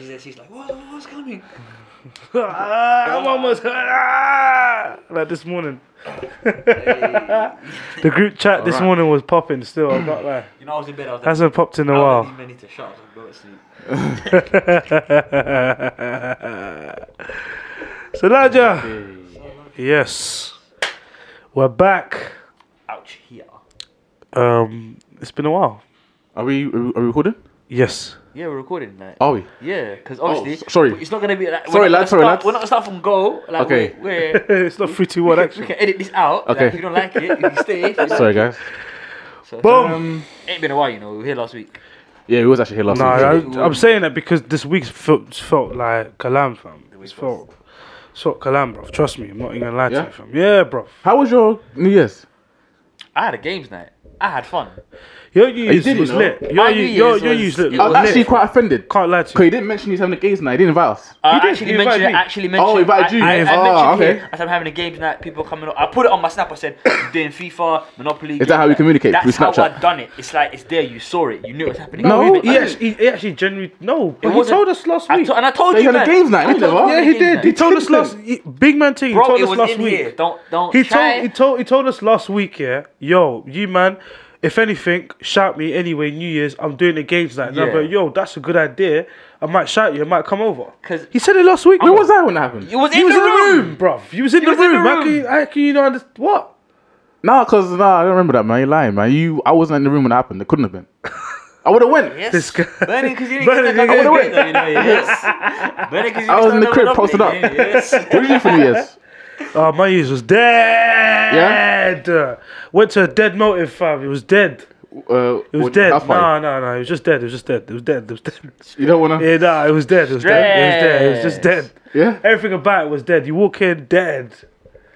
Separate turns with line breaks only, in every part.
this. He's like, what, what's coming?
Ah, I'm almost ah, like this morning. the group chat this
Alright.
morning was popping. Still, I can't lie.
You know, I was in bed. I was like,
Hasn't popped in a
I
while.
don't even need to shut. I was like, go to sleep.
so Nadia, yes, we're back.
Ouch, here.
Um, it's been a while.
Are we, are we are we recording?
Yes,
Yeah, we're recording tonight.
Are we?
Yeah, because obviously,
Oh, s- sorry.
it's not gonna be like. we're not
Sorry,
gonna
lad, sorry,
start-
lad.
We're not gonna start from goal. Like,
Okay.
We're, we're,
it's not three, two, one
we, can, we
Um,
action.
can edit this out. like,
Okay.
if you don't like it, you can stay. If you like
Sorry,
it.
guys.
So,
Boom.
Um,
Ain't been a while, you know. We were here last week.
yeah, we was actually here last
Nah,
week.
I,
actually.
I'm saying that because this week's felt felt like Kalam, fam. It's felt sort Kalam, bro. Trust me, I'm not even lying
Yeah?
to you, fam. Yeah, bro.
How was your New Year's?
I had a games night. I had fun.
Your New Year's
did, you
was
know.
lit.
My
Your
New
New your
Year's
your
was-
Year's lit.
it
I'm
was
actually
lit.
quite offended.
Can't lie to
Because
you.
he didn't mention he's having a gays night. He didn't invite us.
I
did,
actually
he invited
mentioned.
me.
Actually mentioned.
Oh, he invited you.
I, I, I
Oh,
mentioned
okay.
here. I said I'm having a games night. People coming. o- I put it on my snap. I said doing FIFA, Monopoly.
Is that how you communicate?
That's
Through
how
Snapchat?
I done it. It's like it's there. You saw it. You knew it was happening.
No,
No,
we-
he actually, he actually genuinely no. But he
wasn't-
told us last
I
week.
to- and I told
They
you.
had a
man.
games night,
I
didn't
told
they, bro?
you
yeah,
the
he
games
did.
night.
He told us last he- big man thing.
Bro,
he
it
told us
was
last
in
week.
here. Don't don't.
He
try.
told he told he told us last week. Yeah, yo, you man. If anything, shout me anyway. New Year's, I'm doing the games like that.
Yeah.
But yo, that's a good idea. I might shout you. I might come over.
'Cause-
he said it last week.
Where was I when that happened?
It was
He
in
was
the room.
bruv. He was in the
was in
room.
the
How can
room.
you, how can you not understand? What?
Nah, cause nah, I don't remember that man. You're lying, man. You, I wasn't in the room when it happened. It couldn't have been. I would have went.
Yes.
This guy-
Burning because you didn't
Burning,
get that kind
you
of
didn't
thing, you know, yes. Burning 'cause you
I was
didn't
in the
know
crib
Monopoly,
posted up.
yeah, Yes.
What did you do for New Year's?
Oh, my ears was dead. Yeah? Went to a dead motive, fam. It was dead.
Uh,
It was
what-
dead.
house party?
No, no, no. It was just dead. It was just dead. It was dead. It was dead.
You don't wanna.
Yeah, nah, it was dead. It was dead. It was dead. It was just dead.
Yeah.
Everything about it was dead. You walk in, dead.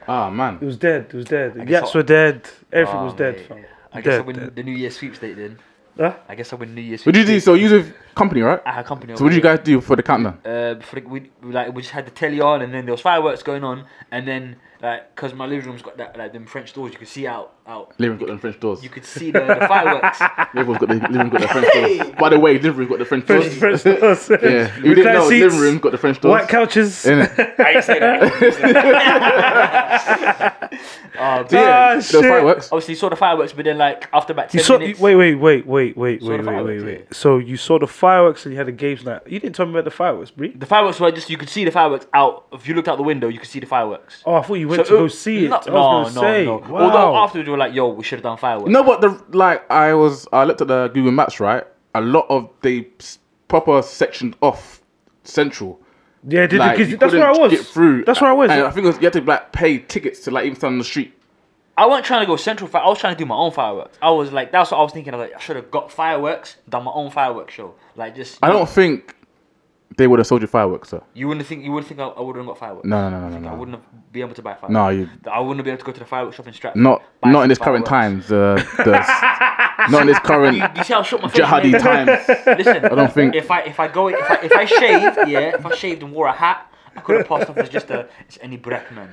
Ah
It
man.
was dead. It was dead. The
guess
Yats
I-
were dead. Everything
Oh,
was dead,
mate.
fam.
I guess I
Dead,
win
dead.
the New Year's sweepstake then.
Huh?
I guess I win New Year's
What did you
sweepstake.
do? So you was with company, right?
I had company.
So what did you guys do for the countdown?
Uh, for the, we we, like we just had the telly on, and then there was fireworks going on, and then like because my living room's got that like them French doors, you could see out out.
Living got them French doors.
You could see the, the fireworks.
Everyone's got the living room got the French doors. By the way, living room got the French doors.
French, French doors.
Yeah, you didn't
Reclined
know
seats,
living room got the French doors.
White couches.
Innit?
I didn't say that. Oh, but
So yeah,
Ah,
those
shit.
fireworks.
obviously you saw the fireworks, but then like after about ten
You saw, you,
minutes,
wait, wait, wait, wait, wait,
Saw the
wait, wait, wait,
fireworks,
wait. So you saw the fireworks and you had a games night. You didn't tell me about the fireworks, Bree.
the fireworks were just you could see the fireworks out. If you looked out the window, you could see the fireworks.
Oh, I thought you went
So
to
it-
go see it.
No,
I
no,
was gonna say.
no, no.
Wow.
Although afterwards we were like, "Yo, we should have done fireworks."
No, but the like I was I looked at the Google Maps right. A lot of they s- proper sectioned off central.
yeah, did
Like,
because
you
that's where I
couldn't
was.
Get through.
That's where I was.
And I think it was, you had to like pay tickets to like even stand on the street.
I wasn't trying to go central fire. I was trying to do my own fireworks. I was like, that's what I was thinking. I was like, I should have got fireworks, done my own fireworks show. Like, just
I don't think they would have sold you fireworks, sir.
you wouldn't think you would think I, I would have got fireworks.
No, no, no, no,
I
no. no.
wouldn't have been able to buy fireworks.
No, you
I wouldn't have been able to go to the fireworks shop in Stratford.
not
buy
not in
some
this current
fireworks.
times. Uh, the, not in this current
You see how I shook my face?
jihadi
mate?
times.
Listen, I
don't think-
if I if I go if I, if I shaved, yeah, if I shaved and wore a hat, I could have passed off as just a it's any black man.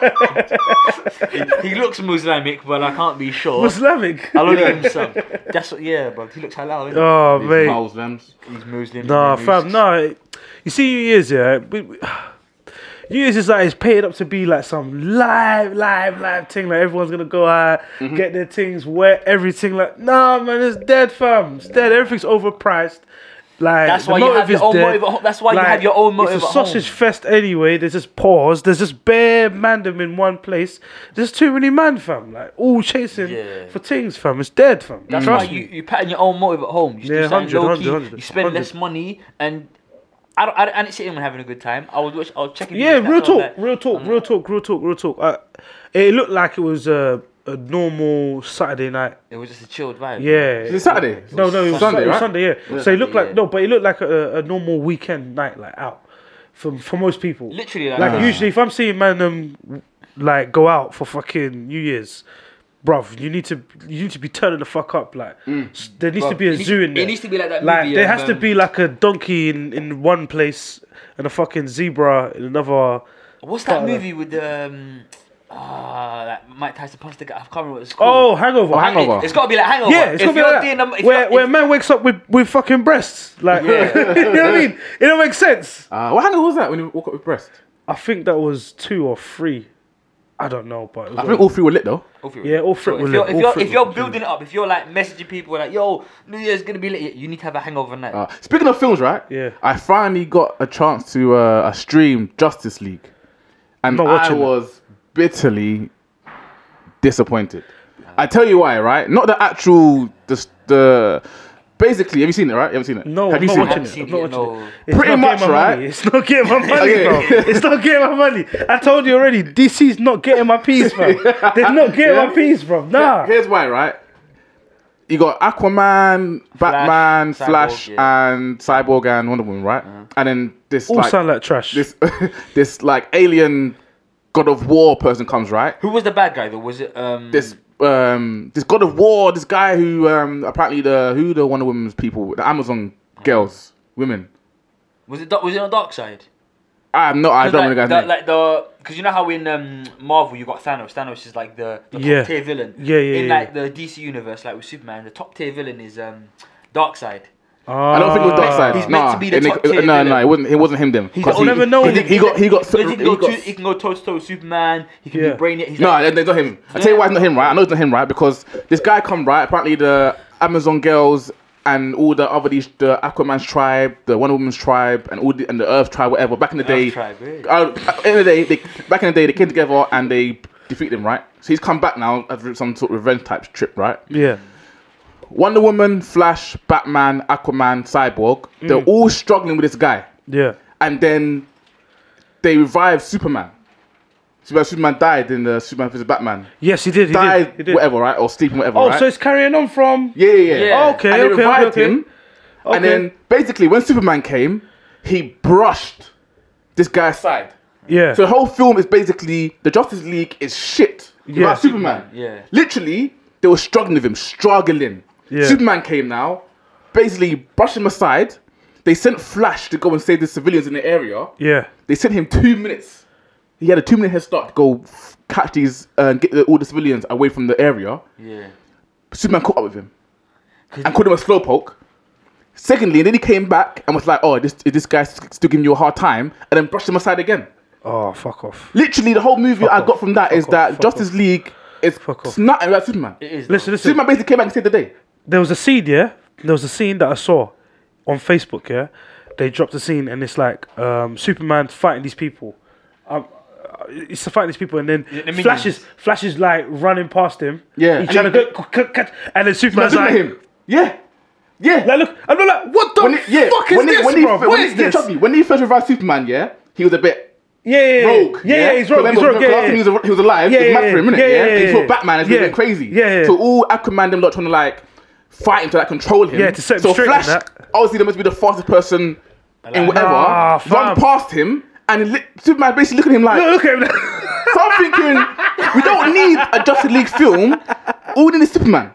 he, he looks Muslimic, but I can't be sure.
Islamic.
I'll only give him some. That's what, yeah, but he looks halal. Isn't
Oh, mate.
Miles Lems.
he? He's Muslim.
Nah,
he's
fam, nah. You see, New Year's, yeah. We, we, New Year's is like it's paid up to be like some live, live, live thing. Like everyone's gonna go out,
Mm-hmm.
get their things wet, everything. Like, nah, man, it's dead, fam. It's dead. Everything's overpriced. Like
That's
the
why you
motive
have your
is
own
dead.
motive at ho- that's why you have your own motive
It's a
at home.
sausage fest anyway. There's just pause. There's just bare mandem in one place. There's too many man, fam. Like all chasing
Yeah.
for things, fam. It's dead, fam.
That's
Trust
why
me.
you, you pattern your own motive at home. You just do
Yeah,
something
100,
low-key,
100, 100,
You spend less money, and I don't, I, don't, I didn't sit in when having a good time. I was watch, I was checking.
Yeah,
videos,
real
that's all
talk,
that.
real talk, real talk, real talk, real talk. Uh, it looked like it was a, a normal Saturday night.
It was just a chilled vibe.
Yeah.
It's Saturday.
No, no, it was
Sunday,
Sunday, it was
right?
Sunday yeah. So it looked
Sunday,
like
yeah.
no, but it looked like a, a normal weekend night, like out for for most people.
Literally, like,
Like usually, if I'm seeing man um like go out for fucking New Year's. Bruv, you need to you need to be turning the fuck up. Like s- there needs to be a
needs-
zoo in
Mm. it
there.
needs to be like that
Like
movie,
there
um,
has to
um,
be like a donkey in, in one place and a fucking zebra in another.
what's that
Part of
movie with um, ah, like Mike Tyson punched the guy. I can't remember what it's called.
Oh, hangover.
Oh, Hangover.
It, has got to be like hangover.
Yeah, it's
If
gonna be
you're
like
doing
that.
the- if
where,
you're-
where
if-
a man wakes up with, with fucking breasts. Like, you know what I mean? It don't make sense.
Uh, what angle was that when you woke up with breast?
I think that was two or three. I don't know, but it was
I think all three were lit though.
Yeah, all
So
fruit will
if you're,
live,
if
all
you're,
fruit
if you're
will
building it up, if you're like messaging people like, "Yo, New Year's gonna be lit," you need to have a hangover night.
Uh, speaking of films, right?
Yeah.
I finally got a chance to uh, stream Justice League, and
Not
I
watching that.
was bitterly disappointed. I tell you why, right? Not the actual the the. Basically, have you seen it? Right? You haven't seen it?
no, I'm
Have you
not
seen
watching
it?
it.
seen
I'm not
it,
watching
no.
it. It's
Pretty
not
much,
getting my
right?
money. It's not getting my money,
Okay.
bro. It's not getting my money. I told you already. DC's not getting my piece, bro. They're not getting
Yeah.
my piece, bro. Nah.
Here's why, right? You got Aquaman, Batman,
Cyborg,
Flash,
yeah. Uh-huh.
and Cyborg and Wonder Woman, right? And then this
All
like
sound like trash.
this this like alien God of War person comes, right?
Who was the bad guy though? Was it um?
This um this God of War, this guy who um apparently the who the Wonder Woman's people, the Amazon girls, women.
was it Dark- was it on Dark Side?
I am not. I don't
like,
know the guy's
the,
name.
like the because you know how in um, Marvel you got Thanos. Thanos is like the, the top
Yeah.
tier villain.
Yeah, yeah,
In
yeah,
like the DC universe, like with Superman, the top tier villain is um Darkseid.
I don't think it was
Ah.
Darkseid.
He's meant
nah,
to be the
and they-
top tier
no, no,
villain.
it wasn't. It wasn't him. Then
the
he,
only- no,
he, he got he got
He can go
he
to
got
he can go toe to toe with Superman. He can
Yeah.
be brain. He's
No,
like,
that- that's not him. I tell you why it's not him, right? I know it's not him, right? Because this guy come right. Apparently, the Amazon girls and all the other these the Aquaman's tribe, the Wonder Woman's tribe, and all the and the Earth tribe, whatever. Back in the day,
tribe, yeah.
uh, at the end of the day, they, back in the day, they came together and they defeated him, right? So he's come back now as some sort of revenge type trip, right?
Yeah.
Wonder Woman, Flash, Batman, Aquaman, Cyborg, they're
Mm.
all struggling with this guy
Yeah.
and then they revived Superman. Superman, Superman died in the Superman vs Batman.
Yes, he did. He
Died,
did. He did.
whatever, right? Or sleeping, whatever.
Oh,
right?
so it's carrying on from.
yeah, yeah, yeah.
Yeah.
Okay,
and they
okay, okay,
revived
okay.
him, and
Okay.
then basically when Superman came, he brushed this guy aside.
Yeah.
So the whole film is basically the Justice League is shit without
Yeah.
Superman.
Yeah.
Literally, they were struggling with him, struggling.
Yeah.
Superman came now, basically brushed him aside. They sent Flash to go and save the civilians in the area.
yeah.
They sent him two minutes. He had a two minute head start to go f- catch these uh, and get the, all the civilians away from the area.
yeah.
Superman caught up with him and called him a slowpoke. Secondly, then he came back and was like, "Oh, this is this guy st- still giving you a hard time," and then brushed him aside again.
Oh, fuck off.
Literally, the whole movie I
off,
got from that
fuck
is
off,
that
fuck
Justice League is
Fuck off.
nothing without Superman.
It is.
Listen, listen.
Superman basically came back and saved the day.
there was a scene, yeah. There was a scene that I saw on Facebook, yeah. They dropped a scene and it's like um, Superman fighting these people. Um, uh, he's fighting these people and then
the minions.
flashes, flashes like running past him.
Yeah.
he's
And
trying to
then-
go c- c- catch, and then Superman's
Superman
like,
him. Yeah, yeah.
like, look, and I'm like, what the
When he- yeah,
fuck is
when he-
this,
when he-
bro?
when
what
he-
is
yeah,
this?
trust me, When he first revived Superman, yeah, he was a bit
Yeah, yeah, yeah,
rogue.
yeah, yeah, he's rogue,
Remember,
he's rogue, yeah,
last time
yeah.
He, was, he was alive. Yeah,
Yeah,
it was mad
yeah,
for him, innit?
yeah,
Yeah,
yeah,
And he
yeah,
saw
yeah.
Batman as
Yeah.
being crazy.
Yeah, yeah.
So all Aquaman them lot trying to like fight him to like control him.
Yeah, to set him
so
straight
Flash,
and that.
obviously, they must be the fastest person in whatever.
Nah,
run
fam.
past him, and li- Superman basically looking at him like.
Look at him.
so I'm thinking, we don't need a Justice League film. All we need is Superman.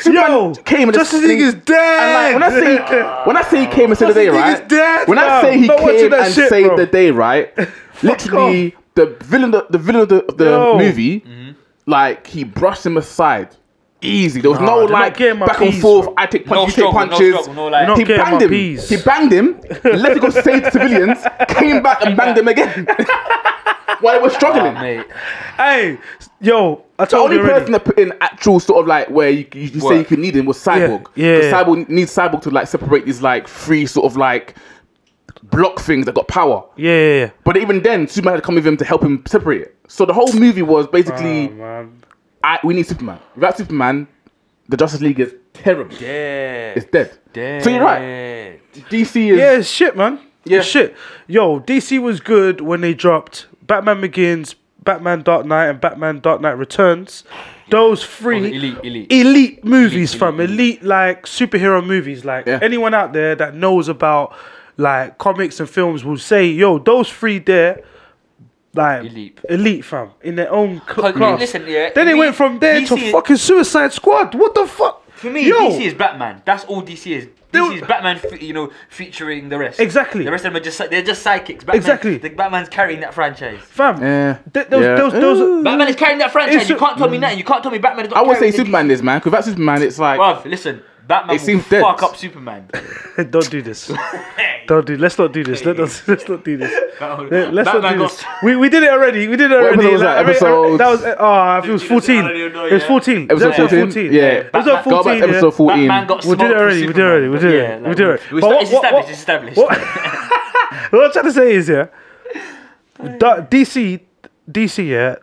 Superman
Yo,
came and
Justice League is dead.
and, like, when I say when I say he came and saved the day,
Justice League
right?
is dead,
when I
fam.
say he
Not watching
came
that
and
shit,
saved
bro.
the day, right? literally, the villain, the, the villain of the, of the
Yo.
movie,
Mm-hmm.
like he brushed him aside. Easy. There was
Nah,
no
they're not
like
getting my
back and
peas,
forth.
bro.
I take
No
punches, you
struggle,
take
no
punches.
struggle, no, like-
Not
he
getting
banged
my
him.
peas.
He banged him. Let him go save the civilians. Came back and banged him again. While they were struggling.
mate.
hey, yo, I
The
told
only
you already.
person that put in actual sort of like where you, you could say
Work.
you could need him was Cyborg.
Yeah,
'Cause
yeah.
Cyborg needs Cyborg to like separate these like three sort of like block things that got power.
yeah, yeah, yeah.
But even then, Superman had to come with him to help him separate it. So the whole movie was basically
Oh, man.
I, we need Superman. Without Superman, the Justice League is terrible.
Yeah.
It's dead. So you're right. DC is
Yeah, it's shit, man.
Yeah.
Yeah, shit. Yo, DC was good when they dropped Batman Begins, Batman Dark Knight, and Batman Dark Knight Returns. Those three
Those are Oh, elite, elite.
elite movies, from fam. Elite, like superhero movies. Like
Yeah.
anyone out there that knows about like comics and films will say, yo, those three there. Like
Elite.
elite fam in their own cl-
Cause,
class.
listen, yeah,
then they
elite-
went from there to
DC
fucking Suicide Squad. What the fuck?
For me,
Yo.
DC is Batman. That's all DC is.
They-
DC is Batman, fe- you know, featuring the rest.
Exactly.
The rest of them are just psy- they're just psychics. Batman,
Exactly.
The Batman's carrying that franchise.
Fam,
Yeah.
th- there was-
Yeah.
there was- there was-
Ooh.
Batman is carrying that franchise.
It's Mm.
you
a-
can't tell me nothing. You can't tell me Batman is. Not
I would say
carrying the-
Superman is man because without Superman, it's like
Bruv, listen, Batman
It
will
seems dead.
fuck up Superman.
Don't do this. Don't do. Let's not do this. Let us, let's not do this. Let, us not
Batman
do
got-
this. We, we did it already. We did it already.
episode was that?
I mean,
Episode-
that was oh, I think it was
Did you just- I
fourteen.
don't even know,
It was
yeah.
fourteen. It was
episode 14? Yeah.
It was episode
Go back
fourteen.
to episode
yeah.
14.
Batman got
We did it
smoked for
already. We did it
Superman.
already. We did
Yeah,
it. We
like,
did it.
we-
But
it's
what-
established.
what-
it's established.
what- what I'm trying to say is, yeah, Da- DC, DC, yeah.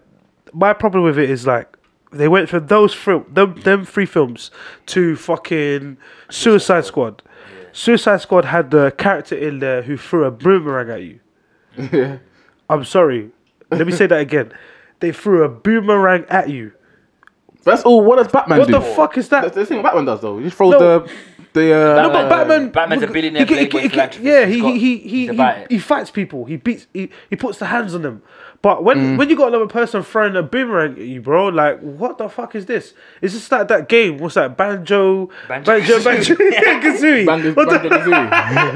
My problem with it is like they went from those film, them, them three films to fucking Suicide Squad. Suicide Squad had the character in there who threw a boomerang at you. I'm sorry. Let me say that again. They threw a boomerang at you.
that's all. What does Batman
What
do?
the fuck is
That's
that?
the thing what Batman does though. He just throws
No.
the the. Uh,
No, but Batman.
Batman's a billionaire
he- he- he-
playboy
he-
philanthropist.
Yeah,
He's
he
got-
he he,
he's about
he,
it.
he fights people. He beats. He, he puts the hands on them. But when
Mm.
when you got another person throwing a boomerang at you, bro, like what the fuck is this? It's just like that game. What's that? Banjo,
Banjo-
banjo, banjo, kazooie.
Batman-
What the-
Batman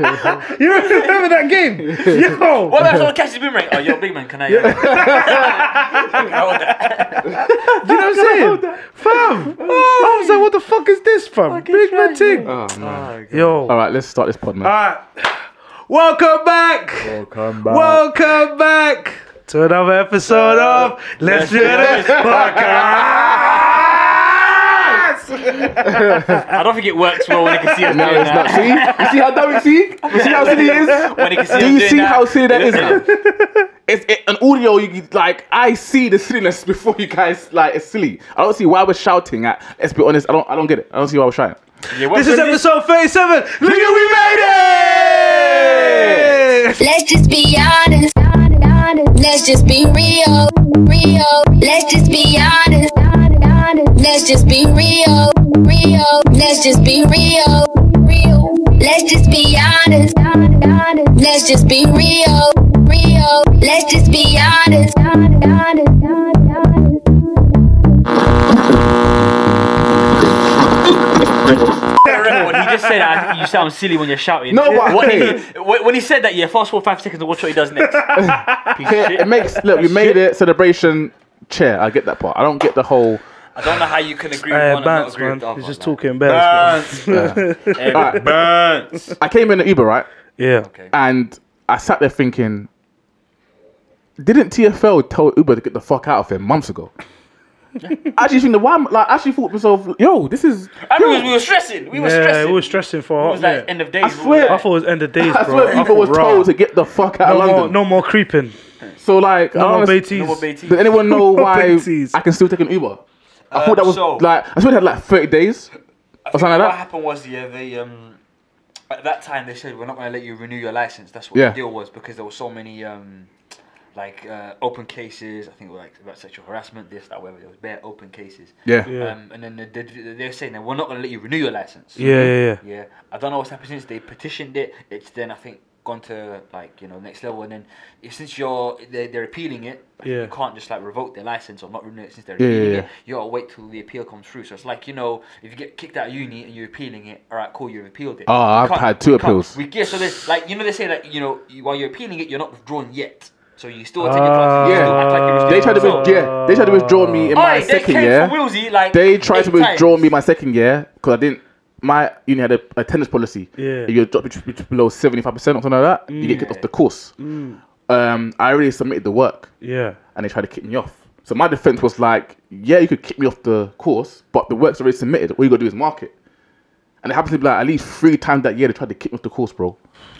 does it.
you remember that game? Yo,
What about someone catches a boomerang? Oh, you're a big man. Can I? uh, can I hold that?
do you know what I'm saying, fam? I was like, what the fuck is this, fam? Big man thing.
Oh, man.
Yo,
All right, let's start this pod, man.
Ah,
Alright. Welcome back.
Welcome
Welcome back to another episode of Let's Do This Podcast.
I don't think it works well when you can see us
No,
doing
it's not.
that.
See, you see how dumb it see? You see how silly it is?
When you can see us
Do you
doing
see
that,
how silly that
it
is?
looks
man? It's it, an audio. You could, like I see the silliness before you guys. Like it's silly. I don't see why we're shouting at. Let's be honest. I don't. I don't get it. I don't see why we're shouting.
Yeah, what-
This is episode 37. Look at we made it!
Let's just be honest. Let's just be real. Real. Let's just be honest. Let's just be real. Real. Let's just be real. Real. Let's just be honest. Let's just be real. Real. Let's just be honest.
I remember when he just said that you sound silly when you're shouting.
No, but-
What he- when when he said that, yeah, fast forward five seconds and watch what he does next. Piece of
It,
Ah, shit. Ah,
it makes look. We made it. Celebration chair. I get that part. I don't get the whole.
I don't know how you can agree
Hey,
with one and not
Bance,
agree
Uh, man.
with the other.
He's just
man.
talking about
Alright. I came in the Uber right,
Yeah.
and I sat there thinking. Didn't TFL tell Uber to get the fuck out of here months ago? I actually think the one like I actually thought to myself, yo, this is
I
yo,
remember we were stressing. We were
Yeah,
stressing.
we were stressing for a
It
hot
was like
minute.
end of days. we were
swear.
like-
I thought it was end of days, bro.
I swear Uber
thought,
was
rah.
told to get the fuck out
no
of
more,
London.
no more creeping.
So like, I
No more
don't understand-
BTs.
No more BT.
does anyone know why
BTs.
I can still take an Uber? I thought that was
Uh, so-
like I swear they had like thirty days or something like
what
that.
happened was yeah they um at that time they said we're not going to let you renew your license that's what
Yeah.
the deal was because there were so many um like uh, open cases i think it was like about sexual harassment this that whatever there was bare open cases
Yeah.
Yeah.
um, and then they, they, they're saying that we're not going to let you renew your license
Yeah, yeah, yeah.
yeah i don't know what's happened since they petitioned it it's then i think gone to like you know next level and then if, since you're they're, they're appealing it I think
Yeah.
you can't just like revoke their license or not renew it since they're
Yeah, yeah,
appealing
yeah.
it you gotta wait till the appeal comes through. So it's like you know, if you get kicked out of uni and you're appealing it, all right, cool, you've appealed it.
Oh,
We
I've
can't-
had two
we can't-
appeals.
We, yeah, so there's like you know they say that you know you, while you're appealing it, you're not withdrawn yet, so you still attend your classes. you
Yeah.
still act like you're withdrawn.
Ah. They tried to with-
So-
yeah, they tried to withdraw me in
Oi,
my
they
second
came
year.
for Wilsey, like,
they tried to
eight
withdraw
times.
me my second year because I didn't. My uni had a attendance policy.
Yeah.
If you drop it to- to below seventy five percent or something like that, you get
Mm.
kicked off the course. Um, I already submitted the work.
Yeah.
and they tried to kick me off. So my defense was like, yeah, you could kick me off the course, but the work's already submitted. All you gotta do is mark it. And it happened to be like at least three times that year they tried to kick me off the course, bro.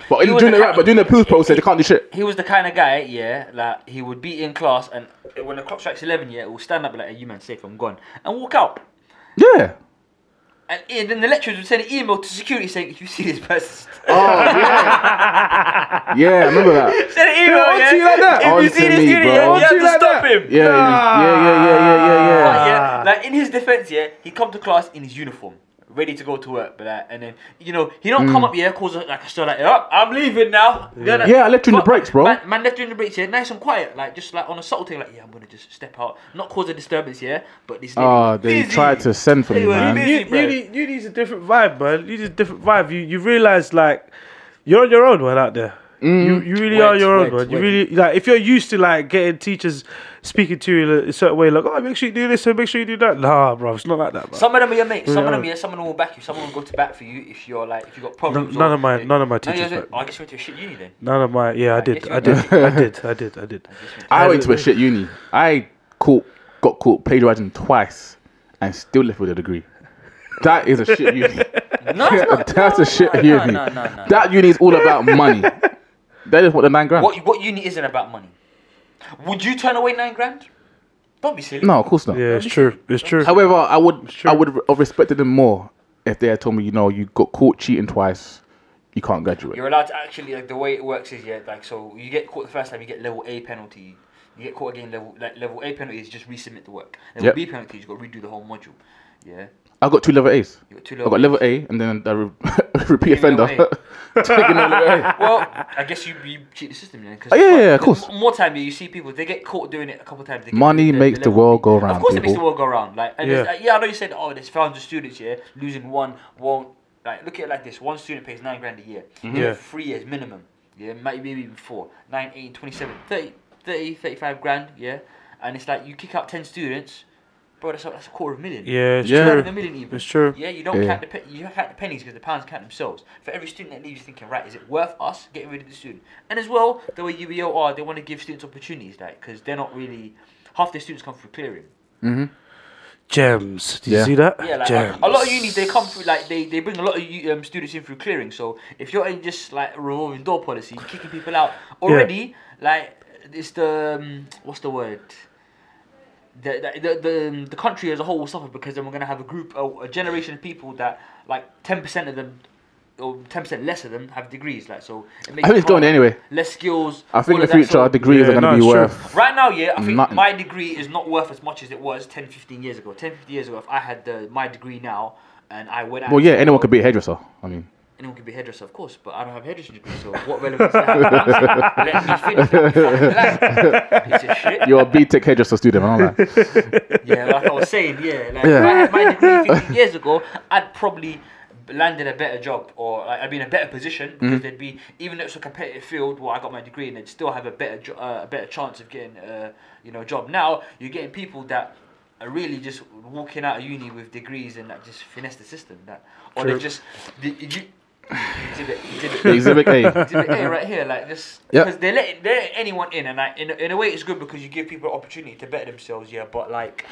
But in,
was
during
a
the
cat-
but during the appeals process, they can't do shit.
He was the kind of guy, yeah, like he would be in class and when the clock strikes eleven, yeah, he will stand up and be like, hey, "You man, safe, I'm gone," and walk out.
Yeah.
And eh, then the lecturers would send an email to security saying, "If you see this person,
Yeah, I remember that.
send an email,
on to
yeah,
you like that.
if
On
you
to
see this
me,
idiot,
bro.
you
On
have to Ah.
to you like
stop
that.
him."
Yeah, yeah, yeah, yeah, yeah, yeah, yeah. Ah.
Like, yeah, like in his defense, yeah, he come to class in his uniform. ready to go to work, but like, and then you know he don't come up here cause like I still like up. I'm leaving now. Gonna-
Mm. Yeah, I left you in the breaks, bro.
Man, man left you in the breaks here, nice and quiet, like just like on a subtle thing, like yeah, I'm gonna just step out, not cause a disturbance here, but this.
Oh,
nigga was
they
busy.
tried to send for
They
me,
were
man.
busy,
you,
bro.
you, need, you need's a different vibe, man. You need a different vibe. You you realize like you're on your own man out there.
Mm.
You you really
Word,
are your own
word,
man. You
word.
really like if you're used to like getting teachers speaking to you in a certain way, like oh make sure you do this and make sure you do that. Nah, bro, it's not like that. Man.
Some of them are your mates. Some of them,
Yeah.
yeah. Some of them will back you. Some of them will go to bat for you if you're like if you have got problems.
none
or-
of my- none of my
No, you
teachers
guys-
back
oh, I guess you went to a shit uni then.
None of my yeah, I did,
guess
I
you're
did, I did, I did, I did.
I went to a shit uni. I caught, got caught plagiarizing twice and still left with a degree. That is a shit uni.
No, it's not.
That's a shit
no,
uni.
no, no, no.
That uni is all about money. That is what the nine grand.
What what uni isn't about money? Would you turn away nine grand? Don't be silly.
No, of course not.
Yeah, it's true. It's true.
However, I would
Sure.
I would have respected them more if they had told me, you know, you got caught cheating twice, you can't graduate.
You're allowed to actually like the way it works is yeah like so you get caught the first time you get level A penalty. You get caught again level like level A penalty is just resubmit the work. Level
Yep.
B penalty is you got to redo the whole module. Yeah.
I got two level A's.
You got two
I
level
got level A and then the re- repeat
Taking
offender.
level
Taking level A.
well, I guess you, you cheat the system, then. Cause
Oh, yeah,
it's
yeah,
fun.
of course.
The m- More time you see people, they get caught doing it a couple times. They get
Money makes the
level
world
thing.
go round,
Of course, it makes the
people.
world go round. Like, and
Yeah.
yeah. yeah, I know you said, oh, there's thousands of students here losing one won't. Like, look at it like this: one student pays nine grand a year,
Yeah.
Mm-hmm.
yeah, three years minimum, yeah, might- maybe even four, nine, eight, 27, 30, 30, 35 grand, yeah, and it's like you kick out ten students. Bro, that's a, that's a quarter of a million.
Yeah, it's
Yeah.
true.
Quarter of a million even.
It's true.
Yeah, you don't
Yeah.
count the pe- you don't count the pennies because the pounds count themselves. For every student that leaves, you're thinking, right, is it worth us getting rid of the student? And as well, the way UBO are, they want to give students opportunities, like because they're not really half the students come through clearing.
Gems. Did you
Yeah.
see that?
Yeah, like
Gems.
a, lot of unis they come through like they, they bring a lot of u- um, students in through clearing. So if you're in just like revolving door policy, kicking people out already, like it's the um, what's the word? The the, the the um, the country as a whole will suffer because then we're gonna have a group, a, a generation of people that like ten percent of them. Or ten percent less of them have degrees, like so. It makes
I think
it
it's going
harder.
anyway.
Less skills.
I
all
think in the
of that,
future,
so-
our degrees
Yeah,
are going
no,
to be
it's true.
worth.
Right now, yeah, I think
Nothing.
my degree is not worth as much as it was 10, 15 years ago. 10, 15 years ago, if I had the, my degree now and I went out.
Well, yeah, anyone could be a hairdresser. I mean,
Anyone could be a hairdresser, of course, but I don't have a hairdressing degree, so what relevance does that have? Let me finish. that Piece of shit.
you're a BTEC hairdresser student. I don't know.
Yeah, like I was saying, yeah. Like if I had my degree 15 years ago, I'd probably landed a better job or like, I'd be in a better position because there'd be even though it's a competitive field where I got my degree and they'd still have a better jo- uh, a better chance of getting a you know job. Now you're getting people that are really just walking out of uni with degrees and that just finesse the system that or they just they, you, exhibit exhibit
Exhibit A.
exhibit A right here, like this,
Yep.
because they let they let anyone in, and like in a- in a way it's good because you give people opportunity to better themselves, yeah. But like,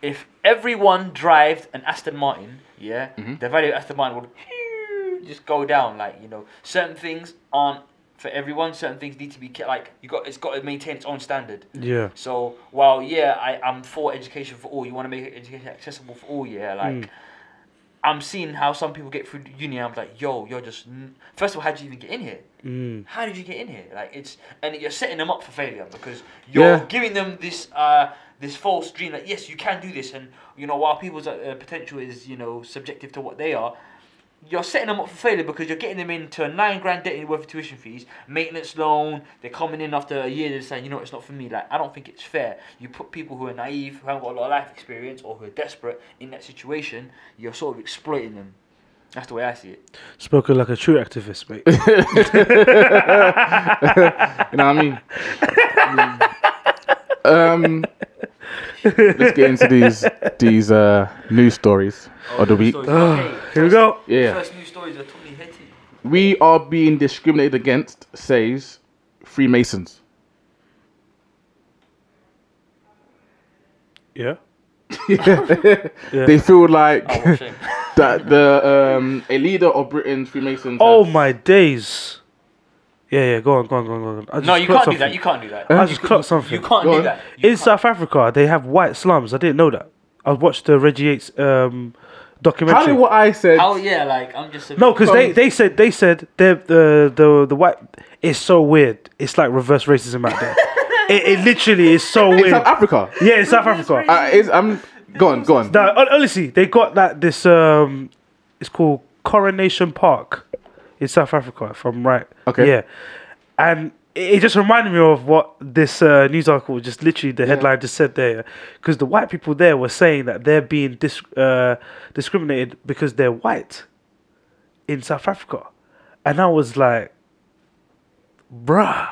if everyone drives an Aston Martin, yeah, the value of Aston Martin would just go down. Like you know, certain things aren't for everyone. Certain things need to be kept. Like you got, it's got to maintain its own standard.
Yeah.
So while yeah, I I'm for education for all. You want to make education accessible for all. Yeah, like. I'm seeing how some people get through uni. I'm like, yo, you're just. n- First of all, how did you even get in here? Mm. How did you get in here? Like it's and you're setting them up for failure because you're
Yeah.
giving them this uh this false dream that yes you can do this and you know while people's uh, potential is you know subjective to what they are, you're setting them up for failure because you're getting them into a nine grand debt worth of tuition fees, maintenance loan. They're coming in after a year. They're saying, you know, it's not for me. Like I don't think it's fair. You put people who are naive, who haven't got a lot of life experience, or who are desperate in that situation. You're sort of exploiting them. That's the way I see it.
Spoken like a true activist, mate.
You know what I mean? um, let's get into these these uh, news stories of the week.
Here we go.
Yeah.
First news stories are Tommy Hetty.
We are being discriminated against, says Freemasons.
Yeah.
They feel like
Oh, shame.
that the um, a leader of Britain's Freemasons.
Oh
has-
my days. Yeah, yeah. Go on, go on, go on, go on. I just
no, you can't
clocked
do that.
something.
You can't do that.
I just clocked something.
You can't
Go
do
on.
that. You
In South Africa, they have white slums. I didn't know that. I watched the Reggie Yates um,
How
documentary.
did what I said?
Oh yeah, like I'm just a
no, because they,
Um,
they said they said the the the the white is so weird. It's like reverse racism out there. it, it literally is so
in
weird.
South Africa.
yeah, in South Africa.
Uh, it's, I'm go on, go on.
Now, hon- honestly, they got that this um It's called Coronation Park in South Africa, if I'm right.
Okay.
Yeah. And it it just reminded me of what this uh, news article just literally the headline just said there, because the white people there were saying that they're being dis- uh, discriminated because they're white in South Africa, and I was like, bruh.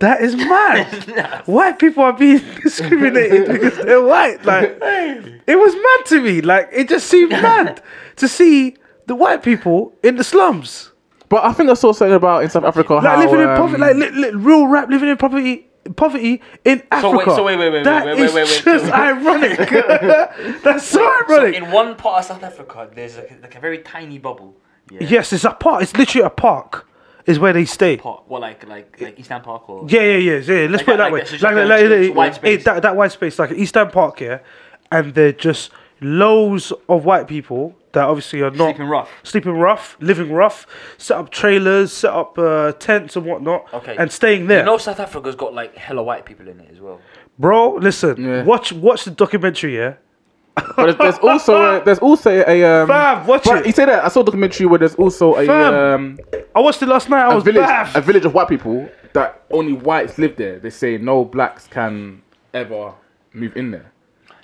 That is mad. white people are being discriminated because they're white. Like it was mad to me. Like it just seemed mad to see the white people in the slums,
But I think I saw something about in South Africa
like
how
living in poverty,
um,
like li- li- real rap living in poverty. Poverty in
wait-
Africa.
so wait, wait, wait, wait,
That
wait, wait,
is
wait, wait,
just
so-
ironic. That's so
So
ironic.
in one part of South Africa, there's like, like a very tiny bubble. Yeah.
yes, it's a park. It's literally a park. Is where they stay.
Part, what like like like Eastern Park or
Yeah, yeah, yeah, yeah.
Like
Let's put
that-
it that
like
way.
that, so
Like,
it's like
like,
a-
like,
it's
like,
wide
eh,
space.
that, that wide space, like East End Park here, and they're just loads of white people that obviously are not
Sleeping rough.
sleeping rough, living rough, set up trailers, set up uh, tents and whatnot,
Okay.
and staying there.
You know, South Africa's got like hella white people in it as well.
Bro, listen,
Yeah.
watch watch the documentary, yeah.
But there's- there's also a, there's also a um,
Fam, watch
but
it.
You say that I saw a documentary where there's also a
Fam.
um,
I watched it last night. I
a
was
village
baff.
a village of white people that only whites live there. They say no blacks can ever move in there.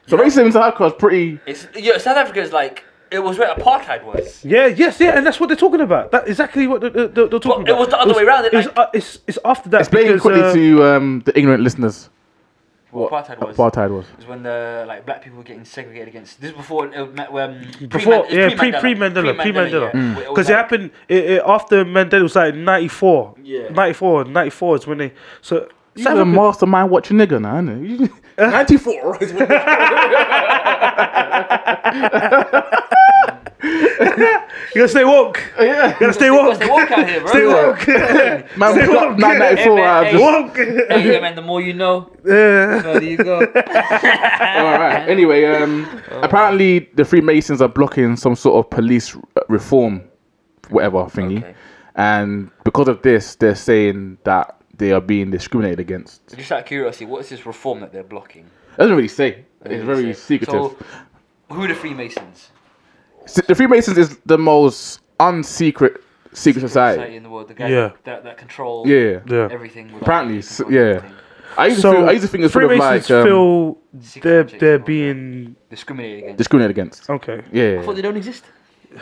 So racism in South Africa is pretty.
It's yeah, South Africa is like it was where apartheid was.
Yeah, yes, yeah, and that's what they're talking about. That's exactly what they're, they're, they're talking
But it
about.
was the other way around,
It's,
like-
uh, it's, it's after that.
Explain
because,
quickly
uh,
to um, the ignorant listeners
What apartheid was.
apartheid was.
It was when the like black people were getting segregated against. This is before uh, ma- um,
before
pre-Mandela-
yeah pre
pre-Mandela,
pre Mandela pre Mandela
yeah.
Mm.
Where was
because it
like-
happened it, it, after Mandela was like 94
Yeah.
94 94 is when they so
You a mastermind watching nigga now, innit? Ninety four.
you gotta stay woke
Yeah.
you gotta stay
Because
woke
they walk out here, bro.
stay woke
Man,
Say
block
what?
994.
Hey, man,
I've
hey.
just-
woke
Hey, yeah, man. The more you know,
Yeah.
there you go.
All right. Anyway, um, apparently the Freemasons are blocking some sort of police r- reform, whatever thingy,
Okay.
and because of this, they're saying that they are being discriminated against. It
Just out of curiosity, what's this reform that they're blocking?
doesn't really say. It's
Is
very
it-
secretive.
So, who are the Freemasons?
S- the Freemasons is the most unsecret secret society.
Society in the world. The guys
Yeah.
that, that control
Yeah.
Yeah.
everything. without
Apparently, s-
controlling
yeah.
everything.
I used to
so
feel, I used to think it's sort of
Freemasons
like um,
feel they're
Secret
they're
objects.
being
Discriminated against.
discriminated against.
okay
I
Yeah.
thought they don't exist.
Uh,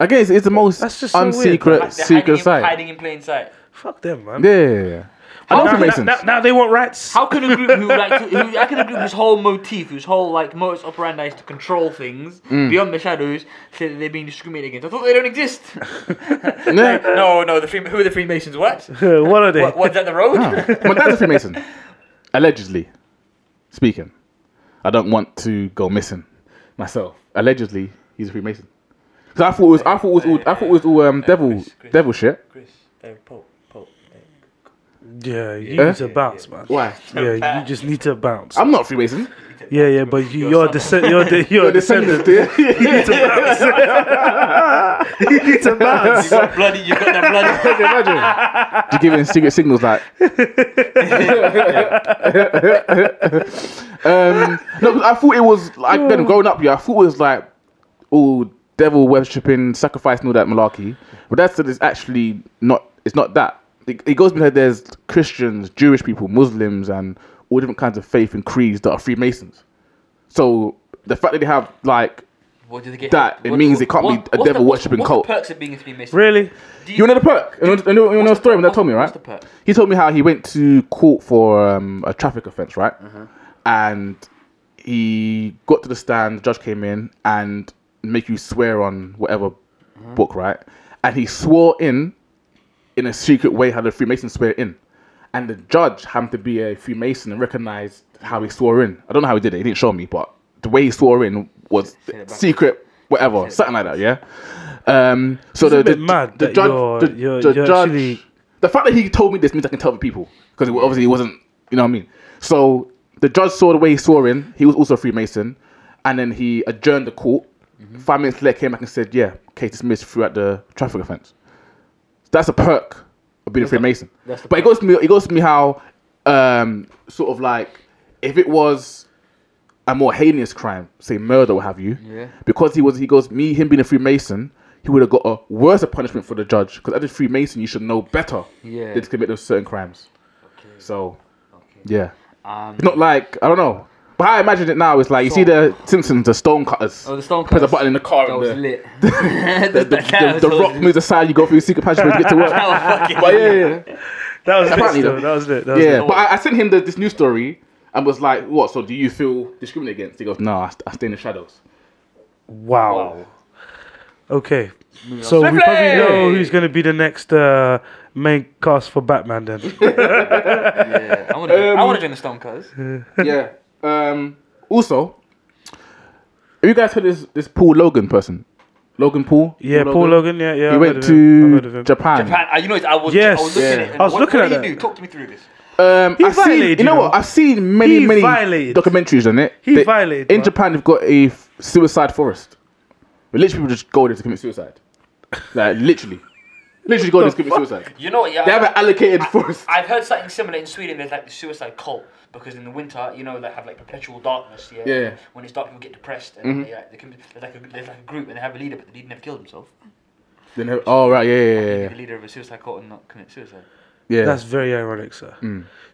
Again, it's, it's the most
That's just so weird.
Like
unsecret
they're hiding
secret
in,
society.
hiding in plain sight.
fuck them man
Yeah. I
now,
love
now,
Freemasons.
now, now they want rights
How can a group who like to- who, how can a group whose whole motif, whose whole like modus operandi is to control things
Mm.
beyond the shadows, say that they're being discriminated against? I thought they don't exist.
Yeah.
no, no. The Freem- who are the Freemasons? What?
what are they
What? What's that? The road?
My dad's a Freemason, allegedly speaking. I don't want to go missing myself. Allegedly, he's a Freemason. Because I thought it was, I thought it was all, I thought it was all um, devil,
Chris, Chris.
devil shit.
Chris, uh, Pope, Pope.
yeah you
Eh?
need to bounce man
Why?
yeah you just need to bounce
I'm not a Freemason.
yeah yeah but you, you're descend you're de- you're a descendant
yeah.
you need to bounce you need to bounce
You got bloody. You got that bloody.
Can you imagine? Just giving secret signals like. um, no, 'cause I thought it was like then growing up. Yeah, I thought it was like all devil worshipping, sacrifice, and all that malarkey. But that's it's actually not. It's not that. It, it goes because there's Christians, Jewish people, Muslims, and all different kinds of faith and creeds that are Freemasons. So the fact that they have like
What do they get?
That, it means it can't be a
what's the-
devil
what's-
worshipping
what's
cult.
The perks of being a Freemason.
really
Do
You know the perk? You know, you know, you know the story when that told me, right?
What's the perk?
He told me how he went to court for um, a traffic offence, right?
Uh-huh.
And he got to the stand, the judge came in and make you swear on whatever
Uh-huh.
book, right? And he swore in, in a secret way, how the Freemasons swear in. And the judge happened to be a Freemason and recognized how he swore in. I don't know how he did it, he didn't show me, but the way he swore in was
Say it back.
secret, whatever, something like that, yeah? Um, so
It's a
the, the,
bit mad
the
that
judge,
you're-
the,
you're-
the
you're
judge,
actually-
the fact that he told me this means I can tell the people because obviously he wasn't, you know what I mean. So the judge saw the way he saw in. He was also a Freemason, and then he adjourned the court.
Mm-hmm.
Five minutes later, came back and said, "Yeah, case dismissed throughout the traffic offence." That's a perk of being a Freemason.
that's the
but it goes to me. It goes to me how, um, sort of like, if it was a more heinous crime, say murder, what have you,
Yeah.
because he was he goes me him being a Freemason, he would have got a worse punishment for the judge because as a Freemason you should know better
Yeah.
than to commit those certain crimes. So, yeah,
Um,
it's not like I don't know. But how I imagine it now is like you see the Simpsons, the stone cutters.
oh, the stone
Press a button in the car.
That
and
was
the-
lit.
the, the, the, the rock moves aside, you go through secret passageway to get to work.
That was
but yeah, yeah, yeah.
That was lit.
Apparently
Still.
though.
That was lit. That was
yeah.
lit.
But I, I sent him the, this news story and was like, "What? So do you feel discriminated against?" He goes, "No, I, st- I stay in the shadows."
Wow. Okay. So we
Swiftly!
probably know who's going to be the next uh, main cast for Batman then.
Yeah, I want to. I
Um,
want to join the Stone Cuz.
yeah. Um, also, have you guys heard this this Paul Logan person? Logan Paul.
Yeah, Paul Logan. Yeah, yeah.
He
I've
went
heard of him. I've heard of
to
him.
Japan.
Japan. uh, You know, I was.
Yes.
I was looking
Yeah.
at. it.
I was
What-
looking
what
at
did
that.
you do? Talk to me through this.
Um,
He
I've seen,
violated,
you know
you
what?
know.
I've seen many,
He
many
violated.
documentaries on it.
He
They-
violated,
In
bro.
Japan, they've got a f- suicide forest. Where literally people just go there to commit suicide. Like, literally. Literally go there to commit suicide.
You know what? Yeah.
They have an allocated forest.
I've heard something similar in Sweden. There's like the suicide cult because in the winter, you know, they have like perpetual darkness. Yeah.
Yeah. Mm-hmm.
When it's dark, people get depressed, and they, like, they can, there's like a, there's like a group, and they have a leader, but the leader never killed himself.
Then they- oh, right, yeah, yeah, yeah,
The
yeah.
leader of a suicide cult and not commit suicide.
yeah.
That's very ironic, sir.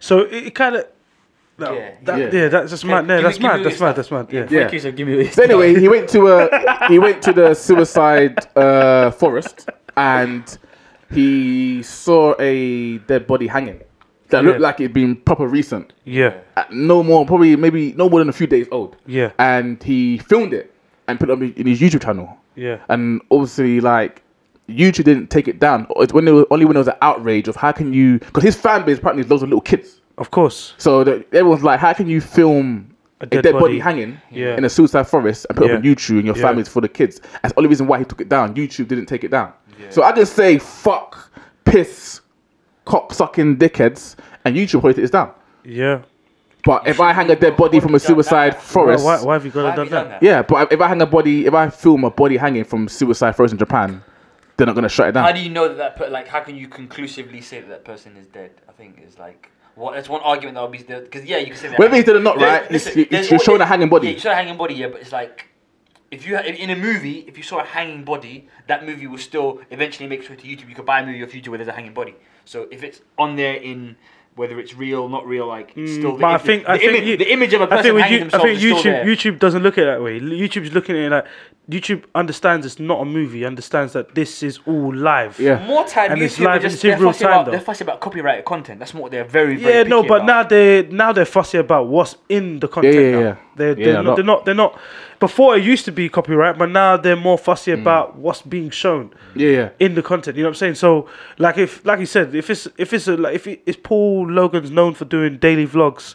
So it, it kind of.
Yeah.
yeah, that,
Mm. Yeah.
yeah. that's just mad.
give
Yeah,
me-
that's
give me
mad.
what
That's
you
mad. That's mad. Yeah.
Yeah.
Accuse him, give me
So anyway, he went to a he went to the suicide uh, forest and he saw a dead body hanging that looked
Yeah.
like it'd been proper recent.
Yeah.
uh, no more, probably maybe no more than a few days old.
Yeah.
And he filmed it and put it up in his YouTube channel.
Yeah.
And obviously, like YouTube didn't take it down. It's when there was, only when there was an outrage of how can you? Because his fan base apparently is loads of little kids.
Of course.
So the, everyone's like, how can you film a dead, body. hanging
Yeah.
in a suicide forest and put it up on
Yeah.
YouTube and your
Yeah.
family's for the kids? That's the only reason why he took it down. YouTube didn't take it down. So I can say fuck, piss, cock sucking dickheads, and YouTube probably took it down.
Yeah.
But if I hang a dead body from a suicide
Why,
forest,
why, why have you got
Why
to
have
done
you done
that?
that?
yeah. But if I hang a body, if I film a body hanging from suicide forest in Japan, they're not gonna shut it
Ah.
How
down.
do you know that that per- like how can you conclusively say that that person is dead? I think is like what that's one argument that would be because yeah you can say that
Whether he's dead or not,
There's-
right, he's-
listen,
he's-
there's
you're
al-
showing a hanging body.
Yeah, you're showing a hanging body, yeah, but it's like if you ha- in a movie if you saw a hanging body, that movie will still eventually make its way to YouTube. You could buy a movie off YouTube where there's a hanging body. So if it's on there in whether it's real, not real, like it's still.
Mm, But I
if you-
think I
the
think
image,
you-
the image of a
I
person
think, with
hanging
you, I
themselves
think
is still
YouTube
there.
YouTube doesn't look at it that way. YouTube's looking at it like YouTube understands it's not a movie. Understands that this is all live.
Yeah.
More time,
And
YouTube
it's
are
live,
just-
it's in
they're
real
fussy
time,
about-
though.
They're fussy about copyrighted content. That's what they're very, very
Yeah, no,
picky
but
about.
now they now they're fussy about what's in the content.
Yeah, yeah,
now.
yeah.
They're,
Yeah,
they're,
a
not,
lot.
they're not they're not. Before it used to be copyright, but now they're more fussy about what's being shown
Hmm. Yeah, yeah.
in the content. You know what I'm saying? So like if like you said, if it's if it's a, like if it, if Paul Logan's known for doing daily vlogs,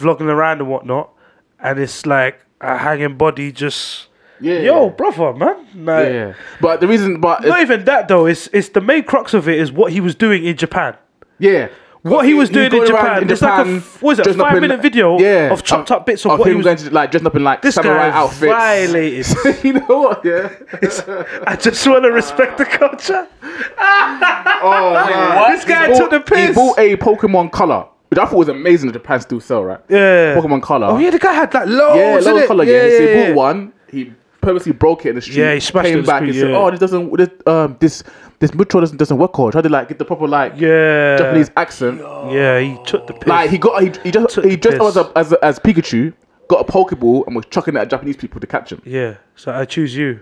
vlogging around and whatnot, and it's like a hanging body just.
Yeah,
Yo,
yeah.
brother, man. Like,
yeah, yeah. But the reason, but
Not even that though. It's it's the main crux of it is what he was doing in Japan.
yeah.
What he was
He's
doing in
going around
Japan, it's like a f- what is it, a
dressing up
five-minute video of chopped up bits of what he
him
was-
Oh, going to like dressing up in like
This guy
samurai outfits.
violated.
you know what? Yeah.
I just want to respect the culture.
Oh, man.
What?
This guy
He
took the
bought- He
piss.
bought a Pokemon color, which I thought was amazing. That Japan still sell, right?
Yeah.
Pokemon color.
Oh yeah, the guy had like
Yeah,
loads.
low
innit?
color. Yeah, so he
yeah.
bought one. He purposely broke it in the street.
Yeah, he smashed it
came
in the
back and
street,
said,
yeah.
"Oh, this doesn't. This um, this this mutual doesn't doesn't work." Or tried to like get the proper like
Yeah.
Japanese accent.
Yeah, he took the piss.
Like he got he, he just
Took the
he dressed up as
piss.
a, as a, as Pikachu, got a Pokeball and was chucking it at Japanese people to catch him.
yeah, so I choose you.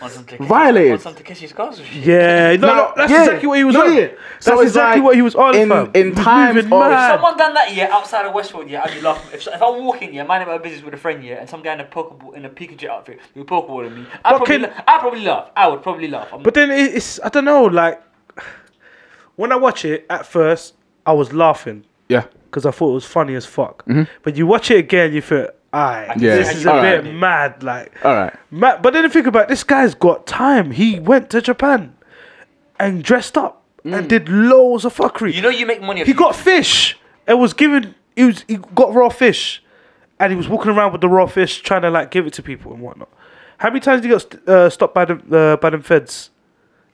on some Takeshi-
Violated.
on some Takeshi Scars.
Yeah, no,
Now-
no, that's
yeah.
exactly what he was
No,
on.
yeah.
That's
So it's
exactly
like
what he was on.
in-
fam.
in
He was
times
moving
of-
mad.
Someone done that yeah outside of Westworld yeah I'd be laughing. If, if I'm walking yeah minding my business with a friend yeah and some guy in a pokeball in a Pikachu outfit with a pokeball in me, I
But
probably
can-
la- I probably laugh. I would probably laugh. I'm
But then it- it's I don't know. Like when I watch it at first, I was laughing
Yeah.
because I thought it was funny as fuck.
Mm-hmm.
But you watch it again, you feel, "Aye,
Yeah.
this is a
Alright.
bit mad." Like,
All right.
Ma- but then think about it, this guy's got time. He went to Japan and dressed up
Mm.
and did loads of fuckery.
you know you make money. off
he
YouTube.
got fish. It was given. He was he got raw fish, and he was walking around with the raw fish, trying to like give it to people and whatnot. How many times did he got uh, stopped by them uh, by them feds?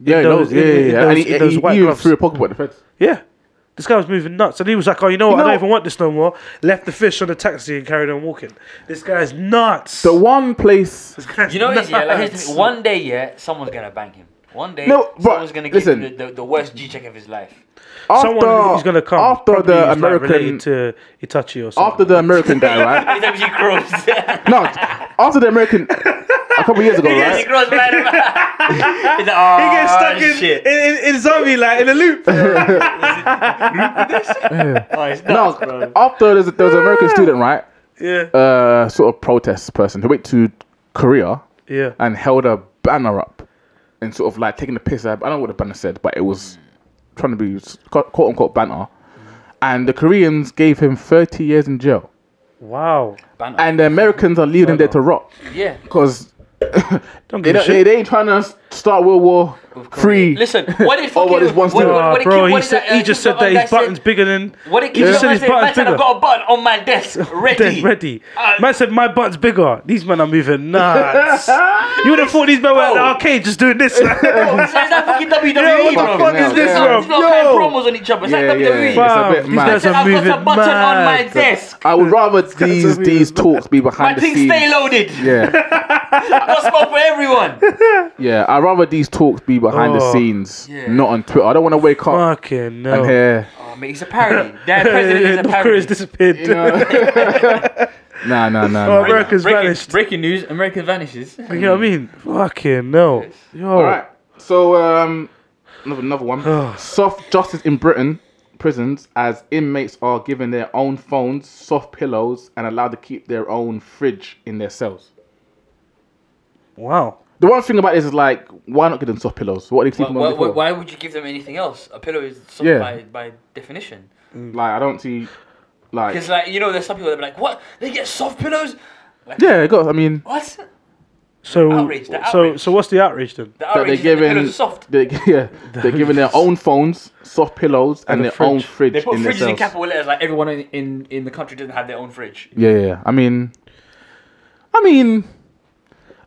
Yeah,
those-
those, yeah,
in-
yeah,
in
yeah.
those-
and
in
he,
those
he,
white
he even
gloves.
threw a Pokeball at the fence.
Yeah, This guy was moving nuts, and he was like, "Oh, you know what?
You
I
know-
don't even want this no more." Left the fish on the taxi and carried on walking. This guy's nuts.
The one place.
You know, what it is, yeah, like, here's the thing. one day, yeah, someone's gonna bank him. One day,
No, bro,
someone's gonna give him
listen.
the, the, the worst G check of his life.
After,
Someone who's gonna come
after
probably is,
the
like,
American.
related to Itachi or something.
after the American guy, right?
Every time she grows,
no, after the American. A couple years ago,
she
right?
grows mad. He's like,
he
oh,
gets stuck in,
shit.
in, in, in zombie like in a loop.
oh, it's nuts,
No, after there's, there was an American student, right?
yeah,
Uh, sort of protest person who went to Korea
yeah.
and held a banner up and sort of like taking the piss. out- I don't know what the banner said, but it was trying to be s- quote quote unquote banter. And the Koreans gave him 30 years in jail.
Wow.
Banner.
And the Americans are leaving there to rot
yeah.
because
Don't
they,
give a
don't-
shit.
they, they ain't trying to s- start World War Three.
Listen, what did
Oh,
fucking?
what is
what,
one
what,
student?
what,
Ah,
did
bro,
kid-
he,
what did
said,
that, uh,
he
kid
just said that
guy
his button's bigger than.
What did
he
Kid
just said his
say? Man
button's
said,
bigger.
I've got a button on my desk, ready.
Dead ready.
Uh,
man said, "My butt's bigger." These men are moving nuts. you would have thought these men were at the
Bro.
arcade just doing this.
Bro, it's like that fucking WWE,
Yo, what the
E, bro.
fuck is
It's
this,
not-
bro?
It's not
Yo.
paying promos on each other. It's
Yeah,
like
yeah,
WWE.
yeah.
Wow,
bit
these
mad.
E?
guys
Said,
are
I've got
moving
a button on my
mad.
desk.
I would rather these
amazing.
these talks be
My
behind the
thing stay
scenes.
loaded.
Yeah,
Got smoke for everyone.
yeah. I would rather these talks be behind the
Oh.
scenes,
Yeah.
not on Twitter. I don't want to wake up
Fucking
and
no.
hear.
Oh, mate, he's a parody. That president is a
North Korea's
parody.
disappeared.
You know? nah, nah, nah.
Oh,
nah.
America's vanished.
breaking news: America vanishes.
You know what I mean? Fucking no. Yo.
All right. So um, another another one. soft justice in Britain prisons as inmates are given their own phones, soft pillows, and allowed to keep their own fridge in their cells.
Wow.
The one thing about this is like, why not give them soft pillows? What are they
Why,
sleeping on before?
why would you give them anything else? A pillow is soft
Yeah.
by, by definition.
Like, I don't see, like,
Because like you know, there's some people that be like, "What? They get soft pillows?
yeah, it got. I mean,
What?
So,
Outrage, the
so,
outrage.
so, what's the outrage then?
The
that they're
outrage is that the
giving,
pillows are soft.
they, yeah, they're giving their own phones, soft pillows, and,
And a
their own
fridge.
fridge
They put
in their
fridges in
cells.
capital letters. Like everyone in, in in the country doesn't have their own fridge.
yeah, yeah, yeah. I mean, I mean, I,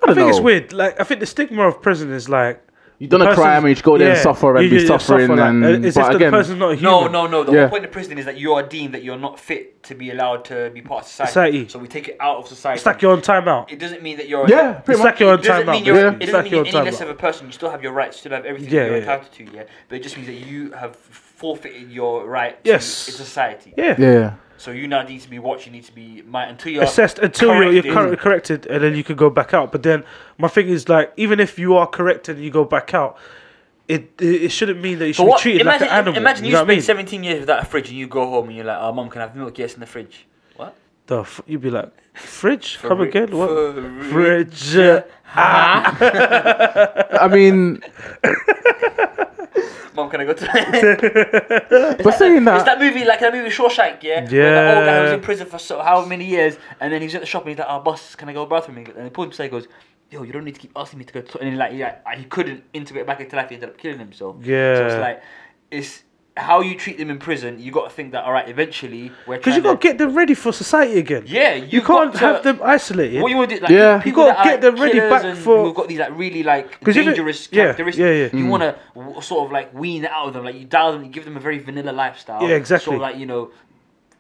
I
don't
think
know.
it's weird. Like, I think the stigma of prison is like
You've done a
person's-
crime and you go there and
yeah,
suffer and
you-
be
you- you
suffering.
suffer, like,
and
uh, it's
but
if the
again,
person's not a human.
No, no, no. The
Yeah.
whole point of prison is that you are deemed that you're not fit to be allowed to be part of society.
Society.
So we take it out of society.
It's like you're on timeout.
it doesn't mean that you're
Yeah, pretty
It's
much.
like you're on
It doesn't mean
timeout.
you're,
Yeah.
it
It's
doesn't
like
mean
you're
you're
on
any less of
timeout.
a person. You still have your rights. You still have everything
Yeah,
that you're
yeah, yeah.
entitled to. Yeah, but it just means that you have forfeited your right.
Yes.
to in society.
Yeah.
yeah,
So you now need to be watched. You need to be my until you're
Assessed until you're, you're
corrected.
cor- corrected, and then you could go back out. But then my thing is like, even if you are corrected and you go back out, it it, it shouldn't mean that you should
But
be
what-
treated
imagine,
like an animal.
Imagine you,
you know
spend
what I mean?
17 years without a fridge and you go home and you're like, oh, mum, can I have milk? Yes, in the fridge. What?
The f- you'd be like, fridge,
For
come
re-
again, what?
for re-
Fridge. uh,
I mean,
Mum, can I go to.
but saying
It's
that,
that movie, like that movie Shawshank, yeah? Where the old guy was in
Yeah.
prison for so, how many years and then he's at the shop and he's like, oh, boss, can I go to the bathroom? And he pulls himself and goes, yo, you don't need to keep asking me to go to. And then, like, he, like, he couldn't integrate back into life, he ended up killing himself. So it's
Yeah.
like, it's how you treat them in prison, you got to think that, all right, eventually, we're
Because you
trying
got to get them ready for society again.
Yeah,
You
you've got
can't
to-
have them isolated.
What you want to do? Like,
Yeah.
people
You
that
gotta
are
get them ready
killers
back
and
for-
Who've got these like really like
'Cause if it-
dangerous
yeah,
characteristics.
yeah, Mm. yeah.
You want to w- sort of like wean it out of them. Like you dial them, you give them a very vanilla lifestyle.
Yeah, exactly.
Sort of like you know,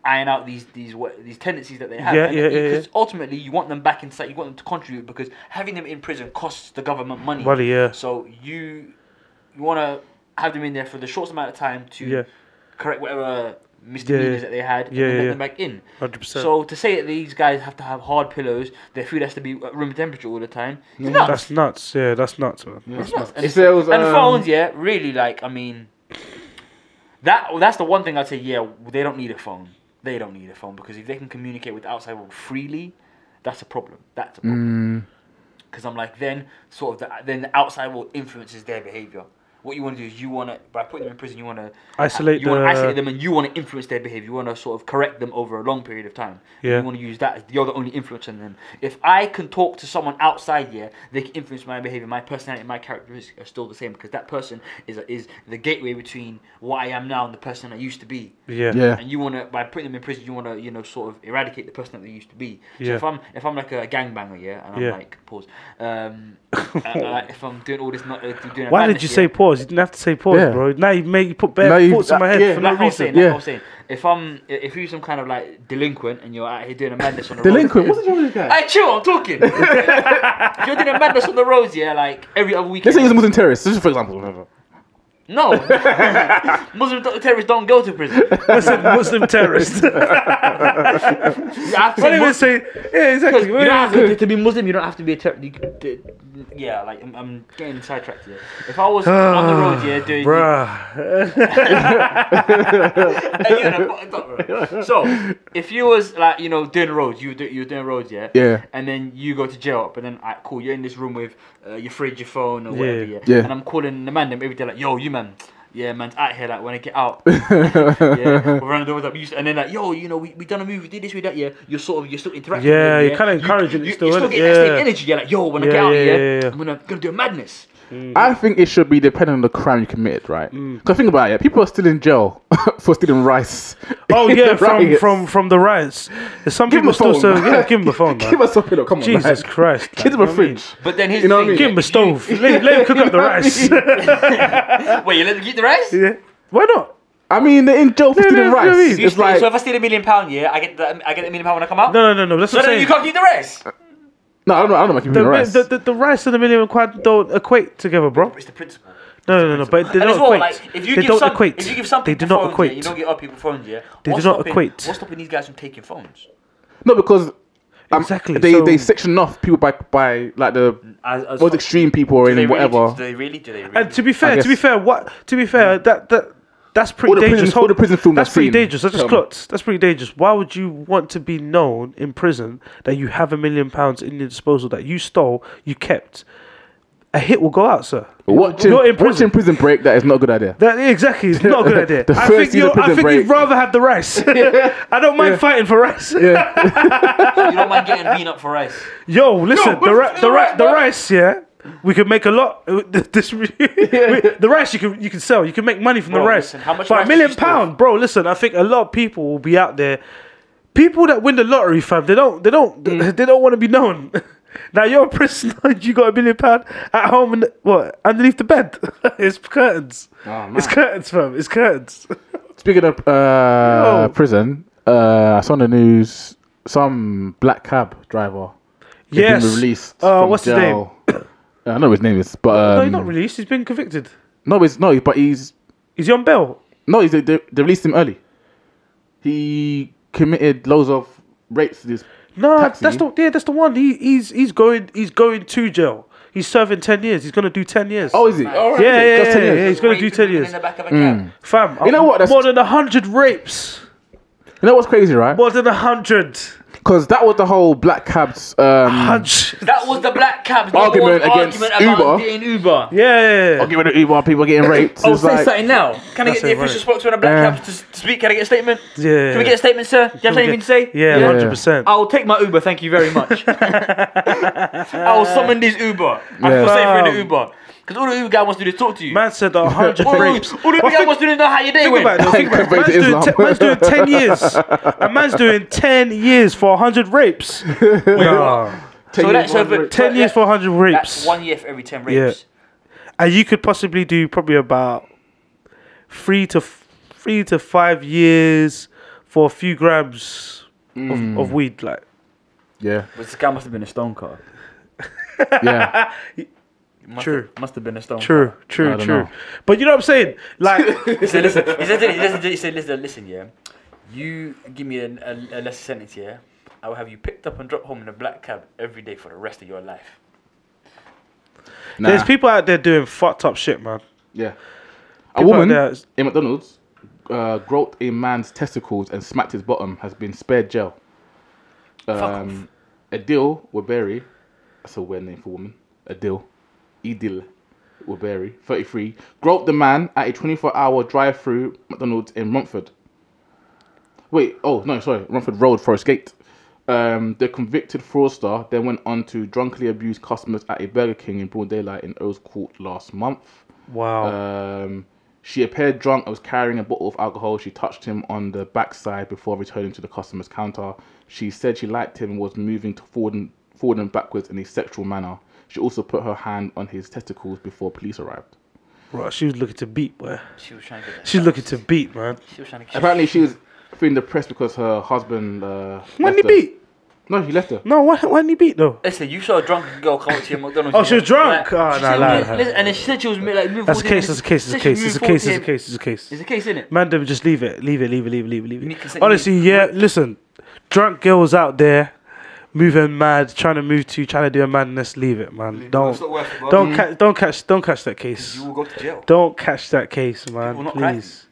iron out these these wha- these tendencies that they have.
Yeah,
And
yeah, yeah,
Because ultimately, you want them back inside. You want them to contribute because having them in prison costs the government money.
Money, yeah.
So you you want to have them in there for the shortest amount of time to
Yeah.
correct whatever misdemeanors that they had and
Yeah,
then
yeah,
let
yeah.
them back in.
100%.
So to say that these guys have to have hard pillows, their food has to be at room temperature all the time, it's nuts.
That's nuts. Yeah, that's nuts, man.
It's nuts. And,
If there was,
and
um,
phones, yeah, really, like I mean, that that's the one thing I'd say. Yeah, they don't need a phone. They don't need a phone because if they can communicate with the outside world freely, that's a problem. That's a problem.
Mm.
Because I'm like, then sort of the, then the outside world influences their behavior. What you want to do is you want to by putting them in prison, you want to
Isolate
you want to
the-
isolate them, and you want to influence their behavior. You want to sort of correct them over a long period of time.
Yeah.
You want to use that. As, you're the only influence on them. If I can talk to someone outside here, they can influence my behavior. My personality, my characteristics are still the same because that person is is the gateway between what I am now and the person I used to be.
Yeah.
yeah,
And you want to by putting them in prison, you want to you know sort of eradicate the person that they used to be. So
Yeah.
if I'm if I'm like a gangbanger, yeah, and I'm
Yeah.
like pause. Um, uh, like if I'm doing all this, not uh, doing. a
Why did
madness,
you
yeah,
say pause? pause. You didn't have to say pause,
Yeah.
bro. Now you make you put bare
Now you-
thoughts in my
uh,
head
yeah.
for no
Like I was
reason.
saying, like
Yeah.
I was saying, if I'm, if you're some kind of like delinquent and you're out here doing a madness on the road,
Delinquent. What's the wrong with this guy?
Hey, chill, I'm talking. if you're doing a madness on the roads, yeah, like every other weekend.
Let's say he's a Muslim terrorist. This is for example. whatever.
no. Muslim do- terrorists don't go to prison.
Muslim, Muslim terrorist. I
I
don't even say. Yeah, exactly.
you don't have to, to be Muslim, you don't have to be a terrorist. Yeah, like I'm, I'm getting sidetracked here. If I was on the road, yeah, doing.
Ah, Bruh.
Hey, you know, fuck it up, bro. so, if you was like you know doing roads, you do, you're doing roads, yeah.
Yeah.
And then you go to jail, but then alright, cool, you're in this room with uh, your fridge, your phone, or whatever. Yeah.
Yeah.
Yeah.
And I'm calling the man them every day, like, yo, you man. Yeah, man's out here. Like when I get out, yeah, we're running the doors up. You, and then like, yo, you know, we, we done a movie, we did this, we did that. Yeah, you're sort of you're still interacting. with
Yeah,
them,
you're kinda encouraging it
You,
still,
you're still
innit?
getting that same
Yeah.
energy. You're like, yo, when I get
Yeah,
out, yeah,
yeah, yeah, yeah.
I'm gonna gonna do a madness.
I think it should be dependent on the crime you commit, right? Because think about it, people are still in jail for stealing rice.
Oh
in
yeah,
the
from
riots.
from from the riots. There's some
Give him
people
a
still
phone.
so
man.
yeah, give him a phone. man.
Give us a pillow. Come on,
Jesus
man.
Christ. man.
Give him
You know
a
what I mean?
fridge.
But then here's
You know
the
what I
thing.
mean?
Give him a stove. let, let him cook up the rice.
Wait, you let them keep the rice?
yeah. Why not?
I mean, they're in jail for
Yeah,
stealing
that's what I
rice.
mean.
So you
It's
steal-
like
so if I steal a million pound, yeah, I get the, I get a million pound when I come out.
No, no, no, no. That's
so
what I'm
then
saying.
you can't keep the rest.
no, I don't know. I don't know about keeping
The,
the rice.
the, the, the rice and the minimum quad don't equate together, bro.
It's the principle.
No, no, no, no but
And
they don't
as well,
equate.
like if you
they
give
don't
some,
equate.
if you give some
they do
people
not
phones,
equate.
yeah, you don't get other people phones, yeah.
They
what's
do not
stopping,
equate.
What's stopping these guys from taking phones?
no, because um,
Exactly,
They
so-
they section off people by by like the
As, as
most extreme people or in whatever.
Really, do they really? Do they really?
And to be fair, to be
guess- Mm.
fair, what to be fair, that that that's pretty
All the prison-
dangerous.
all the prison film
that's
I've
pretty
seen,
dangerous. I just
um,
clocked. That's pretty dangerous. Why would you want to be known in prison that you have a million pounds in your disposal that you stole, you kept? A hit will go out, sir.
Watching,
You're in prison.
watching prison break, that is not a good idea.
That exactly. It's not a good idea.
The
I
first
think
year
you.
of
I
prison
think you'd
break.
rather have the rice. I don't mind fighting for rice.
you don't mind getting beaten up for rice.
Yo, listen, the,
where's
ri-
the
the, ri-
rice,
the
bro?
rice, yeah, we could make a lot. uh, This, the rice you can you can sell, you can make money from the
Bro,
rice.
listen, how much
but
rice
a
did
million
you steal?
pound, bro. Listen, I think a lot of people will be out there. People that win the lottery, fam, they don't they don't
Mm.
they don't want to be known. Now you're a prisoner. You got a million pound at home and what underneath the bed? it's curtains.
Oh,
man.
it's curtains, fam. It's curtains.
Speaking of uh,
Yo.
prison, uh, I saw on the news some black cab driver has
yes.
been released.
Uh,
from
what's his name?
jail. I don't know what his name is, but um,
no, he's not released. He's been convicted.
No, he's no, but he's
Is he on bail?
no, he's, they, they released him early. He committed loads of rapes. To this
No,
taxi.
that's the yeah, that's the one. He, he's he's going he's going to jail. He's serving ten years. He's gonna do ten years.
oh, is he? All right. Hmm.
yeah, yeah,
Just
yeah,
10 years.
yeah, He's gonna do
Raping
ten
women
years,
In the back of a cab.
fam.
You know what? That's-
more than hundred rapes.
You know what's crazy, right?
More than hundred.
Mm. Because that was the whole black cabs. Um,
Hundred.
That was the black cab
Argument against
argument about
Uber.
Being Uber.
Yeah.
arguing with Uber, people getting raped.
Oh,
It's
say
like-
something now. Can I get
That's
the
it,
official
right.
spokesman of black
Yeah.
cabs to, to speak? Can I get a statement?
Yeah.
Can we get a statement, sir? Do you have anything to say? Oh.
Yeah,
Yeah.
hundred percent.
I'll take my Uber, thank you very much. I'll summon this Uber. I feel safer in the Uber. Because all the Uber guy wants to do is talk to you.
Man said that hundred
all, the-
rapes.
all the Uber
Well,
guy
think-
wants to do is know how your day
Think
went.
about it. though, Think about it. Man's
Convert to
doing, te- man's doing ten
Islam.
years. A man's doing ten years for hundred rapes. Nah.
So that's over-
Ten
so
years
that-
for hundred
That's
rapes.
one year for every 10 rapes.
and you could possibly do probably about three to f- three to five years for a few grams
Hmm.
of, of weed. Like,
Yeah,
But this guy must have been a stone car.
yeah.
Must
True.
Have, must have been a stone
true, true,
I don't
true.
know.
But you know what I'm saying? Like,
He said, listen, he said, to me- he said, to- he said, listen, listen, yeah. You give me a, a, a lesser sentence, yeah. I will have you picked up and dropped home in a black cab every day for the rest of your life.
Nah.
there's people out there doing fucked up shit, man.
Yeah. A
People out
woman
there is-
in McDonald's uh, groped a man's testicles and smacked his bottom has been spared jail. Um, Adil Waberi, that's a weird name for a woman. Adil. Edil Waberi, 33, groped the man at a 24 hour drive through McDonald's in Romford. Wait, oh, no, sorry, Romford Road, Forest Gate. Um, the convicted fraudster then went on to drunkenly abuse customers at a Burger King in broad daylight in Earl's Court last month.
Wow.
Um, she appeared drunk and was carrying a bottle of alcohol. She touched him on the backside before returning to the customer's counter. She said she liked him and was moving to forward and, forward and backwards in a sexual manner. She also put her hand on his testicles before police arrived.
Right, she was looking to beat, boy.
She was trying to get that.
She's looking to beat, man.
She was trying to get
Apparently, she was feeling depressed because her husband. Uh,
When
left
he
her.
beat?
No, he left her.
No, why? Why didn't he beat though?
Listen, you saw a drunk girl come up to your McDonald's.
Oh,
you
she was
know,
drunk?
like,
Oh,
she
no,
said,
lie,
"Move-
lie.
Listen, and then she said she was like, move
That's a
forward to
case.
him."
That's a case. That's a
She said
case.
she
That's a case.
moved forward
That's a
to him.
case. That's a case.
It's a case, isn't it?
Man, them just leave it. Leave it. Leave it. Leave it. Leave it. Leave it. Leave it.
Nick is
Honestly, yeah. Listen, drunk girls out there, moving mad, trying to move to, trying to do a madness. Leave it, man. Don't.
It's not worth it, bro.
Don't catch. Don't catch. Don't catch that case.
You will go to jail.
Don't catch that case, man.
People not cracking.
Please.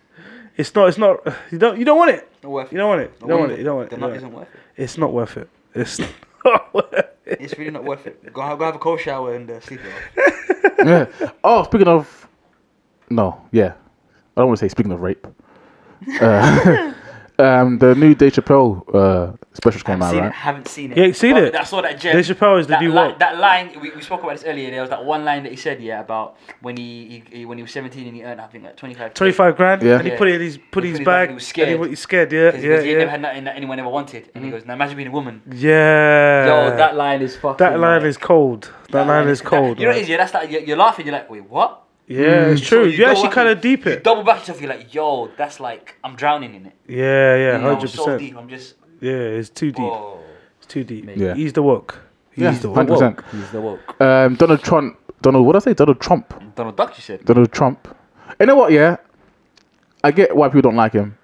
It's not. It's not. You don't. You don't want it.
Not worth it.
You don't want it. You don't want it. You don't want it.
The
You
nut
don't
isn't
want
worth it.
it. It's not worth it. It's not worth it.
It's really not worth it. Go have, go have a cold shower and uh, sleep it off.
yeah. Oh, speaking of, no, yeah, I don't want to say speaking of rape. Uh, um, the new Dave Chappelle uh, special came out,
Seen it,
right?
haven't seen it.
Yeah, seen
But
it.
I saw that gem.
Dave Chappelle is the
that
new
li-
woke.
That line we, we spoke about this earlier. There was that one line that he said, yeah, about when he, he, he when he was seventeen and he earned I think like twenty five.
Twenty five grand.
Yeah.
And he
Yeah.
put it in his put
He
in his
put it back and
bag.
he was
And
scared.
he was scared. Yeah.
Because
Yeah.
he never
Yeah. Mm-hmm.
had nothing that anyone ever wanted, and he goes, "Now imagine being a woman."
Yeah.
Yo, that line is fucking.
That line
like-
is cold. That, line is cold.
you know what it
man.
is? Yeah, that's like you're, you're laughing. You're like, wait, what?
yeah, it's true.
Mm. So
You,
double
actually
back-
kind of deep
You
it.
double back yourself. You're like, yo, that's like I'm drowning in it.
Yeah, yeah,
You know, I'm
hundred
so
percent.
deep. Oh. I'm just.
Yeah, it's too deep.
Whoa.
It's too deep.
Yeah.
He's the woke. He's
Yeah,
the woke.
100%.
Woke. He's the woke.
Um, Donald Trump. Donald, what did I say? Donald Trump.
Donald Duck, you said.
Donald Trump. You know what? Yeah, I get why people don't like him.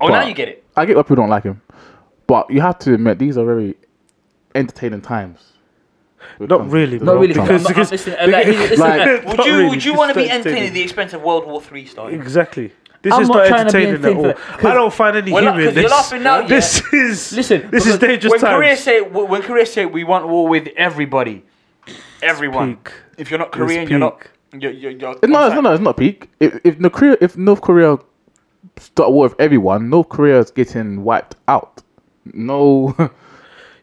Oh, now
But-
you get it.
I get why people don't like him, but you have to admit these are very entertaining times.
Not really, bro.
Not really,
I'm
Because,
not- I'm
because,
listening, uh, like, he's- listen,
like-
uh,
not
Would you
really,
would you
it's
want to
not
be entertained
entertaining.
at the expense of World War Three starting?
exactly. This
I'm
is
not
not
trying to be
entertaining at all.
entertained for that,
I don't find any
Well, no,
humor in
'cause you're
this.
laughing now, yeah.
This is
Listen,
This
because
is dangerous
when Korea
times.
say w- when Korea say we want war with everybody, everyone.
Peak.
If you're not Korean, you're not.
peak.
You're, you're, you're
No, it's not, no, it's not peak. If, if North Korea, if North Korea start a war with everyone, North Korea is getting wiped out. No,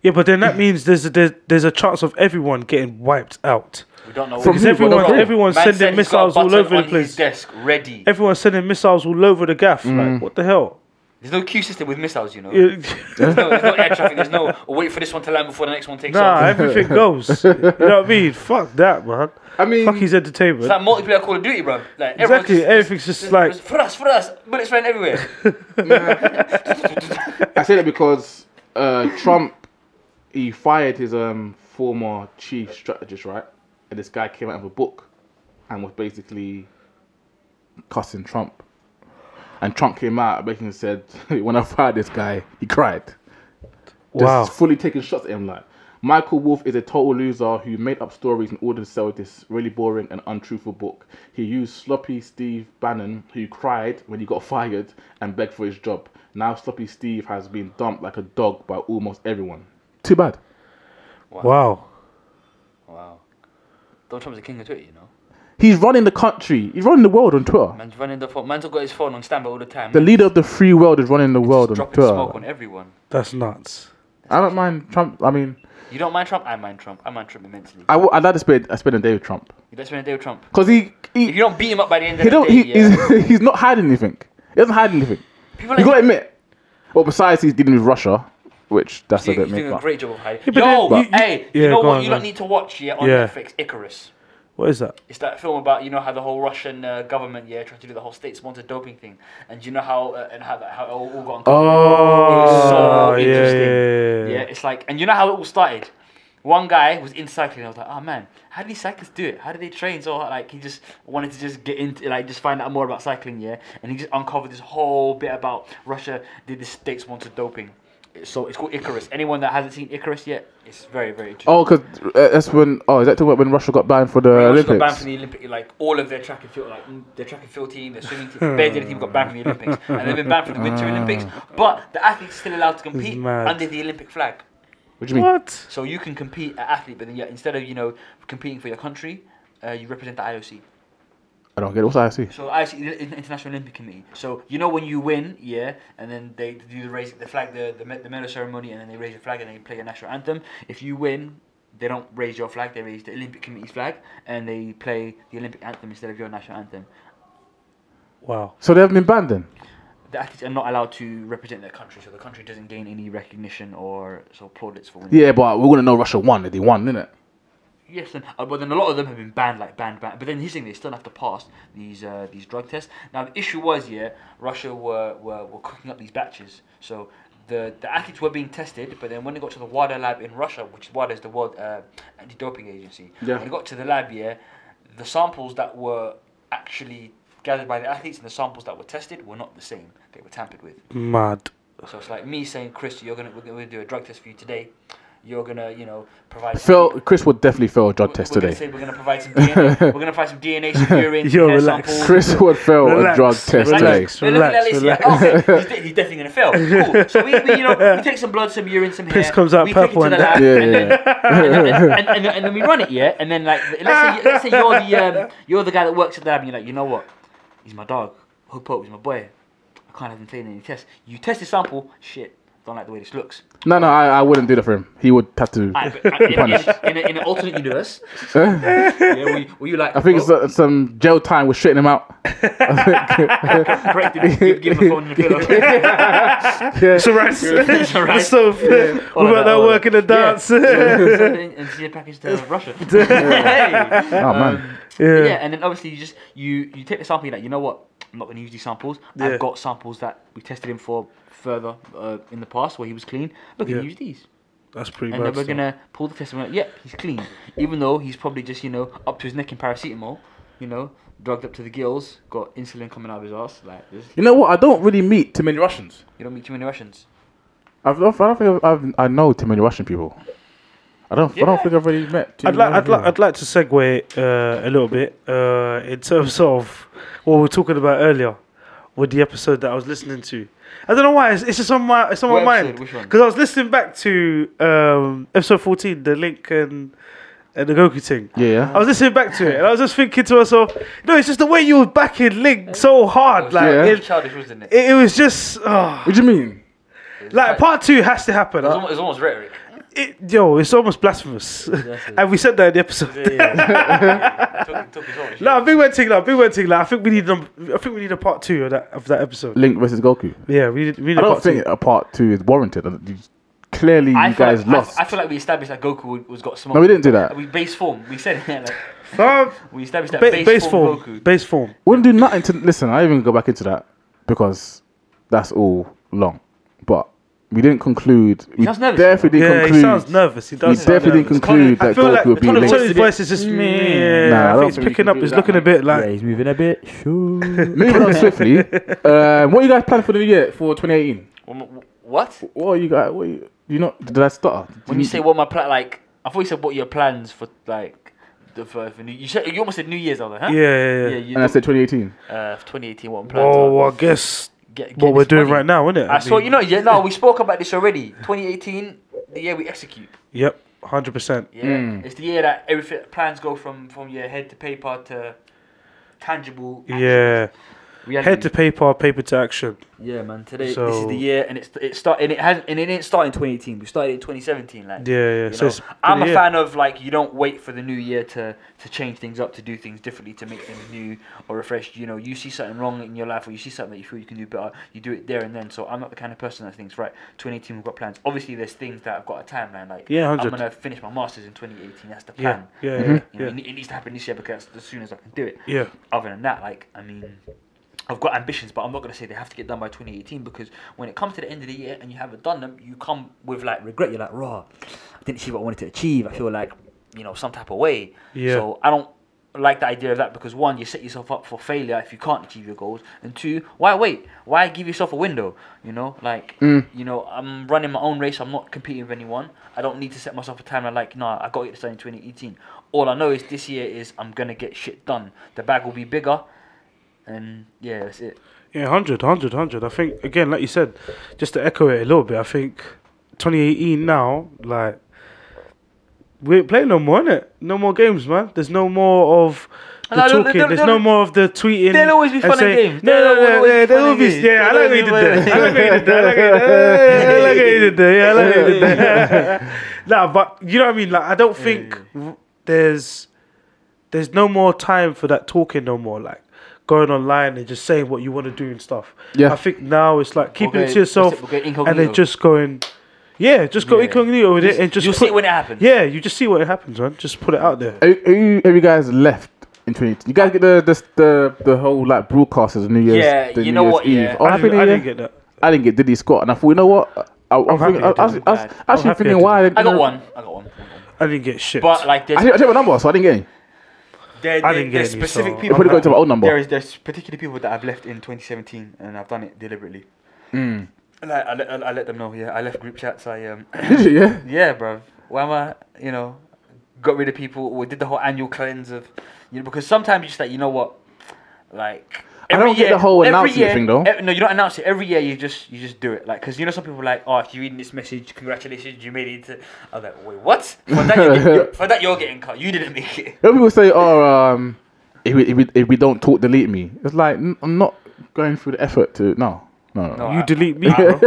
Yeah, but then that means there's a, there's, there's a chance of everyone getting wiped out.
We don't know.
From
what-
Because
who?
everyone,
Well, no.
everyone's
Man said
sending
he's got a
missiles all
button
over the
on his
place.
desk ready.
Everyone's sending missiles all over the gaff.
Mm.
Like, what the hell?
There's no queue system with missiles, you know.
Yeah.
There's no, there's no air traffic. There's no oh, wait for this one to land before the next one takes
nah,
off.
everything goes. You know what I mean? Fuck that, man.
I mean,
Fuck his entertainment.
It's like multiplayer Call of Duty, bro. Like everyone's
Exactly,
just-
everything's just like-
for us, for us, bullets flying everywhere.
I say that because uh, Trump he fired his um, former chief strategist, right? And this guy came out of a book and was basically cussing Trump. And Trump came out basically said, "When I fired this guy, he cried." Just
Wow.
fully taking shots at him like. Michael Wolff is a total loser who made up stories in order to sell this really boring and untruthful book. He used sloppy Steve Bannon, who cried when he got fired and begged for his job. Now sloppy Steve has been dumped like a dog by almost everyone. Too bad.
wow.
wow, Donald Trump's the king of Twitter, you know.
He's running the country. He's running the world on Twitter.
Man's running the phone. Man's got his phone on standby all the time.
The leader of the free world is running the world
Just
on
dropping smoke on
Twitter.
everyone.
That's nuts.
I don't mind Trump. I mean,
You don't mind Trump? I mind Trump. I mind Trump immensely.
I w- I'd like to spend, I spend a day with Trump
That's when I deal with Trump.
because he he,
If you don't beat him up by the end of
he
the
don't
day,
he,
yeah.
he's, he's not hiding anything. He doesn't hide anything.
people like
You gotta admit. Well, besides he's dealing with Russia, which that's
you,
a
you're
bit
doing
made
a
up.
great job of hiding.
but
Yo,
then- you-
hey,
you-
you
yeah,
know
go
what?
on,
you
man.
don't need to watch yeah on
Yeah.
Netflix Icarus.
What is that?
It's that film about you know how the whole Russian uh, government yeah tried to do the whole state-sponsored doping thing, and you know how uh, and how that how it all, all got on.
Oh,
so
yeah,
interesting.
yeah,
Yeah,
yeah.
it's like, and you know how it all started. One guy was in cycling. I was like, oh man, how do these cyclists do it? How do they train so hard? Like he just wanted to just get into like just find out more about cycling, yeah. And he just uncovered this whole bit about Russia did this state sponsored doping. It's So it's called Icarus. Anyone that hasn't seen Icarus yet, it's very very interesting.
Oh, because uh, that's when. Oh, is that talking about when Russia got banned for the
Russia got
Olympics?
banned from the Olympic, like all of their track and field, like mm, their track and field team, their swimming team, barely any team got banned from the Olympics, and they've been banned from the Winter Olympics. But the athlete's still allowed to compete
mad.
under the Olympic flag.
What do you mean?
What?
So you can compete at athlete, but then yeah, instead of you know competing for your country, uh, you represent the IOC.
I don't get it. What's IOC?
So IOC, the In- International Olympic Committee. So you know when you win, yeah, and then they do the raise the flag, the the, me- the medal ceremony, and then they raise your flag and they play your national anthem. If you win. They don't raise your flag; they raise the Olympic Committee's flag, and they play the Olympic anthem instead of your national anthem.
Wow.
So they haven't been banned then.
The athletes are not allowed to represent their country, so the country doesn't gain any recognition or so plaudits for winning.
Yeah, but we're gonna know Russia won. They won, didn't it?
Yes, and uh, but then a lot of them have been banned, like banned, banned. But then he's saying they still have to pass these uh, these drug tests. Now the issue was, yeah, Russia were, were were cooking up these batches, so the the athletes were being tested. But then when they got to the WADA lab in Russia, which is WADA is the World uh, Anti-Doping Agency,
Yeah.
when they got to the lab, yeah, the samples that were actually gathered by the athletes and the samples that were tested were not the same. They were tampered with.
Mad.
So it's like me saying, Chris, you're gonna we're gonna do a drug test for you today. You're gonna, you know, provide.
Phil, Chris would definitely fail a drug
We're-
test
we're gonna
today.
say we're gonna provide some DNA. we're gonna provide some DNA, some urine,
Yo,
hair
relax.
samples.
Chris would fail a drug test
relax,
They're looking at
today.
relax,
this,
relax.
yeah, oh, okay, he's, de- he's definitely gonna fail. Cool. So we, we, you know, we take some blood, some urine, some
Piss
hair.
comes out
we take it
purple
to the
and
lab,
Yeah,
and,
yeah,
then,
yeah.
and, and, and, and, and then we run it, yeah. And then like, let's say, let's say you're the um, you're the guy that works at the lab, and you're like, you know what? He's my dog. Hook up, he's my boy. I can't have him taking any tests. You test the sample. Shit, don't like the way this looks.
No, no, I, I wouldn't do that for him. He would have to.
I, I, in, in, in, a- in an alternate universe, yeah, were, you, were you like?
I think it's
oh,
uh, some jail time. We're straightening him out.
correct, give, give, give him a phone and a pillow.
So right.
all right.
So without that
all
work in the
that. Yeah.
dance. Yeah.
and and see a package to Russia. Hey.
Oh man,
yeah. and then obviously you just you you take the sample. You're like, you know what? I'm not going to use these samples.
Yeah.
I've got samples that we tested him for further uh, in the past where he was clean. We're going to
Yeah.
use these,
That's pretty
and then
bad.
we're
stuff.
going to pull the test. And we're like, yep, he's clean, even though he's probably just you know up to his neck in paracetamol. You know, drugged up to the gills, got insulin coming out of his ass. Like, this,
you know what? I don't really meet too many Russians.
you don't meet too many Russians.
I've, I don't think I've, I've, I know too many Russian people. I don't. I don't think I've really met. Too
I'd like,
many
I'd, like,
Russian
I'd like to segue uh, a little bit uh, in terms of what we were talking about earlier with the episode that I was listening to. I don't know why it's, it's just on my it's on
What
my
episode?
mind
Which one?
because I was listening back to um, episode fourteen, the link and and the Goku thing.
people. yeah,
I
yeah.
was listening back to it and I was just thinking to myself, no, it's just the way you were backing Link so hard. Like
Yeah.
it,
Childish, wasn't it?
it, it was just oh.
What do you mean?
like part two has to happen.
It's
I-
almost, it's almost rhetoric.
it, yo, it's almost blasphemous, and we said that in the episode.
Took- took his own shit.
No, big word thing, like, big word thing. Like, I think we need them. I think we need a part two of that of that episode.
Link versus Goku.
Yeah, we need. We need
Mm. I
a
don't
part
think
two.
a part two is warranted. Uh, you- Clearly,
I
you
feel
guys
like- I-
lost.
I, feel like we established that Goku was- was got smoked.
no, we didn't do that.
We base form. We said yeah, like,
Um,
we established that
ba-
base,
base
form,
form,
Goku.
base form.
wouldn't do nothing to listen. I even go back into that because that's all long. But we didn't conclude. We
sounds nervous,
definitely didn't
Yeah,
conclude.
he sounds nervous. He
we
does. sound
definitely didn't
nervous.
conclude
I
that
feel
Goku
like the
would be
tone of
linked.
Tony's voice is just
Mm.
me.
Nah, I
Yeah, I think
don't think
he's
we
picking
can
up.
do
He's
that,
looking a bit
yeah,
like.
he's moving a bit. Sure.
Moving on swiftly. Um, what you guys planning for the new year for 2018?
Wh- wh- What?
What are you guys? What are you, you not? Did I stutter? Did
When you say what my plan, like I thought you said what your plans for like the for, for new. You said you almost said New Year's, I was like, huh?
Yeah, yeah, yeah.
you,
and I said 2018.
uh, for 2018, what my plans
Oh,
are.
well, I guess
Get- get
what we're
this
doing
money.
right now, isn't it?
I saw you know. Yeah, no, we spoke about this already. 2018, the year we execute.
Yep, hundred percent.
Yeah,
Mm.
it's the year that everything plans go from from your head to paper to tangible. action,
Yeah,
reality.
head to paper, paper to action.
Yeah, man. Today this is
So-
the year, and it's it start and it has and it didn't start in 2018. We started in 2017. Like
Yeah, yeah.
you
so
know?
it's
I'm a
yeah.
fan of like you don't wait for the new year to to change things up, to do things differently, to make things new or refreshed. You know, you see something wrong in your life, or you see something that you feel you can do better, you do it there and then. So I'm not the kind of person that thinks right. 2018, we've got plans. Obviously, there's things that I've got a timeline. Like
Yeah,
I'm
100.
gonna finish my masters in 2018. That's the
Yeah,
plan.
yeah,
Like,
yeah,
you know,
yeah.
It, ne- it needs to happen this year because that's as soon as I can do it.
Yeah.
Other than that, like I mean. I've got ambitions, but I'm not going to say they have to get done by 2018 because when it comes to the end of the year and you haven't done them, you come with like regret. You're like, raw, I didn't see what I wanted to achieve. I feel like, you know, some type of way.
Yeah.
So I don't like the idea of that because one, you set yourself up for failure if you can't achieve your goals, and two, why wait? Why give yourself a window? You know, like, you know, I'm running my own race. I'm not competing with anyone. I don't need to set myself a timeline like, nah, I got to get this done in 2018. All I know is this year is I'm gonna get shit done. The bag will be bigger. And yeah, that's it.
Yeah, 100, 100, 100. I think, again, like you said, just to echo it a little bit, I think 2018 now, like, we ain't playing no more, innit? No more games, man. There's no more of the
No, no,
talking.
there'll-
There's
there'll-
no more of the tweeting.
there'll always be
and
fun and
saying,
games.
No, no,
There'll
no,
always
yeah,
be
there'll
fun and
always be.
games.
Yeah, I like how you did that. I like how you did that. I like how you did that. I like how you did that. Yeah, I like how you did that. Nah, but you know what I mean? Like, I don't think r- there's there's no more time for that talking no more. Like going online and just saying what you want to do and stuff.
Yeah.
I think now it's like keeping
Okay,
it to yourself
okay,
and
incognito.
then just going, Yeah, just go incognito with it and just
You'll see
put-
it when it happens.
Yeah, you just see what happens, man. Just put it out there.
Are, are you, have you guys left in 20? You guys get the this, the the whole like broadcast of the New Year's.
Yeah,
the
you
New
know
Year's
what,
Eve.
yeah.
Oh,
I
happy
didn't,
New
I
Year.
didn't get that.
I didn't get Diddy Scott, and I thought, you know what? I, I, I'm
happy
thinking, I,
I
I, was-
didn't.
I was
I'm
actually
happy I
thinking why I
I
didn't.
got one. I got one.
I didn't get shit.
But like there's,
I didn't I didn't have a number, so I didn't get any.
there,
I
there-
didn't get
there's
any,
specific
so-
I
people.
probably got into my old number.
There is there's particular people that I've left in 2017, and I've done it deliberately.
Hmm.
And I, I, let, I let them know. Yeah, I left group chats. I um,
Did you? Yeah.
yeah, bro. Why am I? You know, got rid of people. We did the whole annual cleanse of, you know, because sometimes you just like, you know what, like.
I don't get the whole announcing
year,
thing, though.
ev- no, you don't announce it every year. You just you just do it, like because you know some people are like, oh, if you're reading this message, congratulations, you made it. To... I'm like, wait, what? For that, you're getting, you're, for that you're getting cut. You didn't make it.
You know, people say, "Oh, um, if we, if we if we don't talk, delete me." It's like n- I'm not going through the effort to no, no.
No,
you
I-
delete me, bro.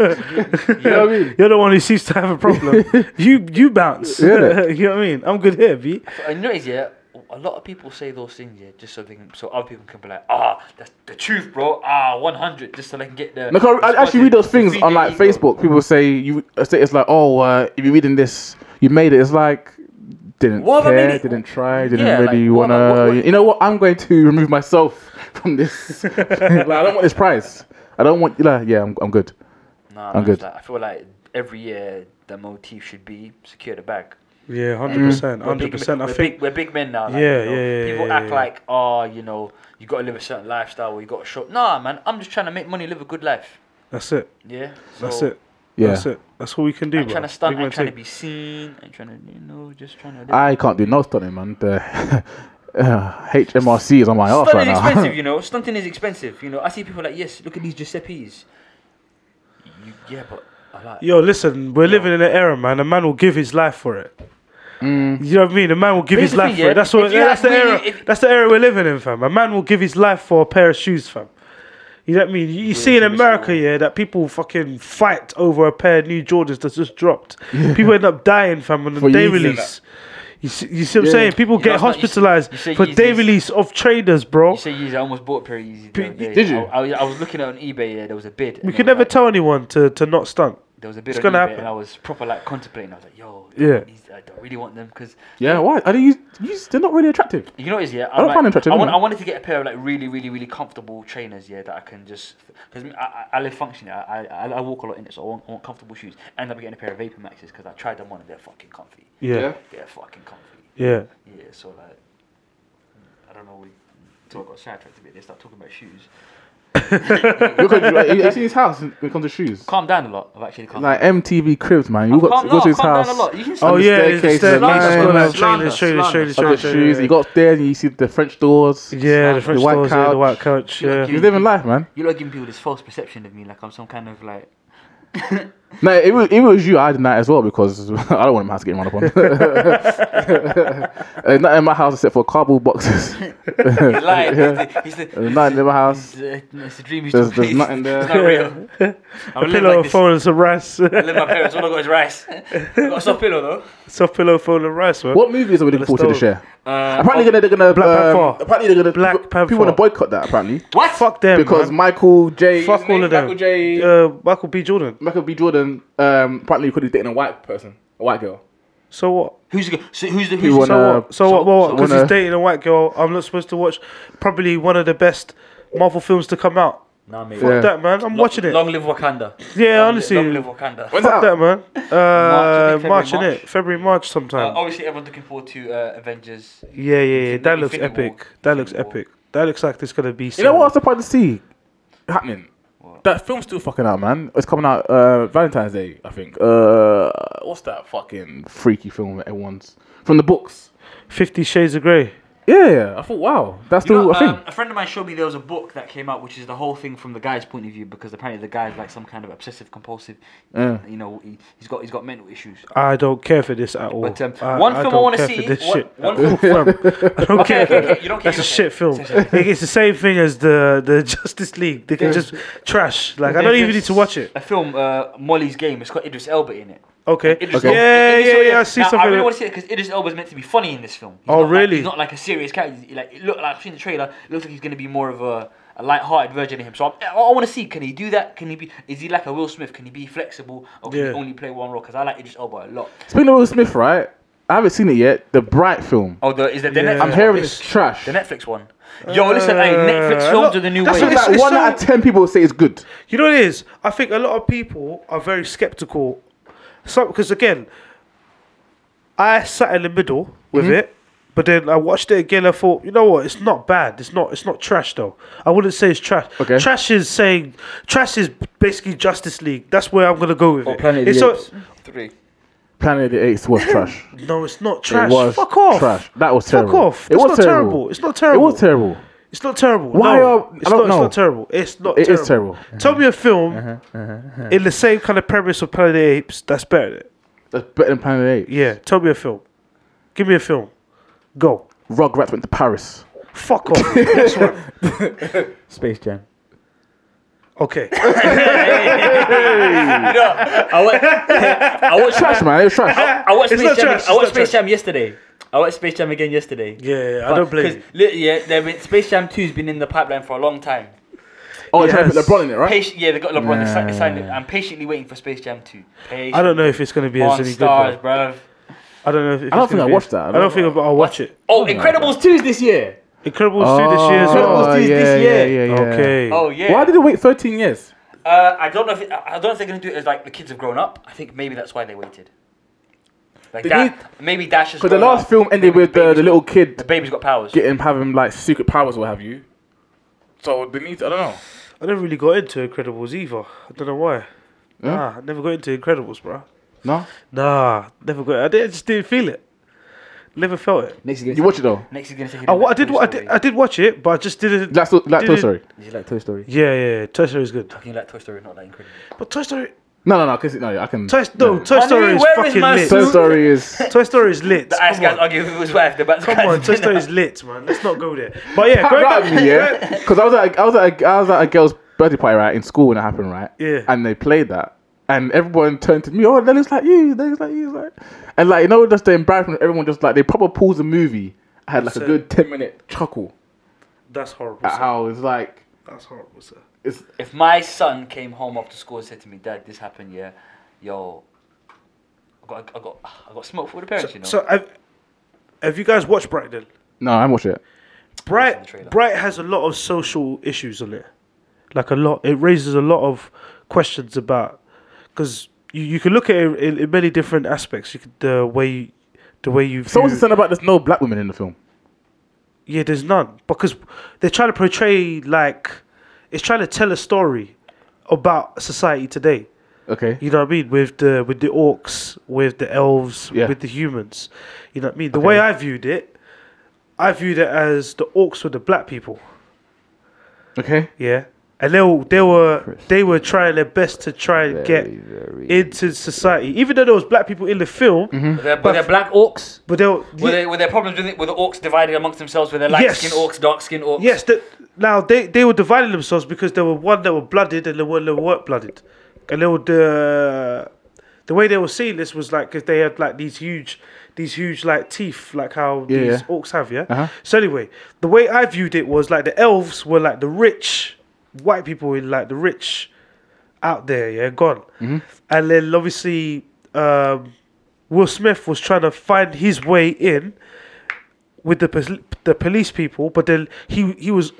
You know what I mean?
You're the one who seems to have a problem. you you bounce.
Yeah.
you know what I mean? I'm good here, B.
I notice, yeah, a lot of people say those things, yeah, just so they can, so other people can be like, ah, that's the truth, bro. Ah, one hundred, just so they can get the.
Look, I, I actually read those things on like
Facebook.
Facebook. People say you say it's like, "Oh, uh, if you're reading this, you made it." It's like didn't
What have I
care,
made it-
didn't try, didn't
Yeah, like,
really
what have I-
wanna.
what- what-
You know what? I'm going to remove myself from this. like, I don't want this prize. I don't want. Like, yeah, I'm, I'm good.
Nah,
I'm
man, it's
good.
like- I feel like every year the motif should be secure the bag.
Yeah,
Mm.
hundred percent,
We're big
hundred percent.
men-
I
we're
think
big, we're big men now. Like,
Yeah,
you know,
yeah, yeah,
People
yeah,
act
yeah.
like, oh, you know, you got to live a certain lifestyle or you got to shop. Nah, man, I'm just trying to make money, live a good life.
that's it.
Yeah, so
That's it.
Yeah,
That's it. That's what we can do,
I'm
bro.
trying to stunt.
Big man
I'm trying to
team.
be seen. I'm trying to, you know, just trying to. Live.
I can't do no stunning, man. The uh, HMRC is on my ass right
Stunting is
now.
expensive, you know. Stunting is expensives, you know. I see people like, yes, look at these Giuseppes. You, yeah, but I like.
Yo, listen, we're living in an era, man. A man will give his life for it. You know what I mean? A man will give
Mm. Here's
his
the thing,
life for
yeah.
it. That's
If
what.
you
That's
had
the era.
really- if-
that's the era we're living in, fam. A man will give his life for a pair of shoes, fam. You know what I mean? You, you see in
true, it's
America,
true.
yeah, that people fucking fight over a pair of new Jordans that's just dropped. People end up dying, fam, on the
For
day
Yeezys.
release. You see, you see what I'm
Yeah.
saying? People
You know,
get
it's not- you see-
hospitalized
you see
for day
Yeezys.
release of traders, bro.
You say Yeezy, I almost bought a pair of Yeezy. the
Pe-
other day.
did you?
I, I, was- I was looking at on eBay. Yeah, there was a bid.
we can never
like,
tell anyone to, to not stunt.
There was a bid
It's
on
gonna
eBay,
happen.
and I was proper like contemplating. I was like, yo,
Yeah.
I, these, I don't really want them because
Yeah, why? Are you, you? They're not really attractive.
you know what it is, yeah.
don't
like,
find them attractive,
I, want,
innit?
I wanted to get a pair of like really, really, really comfortable trainers, yeah, that I can just because I, I, I live functionally. I, I, I walk a lot in it, so I want, I want comfortable shoes. End up getting a pair of Vapor Maxes because I tried them on and they're fucking comfy.
Yeah,
Yeah.
They're fucking comfy.
yeah.
Yeah, so like, I don't know. We talk got sidetracked a bit. They start talking about shoes.
Look at you, you, you see his house when it comes to shoes.
Calm down a lot. I've actually calmed.
Like MTV Cribs, man. You got
calm,
to go
no,
to his
calm
house.
down a lot. You can
Oh
the
yeah, it's
staircase,
the
the
lines
line.
going out,
Slander,
trainers, trainers,
slander.
trainers,
Other
trainers,
shoes. You
trainers.
got upstairs and you see the French doors.
Yeah, the French
white
doors, yeah, the
couch.
white couch.
You
Yeah.
like
He's living life, man.
You're like giving people this false perception of me, like I'm some kind of like.
No, if it was, if it was you, I'd deny it as well because I don't want my house getting run upon. There's nothing in my house except for cardboard boxes.
He's lying. He's the, he's the,
There's nothing in my
he's
house.
the, it's the dream he's
There's-
too
there's
pleased.
nothing there.
It's not real. I'm gonna
A
live
pillow,
like
a
this.
phone, and some rice.
I live with my parents. All I got is rice. I got a soft pillow though.
Soft pillow, phone, and rice, man.
What movies are we looking
Let's
forward to this
go.
year?
Uh,
Apparently, gonna, they're gonna
Black
um,
Panther.
Apparently, they're gonna
Black
people,
Panther.
people want to boycott that. Apparently,
what?
Fuck them,
because
man.
Michael J.
Fuck all of them.
Michael J.
Uh, Michael B. Jordan.
Michael B. Jordan. Um, apparently, could be dating a white person, a white girl.
So what?
Who's the, so who's the
He
who's the,
So
won Uh,
what? So,
so-
what? Well,
so
because
wanna-
he's dating a white girl, I'm not supposed to watch probably one of the best Marvel films to come out.
Nah, mate.
Yeah.
Fuck that, man. I'm
Long-
watching it.
Long live Wakanda.
yeah,
Long li-
honestly.
Long live Wakanda.
When's
Fuck
that?
that, man. Uh,
March, I think February, March.
March, innit? February, March
Uh,
sometime.
obviously, everyone's looking forward to uh, Avengers.
yeah, yeah, yeah. That
Infinity
looks
War.
epic. That looks
Infinity War.
epic. That looks like it's gonna be.
You know what? I was surprised to see happening. That film's still fucking out, man. It's coming out uh, Valentine's Day, I think. Uh, what's that fucking freaky film that everyone's from the books?
Fifty Shades of Grey.
Yeah, yeah. I thought, wow, that's
You
still
know,
a thing.
um, a friend of mine showed me there was a book that came out, which is the whole thing from the guy's point of view, because apparently the guy's like some kind of obsessive compulsive.
Yeah.
You know, he, he's got he's got mental issues.
I don't care for this at all.
But um,
I,
one film I
don't
want to
care
see.
For this
one,
shit.
one film,
I don't
Okay,
care.
okay,
for
okay,
it.
you don't care,
That's
you
a
don't care.
shit film.
Sorry,
It- it's the same thing as the the Justice League. They can just trash. Like I don't even need to watch it.
A film, uh, Molly's Game. It's got Idris Elba in it.
Okay.
Idris
Okay.
Elba-
Yeah,
Idris
yeah,
Elba-
yeah. I see
now, I
something.
really
that-
want to see it because Idris Elba's meant to be funny in this film. He's
Oh,
not like-
really?
he's not like a serious character. He, Like, it look, like I've seen the trailer. It looks like he's going to be more of a a light-hearted version of him. So I'm, I, I want to see can he do that? Can he be? Is he like a Will Smith? Can he be flexible or can
Yeah.
he only play one role? Because I like Idris Elba a lot.
Speaking of Will Smith, right? I haven't seen it yet. The Bright film.
Oh, the, is there the
Yeah.
Netflix?
I'm
one?
hearing it's trash.
the Netflix one. Yo, listen, hey, Netflix
Uh,
films
look,
are the new
That's
way.
what
It's-
like
it's
one
so-
out of ten people say it's good.
You know what it is? I think a lot of people are very skeptical. So because again, I sat in the middle with
Mm-hmm.
it, but then I watched it again. I thought, you know what? It's not bad. It's not. It's not trash though. I wouldn't say it's trash.
Okay.
Trash is saying trash is basically Justice League. That's where I'm gonna go with
Oh,
Or
it.
Planet of
it's
the
so-
Apes.
Three.
Planet of the Apes was trash.
no, it's not trash.
It was
Fuck off.
Trash. That was terrible.
Fuck off.
It
That's
was
not
terrible.
terrible. It's not terrible.
It was terrible.
It's not terrible.
Why
no,
are-
it's,
I
not,
don't
it's
know.
not terrible. It's not.
It
terrible.
is terrible. Uh-huh.
Tell me a film in the same kind of premise of Planet of the Apes that's better. Than it.
That's better than Planet of the Apes.
Yeah, tell me a film. Give me a film. Go.
Rugrats went to Paris.
Fuck off. Next one.
Space Jam.
Okay.
I watched, I watched
Trash, man. It was trash.
I watched
It's
Space
not
Jam.
trash, it's
I
not
watched Space
trash.
Jam yesterday. I watched Space Jam again yesterday.
Yeah, I don't blame you.
Because yeah, there been, Space Jam Two's been in the pipeline for a long time.
Oh, they tried to put
Yes.
LeBron in it, right?
Patient, yeah, they got LeBron. They signed, they signed it. I'm patiently waiting for Space Jam Two.
I don't know if it's going to be as
On
any good. though.
stars, bruv.
I don't know if it's
I don't think
gonna
I
be-
watched that.
I don't think I'll I'll watch it.
Oh, Incredibles 2 is this year.
Incredibles 2 this year as well.
Incredibles two is this
Oh,
year.
yeah,
Okay.
Oh yeah.
Why did it wait 13 years?
Uh, I don't know if it, I I don't know if they're gonna do it as like the kids have grown up. I think maybe that's why they waited. Like
They
that.
need-
maybe Dash is.
Because the last film ended with uh, the little kid
The baby's got powers.
getting having like secret powers or what have you. So they need. To, I don't know.
I never really got into Incredibles either. I don't know why. Nah, I never got into Incredibles, bro.
No.
Nah, never got I, did, I just didn't feel it. Never felt it.
Next is
You watch it though.
Next is gonna say.
I, wa- Oh, I did, wa- I did I did watch it, but I just didn't.
That's like Toy
didn't-
Story.
Did you like Toy Story?
Yeah, yeah, yeah. Toy Story is good.
Talking like Toy Story, not like Incredibles.
But Toy Story.
No, no, no. Cause no, I can.
Toy, no, Toy
Honey,
Story is
where is
fucking
my
lit.
Toy Story is.
Toy Story is lit.
The ice
Come
guy's
on,
arguing with his wife. The back
come on. Toy Story is lit, man. Let's not go there. But yeah, going
Right at
back.
me, yeah. Because I was at a, I was at a, I was at a girl's birthday party right in school when it happened, right?
Yeah.
And they played that, and everyone turned to me. Oh, that looks like you. That looks like you. Like, and like you know, just the embarrassment. Everyone just like they probably paused the movie. I had like
So-
a good ten minute chuckle
That's horrible.
at
Sir.
how it's like
That's horrible, sir.
it's
If my son came home after school and said to me, "Dad, this happened, yeah, yo, I got, I got, I got smoked for the parents, you know."
So have, have you guys watched Bright then?
no, I haven't watched it.
Bright
the trailer.
Bright has a lot of social issues on it. Like a lot, it raises a lot of questions about because you, you can look at it in, in many different aspects. You could, the way the way you
So what's
view-
the saying about there's no black women in the film?
Yeah, there's none because they're trying to portray like it's trying to tell a story about society today.
Okay.
You know what I mean? With the with the orcs, with the elves,
Yeah.
with the humans. You know what I mean? The way I viewed it, I viewed it as the orcs were the black people.
Okay.
Yeah. And they were, they were they were trying their best to try and get into society, even though there was black people in the film.
Mm-hmm.
were, there, were there black orcs?
But they were,
Were, there, were there problems with it? Were the orcs divided amongst themselves? Were there light
Yes.
skin orcs, dark skin orcs?
Yes, that now they, they were dividing themselves because there were one that were blooded and there were that weren't blooded, and they were the the way they were seeing this was like if they had like these huge these huge like teeth like how
Yeah,
these
yeah.
orcs have yeah.
Uh-huh.
So anyway, the way I viewed it was like the elves were like the rich white people in like the rich out there yeah gone,
Mm-hmm.
and then obviously um, Will Smith was trying to find his way in with the pos- the police people, but then he he was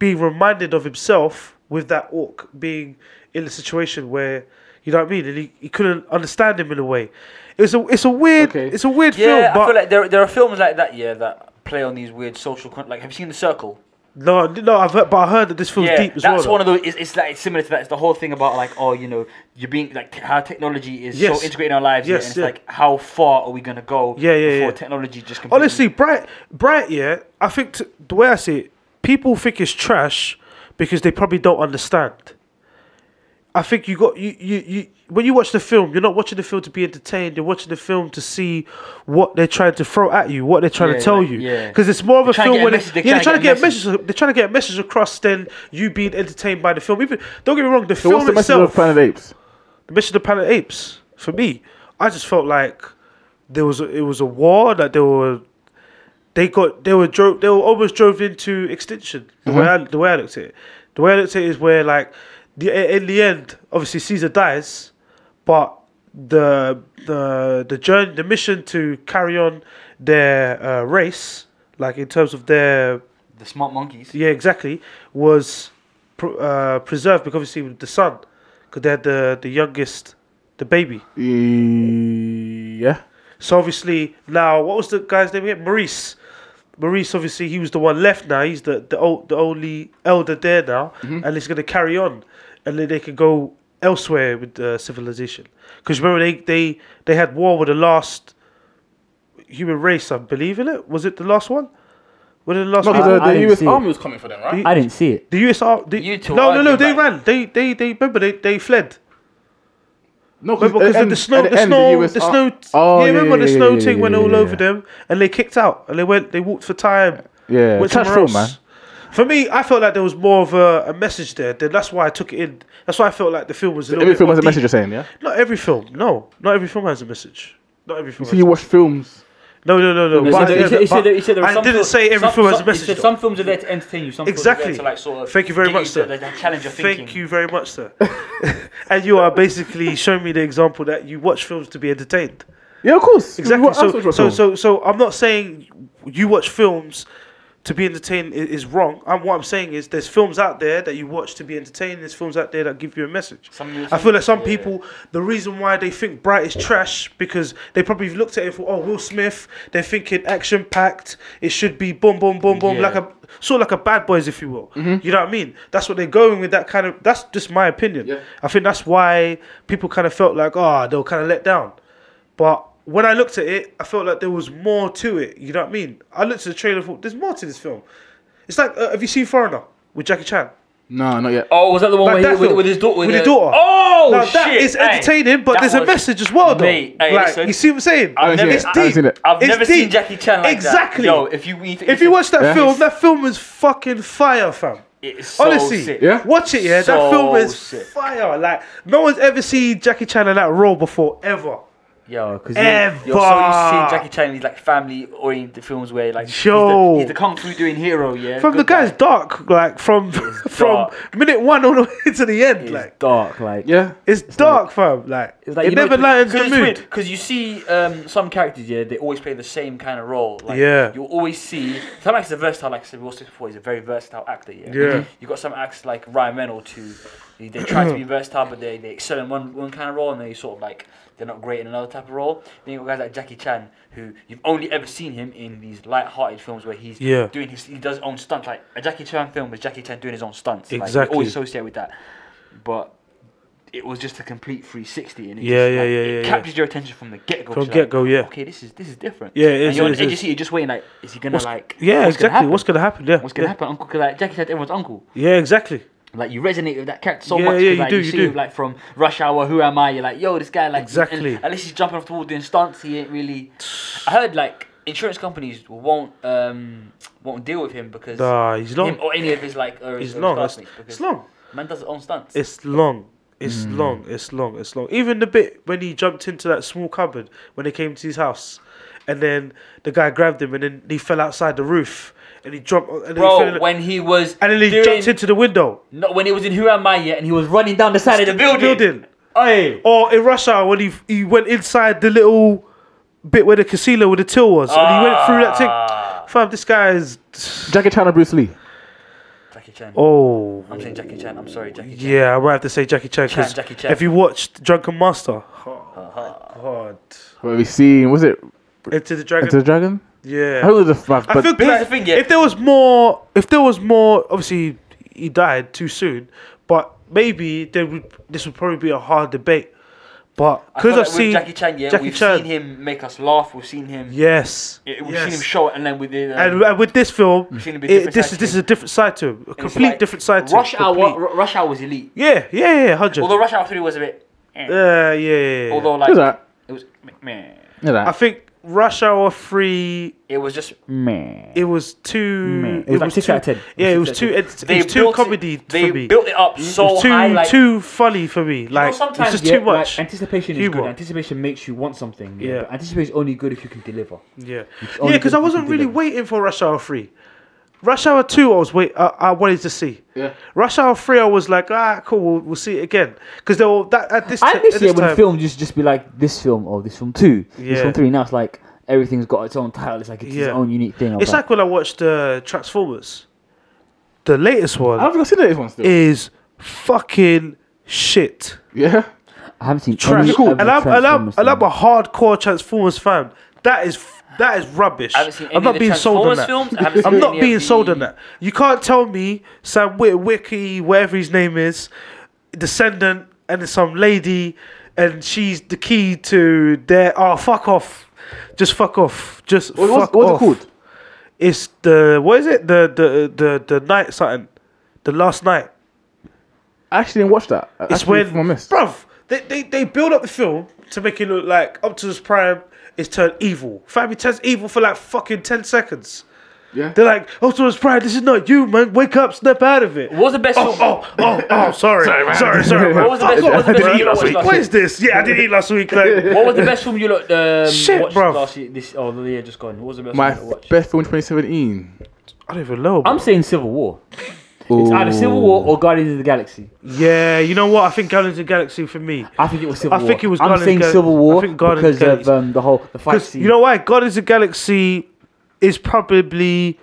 being reminded of himself with that orc being in a situation where you know what I mean, and he, he couldn't understand him in a way. It's a it's a weird
Okay.
it's a weird film,
Yeah, I
but
feel like there, there are films like that, yeah, that play on these weird social. Con- like, have you seen The Circle?
no no I've heard, but I heard that this film's
yeah,
deep as
that's
well.
one of those. It's, it's like it's similar to that. It's the whole thing about like, oh, you know, you're being like t- how technology is
Yes.
so integrated in our lives. yeah,
Yes,
and it's
yeah.
like how far are we gonna go?
Yeah, yeah,
Before
yeah.
technology just completely
Honestly, Bright, Bright, yeah. I think t- the way I see it, people think it's trash because they probably don't understand. I think you got you, you you when you watch the film, you're not watching the film to be entertained. You're watching the film to see what they're trying to throw at you, what they're trying to
Yeah,
tell
like,
you.
yeah.
Because it's more of a
trying to
film
get a
where
message,
they,
they're
yeah, they're trying to get a
message.
message. They're trying to get a message across. Then you being entertained by the film. Even don't get me wrong, the
So
film
what's the message
itself
of uh, Planet of the Apes?
the Mission of the Planet of the Apes for me. I just felt like there was a, it was a war that they were they got they were drove they were almost drove into extinction. The way I, the way I looked at it, The way I looked at it is where like the i- in the end, obviously Caesar dies, but the the the journey, the mission to carry on their uh, race, like in terms of their
The smart monkeys.
yeah, exactly, was pr- uh, preserved because obviously with the son, because they had the the youngest, the baby.
Yeah.
So obviously now, what was the guy's name again? Maurice. Maurice, obviously, he was the one left now. He's the the, old, the only elder there now,
Mm-hmm.
and he's gonna carry on, and then they can go elsewhere with uh, civilization. Because remember, they, they they had war with the last human race, I believe in it. Was it the last one? Was it the last
No,
one?
because the,
I didn't
US
see it.
army was coming for them, right?
I didn't see it.
The USR. The,
You two
no, no,
are
no.
good,
They
mate.
ran. They, they, they. Remember, they, they fled.
No,
Remember,
at
because of
end-
the snow,
at
the,
end,
snow, the,
US ar-
snow.
Oh,
yeah, remember the
yeah,
snow
yeah,
thing
yeah,
went
yeah,
all
yeah,
over
yeah.
them, and they kicked out, and they went. They walked for time.
Yeah,
went
touch
somewhere
film, man.
else. For me, I felt like there was more of a, a message there. Then that's why I took it in. That's why I felt like the film was a little
Every
bit
film has a
more
message. You're
deep.
saying, yeah.
Not every film. No, not every film has a message. Not every film.
So
has
you
a-
watch films.
no, no, no, no.
You
but I-
said there- you said- you said there- you said there were
I
some
didn't
fil-
say every
some-
film has
some-
a message,
you said
though.
Some films are there to entertain you. Some films are there
Exactly.
To like sort of
Thank you very
get
much,
to
sir.
the- the challenge of thinking.
Thank you very much, sir. and you are basically showing me the example that you watch films to be entertained.
Yeah, of course.
Exactly.
What else would
So,
you
so,
watch films?
so, so I'm not saying you watch films to be entertained i- is wrong. I'm, what I'm saying is there's films out there that you watch to be entertained. There's films out there that give you a message.
Some-
I feel like some people, the reason why they think Bright is trash because they probably looked at it for oh Will Smith. They're thinking action packed. It should be boom, boom, boom, boom, like a sort of like a Bad Boys, if you will. You know what I mean? That's what they're going with. That kind of that's just my opinion. I think that's why people kind of felt like oh they were kind of let down. But when I looked at it, I felt like there was more to it. You know what I mean? I looked at the trailer and thought, there's more to this film. It's like, uh, have you seen Foreigner with Jackie Chan?
No, not yet.
Oh, was that the one
Like
where
that
he, with,
film.
with his daughter?
With his
the-
daughter.
Oh
now,
shit!
that is
hey.
entertaining, but
That
there's a
was-
message as well, though.
Mate, hey,
like,
listen.
you see what I'm saying?
I haven't seen
it's
it. I haven't
deep.
seen it.
I've
It's
never
deep.
seen Jackie Chan like
exactly.
that. Yo, if you if,
If you watch that
Yeah.
film, that film is fucking fire, fam.
it's so
Honestly,
sick.
Yeah.
watch it, yeah. that
So
film is
sick.
fire. Like no one's ever seen Jackie Chan in that role before, ever,
Yo, because
ever.
you're so used to seeing Jackie Chan in these like family-oriented films where like he's the,
Yo.
he's the kung fu doing hero, yeah.
From the
good
guy's
guy.
dark, like from from
dark.
minute one all the way to the end,
It's
like
dark, like
Yeah.
it's dark, fam. Like,
It's like
it
you know,
never lightens the
Because
mood.
you see um, some characters, yeah, they always play the same kind of role. Like,
Yeah.
You'll always see. Tom Hanks is a versatile, like I said, we all said before, he's a very versatile actor, yeah.
Yeah.
You've got some acts like Ryan Reynolds who they, they try to be versatile, but they, they excel in one, one kind of role and they sort of like, they're not great in another type of role. Then you've got guys like Jackie Chan who you've only ever seen him in these light-hearted films where he's
Yeah.
doing his, he does his own stunts. Like a Jackie Chan film is Jackie Chan doing his own stunts. Like, you
Exactly.
always associate with that. But it was just a complete 360 and it just,
Yeah, yeah,
like,
yeah,
it
yeah,
captures your attention from the get go.
From get-go, yeah.
Okay, this is this is different.
Yeah, it is,
And you're
it
on
is,
the edge of
it is.
seat, you're just waiting like, is he gonna like?
yeah,
what's
exactly.
Gonna
what's
happen?
gonna happen? Yeah.
What's gonna
yeah.
happen? Uncle, 'cause, like Jackie said, everyone's uncle.
Yeah, exactly.
Like you resonate with that character so
Yeah,
much. 'cause,
yeah, you
like,
do, you
see
do.
Him, like from Rush Hour, Who Am I? You're like, yo, this guy like
Exactly.
and unless he's jumping off the wall doing stunts, he ain't really. I heard like insurance companies won't um won't deal with him because
Nah, he's long.
him or any of his like or his
It's
or his
long. It's,
classmates, because
it's long.
Man does his own stunts.
It's long. It's long. It's long. It's long. Even the bit when he jumped into that small cupboard when they came to his house, and then the guy grabbed him, and then he fell outside the roof, and he jumped, and then he fell in
Bro,
the-
when he was
and then he
doing,
jumped into the window.
No, when he was in Who Am I Yet and he was running down the side of the building.
Building.
Aye.
Or in Rush Hour when he he went inside the little bit where the concealer with the till was, and he went through that
Ah.
thing. Fam, this guy is
Jackie Chan and Bruce Lee.
Jackie Chan.
oh.
I'm saying Jackie Chan. I'm sorry, Jackie Chan.
Yeah, I might have to say Jackie Chan because
Jackie Chan. Uh-huh.
if you watched Drunken Master, oh, God,
What we seen? Was it
Into the Dragon,
Enter the Dragon?
yeah.
I don't know the fact,
I
but
think
But here's
like,
the thing, yeah.
if there was more, if there was more, obviously he died too soon, but maybe there would this would probably be a hard debate. But
I
because
feel
I've
like
seen
with Jackie Chan, yeah,
Jackie
we've
Chan.
seen him make us laugh. We've seen him.
yes,
it- We've
yes.
seen him show it, and then um, we did.
and, and with this film,
seen a bit different
it, this
side
is
to
this
him.
is a different side to him, a complete different side to
Rush
him.
Hour.
complete.
Ru- Rush Hour was elite.
Yeah, yeah, yeah, hundred.
Although Rush Hour Three was a bit. eh.
yeah, yeah, yeah, yeah.
Although
it
like
was alright.
it was meh.
It was alright.
I think Rush Hour Three
It was just
it was too.
It was like six
too,
out of 10.
Yeah,
It
it
was
was
six out
too. It's,
they
it's too
built
comedy
It, they
for me.
built it up so
it's too
high. Like,
too funny for me. Like it's
sometimes,
just
Yeah,
too much.
Like, anticipation is
Humor.
good. Anticipation makes you want something. Yeah.
Yeah.
But anticipation is only good if you can deliver.
yeah, yeah, because
only good
I
if you
wasn't
do
really
them.
waiting for Rush Hour Three. Rush Hour Two, I was wait. I, I wanted to see.
Yeah.
Rush Hour Three, I was like, ah, cool. We'll, we'll see it again because they were that at this. ti-
I
at
miss
this
it when
time-
film just just be like this film or this film two, this
Yeah.
film three. Now it's like everything's got its own title. It's like it's
Yeah.
its own unique thing. I was
It's like when I watched uh, Transformers. The latest
I
Oh.
one
haven't seen this one still.
is fucking shit.
yeah.
I haven't seen
Trash.
any
Cool.
of the
And I'm, and, I'm,
Transformers
and I'm
thing.
a hardcore Transformers fan. That is f- that is rubbish.
haven't seen any
I'm
of
not
the
being sold on
Transformers
that.
films. I haven't seen
I'm not
any of
being sold on
the-
that. You can't tell me Sam Wit- Wiki, whatever his name is, descendant, and there's some lady, and she's the key to their. Oh, fuck off. Just fuck off. Just
What,
fuck
what's, what's it
off.
called?
It's the what is it? The the the the night something, the last night.
I actually didn't watch that. That's
It's when
I missed.
bruv they, they they build up the film to make it look like Optimus Prime is turned evil. Family turns evil for like fucking ten seconds.
Yeah.
They're like, Optimus Prime, this is not you, man. Wake up, snap out of it.
What was the best
Oh,
film?
oh, oh, oh, sorry. sorry, sorry, sorry.
What was the best- what was the best you watched last
What
week?
is this? Yeah, I didn't eat last week. Like,
What was the best film you looked, um,
Shit,
watched
bruv.
last year? This oh the year just gone. What was the best
My
film you watched?
best film in 2017.
I don't even know.
I'm saying Civil War. It's either Civil War or Guardians of the Galaxy.
yeah, you know what? I think Guardians of the Galaxy for me.
I think it was Civil
I
War.
think it was
I'm
Guardians
saying
of the-
Civil War
I think Guardians of
because
the
of um, the whole the fight
Because
scene.
you know why? Guardians of the Galaxy is probably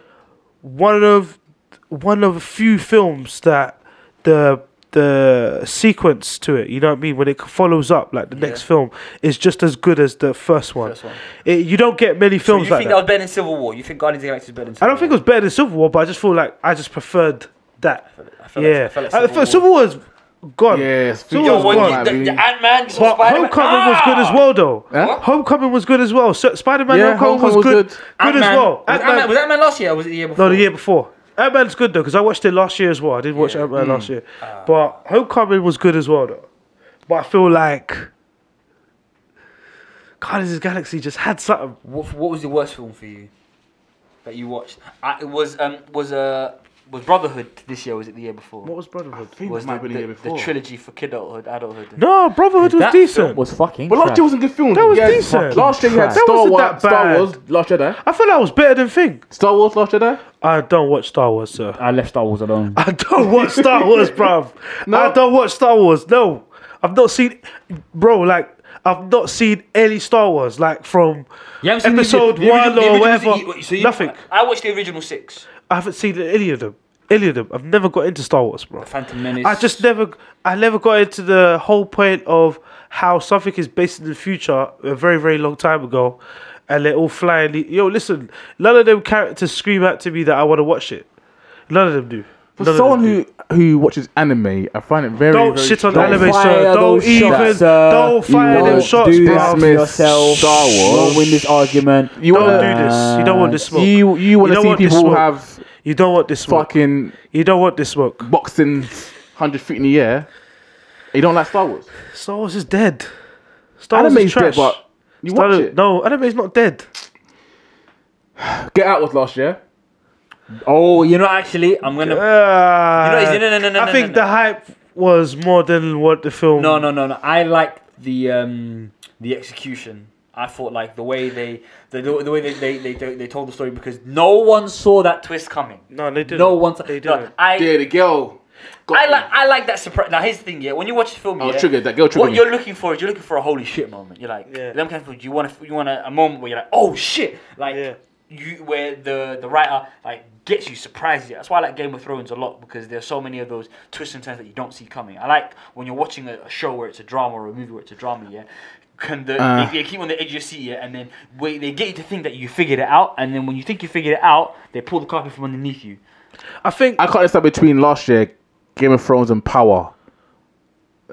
one of one of a few films that the the sequence to it, you know what I mean, when it follows up like the next film is just as good as the first one.
First one.
It, you don't get many
So you
films
think
like
that
that.
was better than Civil War? You think Guardians of the Galaxy is better than Civil
I don't think it was better than Civil War, but I just feel like I just preferred that.
I felt like-
yeah,
I felt like
Uh,
Civil
for-
War-
Civil War is gone.
Yes,
Civil
Yo,
War's
when
gone.
you-
The,
Maybe.
the Ant-Man versus
But
Spider-Man. Ah!
Homecoming was good as well, though.
Huh?
Homecoming was good as well. So, Spider-Man
Yeah,
Homecoming,
Homecoming
was
was
good,
good.
good, as well.
Was
Ant-Man-
Ant-Man, was Ant-Man last year or was it the year before?
No, the year before. Ant Man's good though, because I watched it last year as well. I did watch Ant Man
Hmm.
last year. but Homecoming was good as well though. But I feel like Guardians of the Galaxy just had something.
What, what was the worst film for you that you watched? I, it was um was uh, was Brotherhood this year? or Was it the year before?
What was Brotherhood?
think
was
it
the,
might have been
the,
the year
the
before.
trilogy for kidulthood, adulthood?
No, Brotherhood was
that
decent.
film was fucking.
But last
trash.
year was a good film.
That was
Yeah,
decent.
Last year you had
That
Star
wasn't
Wars,
that
Star
bad.
Wars, Last Jedi.
I felt that was better than Thing.
Star Wars, Last Jedi.
I don't watch Star Wars, sir.
I left Star Wars alone.
I don't watch Star Wars, bruv. I don't watch Star Wars. No, I've not seen, bro. Like I've not seen any Star Wars. Like from
You haven't seen the-
episode
the original-
one
the
or
original-
whatever.
you- so you-
Nothing.
I watched the original six.
I haven't seen any of them. Any of them. I've never got into Star Wars, bro.
Phantom Menace.
I just never, I never got into the whole point of how something is based in the future a very, very long time ago, and they're all flying. the- Yo, listen, none of them characters scream out to me that I want to watch it. None of them do.
For
None of
someone
them do.
who who watches anime, I find it very.
Don't
very
shit on
strange.
anime, sir.
fire
Don't
those
even.
shots, sir.
Don't fire
you
them
won't
shots,
do
bro.
this to
Miss
yourself.
Star
You
Wars.
won't win this argument.
You
Don't
wanna- Uh,
do this. You don't want this smoke.
You you want to
don't
see
want this
people
smoke.
have
You don't want this smoke.
fucking
You don't want this smoke.
boxing hundred feet in the air. You don't like Star Wars.
Star Wars is dead. Star Wars is
Anime's
trash.
dead, but you
Star-
watch it.
No, anime's not dead.
Get Out was last year.
oh, you know actually, I'm gonna.
Uh,
You know, no, no, no, no,
I
no,
think
no.
the hype was more than what the film.
No, no, no, no. I like the um, the execution. I thought like the way they the, the way they they, they they they told the story because no one saw that twist coming.
No, they didn't.
No one. Saw,
They
no,
didn't.
I
Yeah, the girl. got
I
me.
like I like that surprise. Now here's the thing, yeah. When you watch the film,
I was
yeah,
triggered, Oh, that girl triggered
What
me.
you're looking for is you're looking for a holy shit moment. You're like,
Yeah.
them kind of films. You want a, you want a, a moment where you're like, oh shit, like
Yeah.
you where the the writer like gets you, surprises you. That's why I like Game of Thrones a lot because there's so many of those twists and turns that you don't see coming. I like when you're watching a, a show where it's a drama or a movie where it's a drama, yeah. Can the,
Uh.
they, they keep you on the edge of your seat, yeah, and then wait, they get you to think that you figured it out, and then when you think you figured it out, they pull the carpet from underneath you.
I think.
I can't decide between last year, Game of Thrones and Power.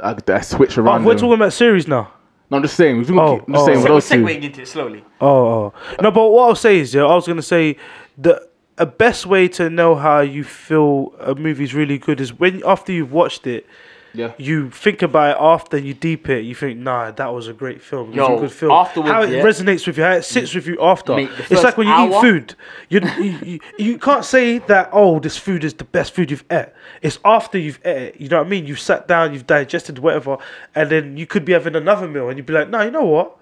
I, I switch
Oh,
around.
we're
them.
talking about series now.
no, I'm just saying. we're
Oh,
gonna keep- I'm just
oh.
saying.
So
with
we're
Those two.
segueing into it slowly.
Oh, oh. no, but what I'll say is, yeah, I was gonna say the a best way to know how you feel a movie's really good is when after you've watched it,
Yeah.
you think about it after you deep it. You think, nah, that was a great film. It was
Yo,
a good film.
afterwards,
how it
yeah.
resonates with you, how it sits with you after.
Mate, the
it's
first
like when you eat
hour-
food. You, you you- you can't say that. Oh, this food is the best food you've ate. It's after you've ate it. You know what I mean? You've sat down, you've digested whatever, and then you could be having another meal, and you'd be like, nah, you know what?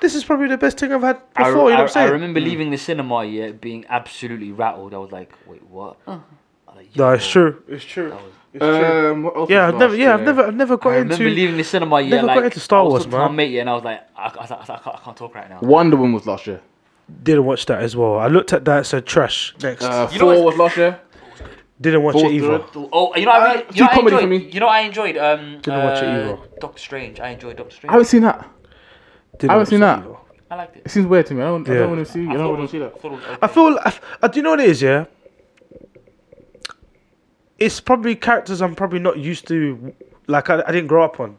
this is probably the best thing I've had before.
I,
you know what
I,
I'm
I
saying? Mm.
remember leaving the cinema yeah, being absolutely rattled. I was like, wait, what? I was like,
no,
yo.
it's true. It's true. It's true.
Um, what else
yeah,
was
I've never,
last
yeah, I've
year?
never, I've never got
I remember
into.
leaving the cinema yeah,
never got
like
into Star
I was
Wars,
talking to my
man.
mate, yeah, and I was like, I, I, was like, I, was like, I, can't, I can't talk right now.
Wonder Woman was last year.
Didn't watch that as well. I looked at that, said trash. Next,
Uh,
You know
Thor
what's-
was last year.
didn't watch
Thor
it either.
Thor-
Oh, you know, I, really,
Uh,
you know,
too
I
comedy
enjoyed.
for me.
You know, I enjoyed. Um,
Didn't watch it
uh,
either.
Doctor Strange. I enjoyed Doctor
I
Strange.
haven't seen that.
Didn't
I haven't
watch
seen that.
either.
I liked it.
It seems weird to me. I don't, I
Yeah.
don't want to see. I,
thought
don't
it
want
was-
to see that.
I thought it was
I
okay.
feel. I, I, do you know what it is? Yeah. It's probably characters I'm probably not used to. Like I, I didn't grow up on.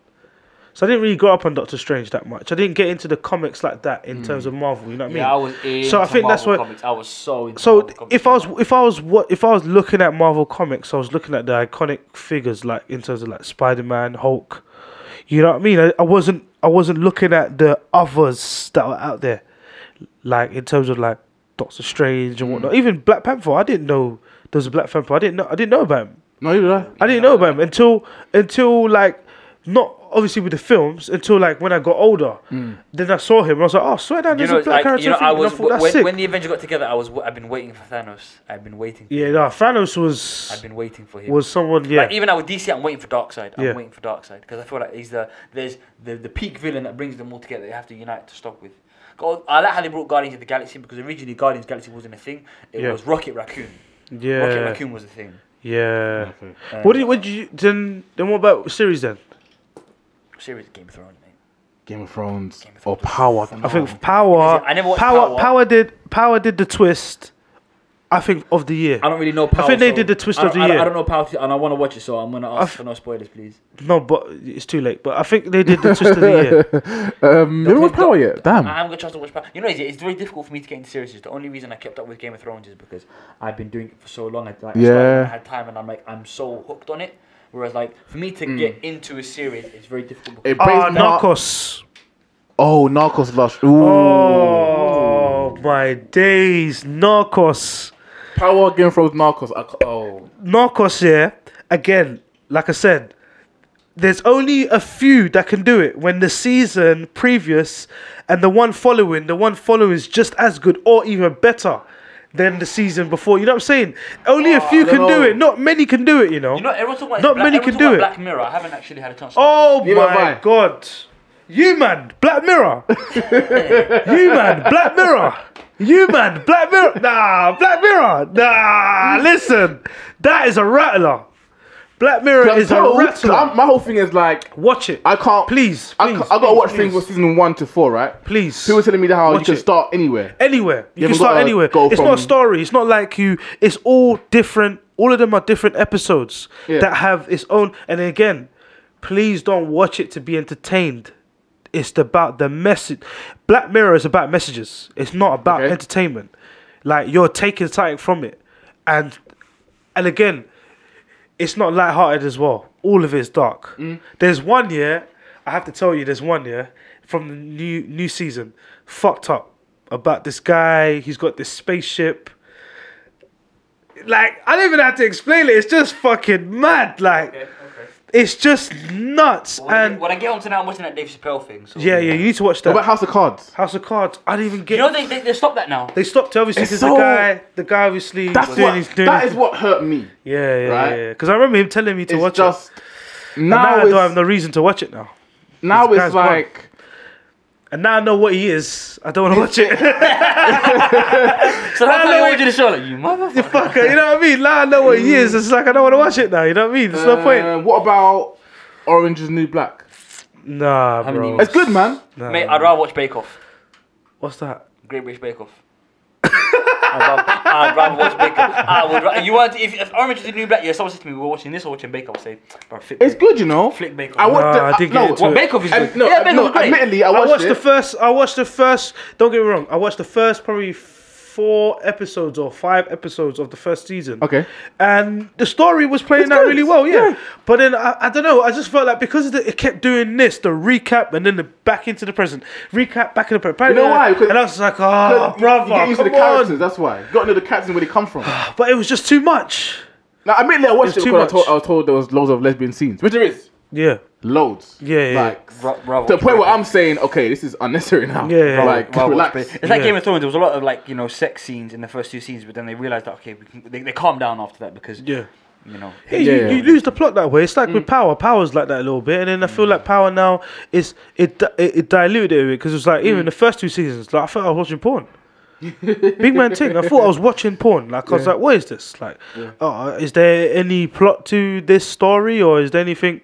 So I didn't really grow up on Doctor Strange that much. I didn't get into the comics like that in terms of Marvel. You know what I mean?
Yeah, I was into
So I think that's
Marvel
why-
comics. I was so into
So
Marvel comics.
if I was if I was what if I was looking at Marvel comics, I was looking at the iconic figures like in terms of like Spider Man, Hulk. You know what I mean? I, I wasn't I wasn't looking at the others that were out there, like in terms of like Doctor Strange
Hmm.
and whatnot. Even Black Panther, I didn't know there was a Black Panther. I didn't know I didn't know about him.
No, you did I.
I didn't know about him until until like not obviously with the films until like when I got older. Then I saw him and I was like, oh, swear down,
Hmm. You
there's
know,
a black
like,
character.
you know,
in
I
it," and
was
thought, that's
when,
sick.
when the Avengers got together. I was, I've been waiting for Thanos. I've been waiting. For
yeah,
him.
no, Thanos was
I've been waiting for him.
was someone yeah
Like, even now with DC, I'm waiting for Darkseid. I'm
Yeah.
waiting for Darkseid because I feel like he's the there's the, the peak villain that brings them all together. They have to unite to stop with. God, I like how they brought Guardians of the Galaxy because originally Guardians of the Galaxy wasn't a thing. It
Yeah.
was Rocket Raccoon.
yeah
Rocket Raccoon was a thing.
yeah. What did what did you then then what about series then?
Series of Game of Thrones. Mate.
Game of Thrones
of
or Power.
I think Power
I never watched
Power,
Power.
Power did Power did the twist. I think of the year.
I don't really know. Power,
think they
so-
did the twist
I
of the
don't- I don't-
year.
I don't know Power, and I want to watch it, so I'm gonna ask
f-
for no spoilers, please.
No, but it's too late. But I think they did the twist of the year.
Um, you haven't watched Power yet. Damn.
Ah.
I haven't got a chance to watch Power. You know, it's, it's very difficult for me to get into series. The only reason I kept up with Game of Thrones is because I've been doing it for so long. I, like, I started
Yeah.
when I had time, and I'm like, I'm so hooked on it. Whereas, like, for me
Mm.
to get into a series, it's very difficult. Because
It
Ah,
brings me up-
Narcos.
Oh, Narcos last. Oh. Ooh.
Oh my days, Narcos.
Power Game of Thrones Narcos. I, ca- oh.
Narcos here again. Like I said, there's only a few that can do it. When the season previous and the one following, the one following is just as good or even better than the season before. You know what I'm saying? Only a few
don't
can do
know.
it. Not many can do it. You know.
you know, everyone's talking about
Not
Black,
many
everyone's
can do
talking
it.
about Black Mirror. I haven't actually had a chance. To
oh
Neither have
my
I.
god. You man, Black Mirror. you man, Black Mirror. You man, Black Mirror. Nah, Black Mirror. Nah, listen. That is a rattler. Black Mirror is a rattler.
I'm- my whole thing is like,
Watch it.
I can't.
Please,
I,
please,
ca- I gotta
please,
watch
please.
things from season one to four, right?
Please.
People telling me that how you
Watch
can
it.
start anywhere.
anywhere. You can
haven't
start
gotta
anywhere.
go
It's not a
from-
story. It's not like you. It's all different. All of them are different episodes
Yeah.
that have its own. And again, please don't watch it to be entertained. It's about the message. Black Mirror is about messages. It's not about
Okay.
entertainment. Like you're taking something from it, and and again, it's not light-hearted as well. All of it is dark.
Mm.
There's one year, I have to tell you, there's one year from the new new season, fucked up about this guy. He's got this spaceship. Like I don't even have to explain it. It's just fucking mad. Like it's just nuts.
When, I
and
get, when I get onto now, I'm watching that Dave Chappelle thing. So.
yeah, yeah, you need to watch
What about
that.
House of Cards?
House of Cards. I didn't even get.
You know, they, they, they stopped that now.
they stopped it, obviously
It's
because
so-
the guy, the guy obviously
That's
doing
what.
his doing.
That
his-
is what hurt me.
yeah, yeah,
right?
yeah. Because I remember him telling me to
It's
watch it.
just
Now,
now.
I don't have
It's,
no reason to watch it now.
now
this
it's
guy's gone.
like.
And now I know what he is. I don't want to watch it.
So that's
no,
how you
wait.
watch the show, like you motherfucker.
Fucker, you know what I mean? Now I know what he is. It's like I don't want to watch it now. You know what I mean? There's no point.
Uh, what about Orange is the New Black?
Nah,
many
bro.
emails?
It's good, man.
Mate, I'd rather watch Bake Off.
What's that?
Great British Bake Off. I'd, rather, I'd rather watch Bake Off. I would. Ra- you want if, if Orange is the New Black? Yeah, someone said to me, "We're watching this or watching Bake Off." I Say, bro, flip,
It's good, you know.
flick Bake Off.
I watched.
Nah,
the,
I didn't
no,
get into
Well, Bake Off is
and-
good.
no,
yeah,
and
Bake
no,
Off is great.
admittedly, I
I
watched,
watched,
it.
the first. I watched the first. Don't get me wrong. I watched the first probably four episodes or five episodes of the first season.
Okay.
And the story was playing
It's
out
good.
really well, yeah.
Yeah.
But then I, I don't know. I just felt like because of the, it kept doing this, the recap and then the back into the present, recap back into the present.
You know why? 'Cause-
And I was like, oh,
You-
brother,
you get used to
come
the characters.
on.
That's why. You got to know the characters and where they come from.
But it was just too much.
now, admittedly, I
It's
watched it
too
because I,
much.
told, I was told there was loads of lesbian scenes, which there is.
Yeah.
Loads.
Yeah, yeah.
Like
Ra- Ra-
to the point where I'm saying, okay, this is unnecessary now.
Yeah, yeah, yeah.
Like
Well,
relax.
watch, but It's like
Yeah.
Game of Thrones. There was a lot of like you know sex scenes in the first two seasons, but then they realized that okay, we can, they, they calmed down after that because
Yeah.
you know
Yeah,
Yeah.
You, you lose the plot that way. It's like with power. Power's like that a little bit, and then I
Mm.
feel like power now is it di- it, it diluted it because it was like even the first two seasons, like I felt I was watching porn. Big man thing. I thought I was watching porn. Like I was like, what is this? Like, oh, is there any plot to this story or is there anything?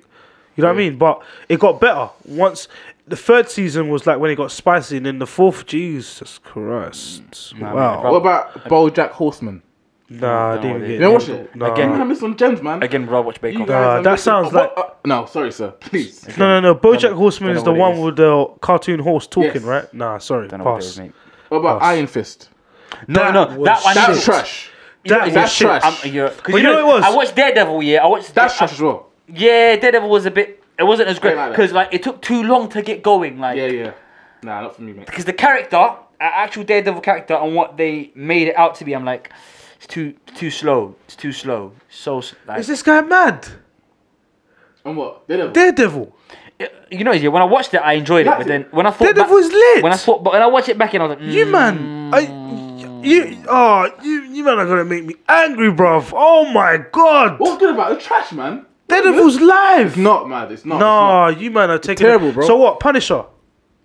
You know what I mean? But it got better once. The third season was like when it got spicy, and then the fourth, Jesus Christ!
Mm.
wow,
What about BoJack Horseman?
nah, I
No,
didn't
I
get
didn't.
You know watch it?
Nah.
Again, I missed some gems, man.
again, Rob watch Bake
You
Off.
guys
Nah,
are
uh, that
missing-
sounds
oh, what-
like-
uh, no, sorry, sir. Please.
No, no, no. BoJack Horseman
don't
is
know
the
what it
one
is.
with the cartoon horse talking,
Yes.
right? Nah, sorry,
Don't know what it is,
pass.
mate.
What about
Pass.
Iron Fist?
No, no, that one
That's
is
trash.
That
That's
was shit.
trash.
I'm, you're, 'cause
you know it was?
I watched Daredevil. Yeah, I watched.
That's
I-
trash as well.
Yeah, Daredevil was a bit. It wasn't as great
like that.
because like, it took too long to get going. Like
Yeah, yeah. Nah, not for me, mate.
because the character, a- actual Daredevil character, and what they made it out to be, I'm like, it's too too slow. It's too slow. So s- like,
Is this guy mad?
And what? Daredevil.
Daredevil.
you know, yeah. When I watched it, I enjoyed it,
That's
but
it.
then when I thought back-
Daredevil is lit.
when I thought, but when I watched it back, and I was like,
you
mm,
man, I, you, oh, you, you man are gonna make me angry, bruv. Oh my god,
What's good about it? It's trash, man?
Daredevil's live.
It's not, man. It's not. it's not.
Nah, you man are taking
terrible, bro.
So what, Punisher?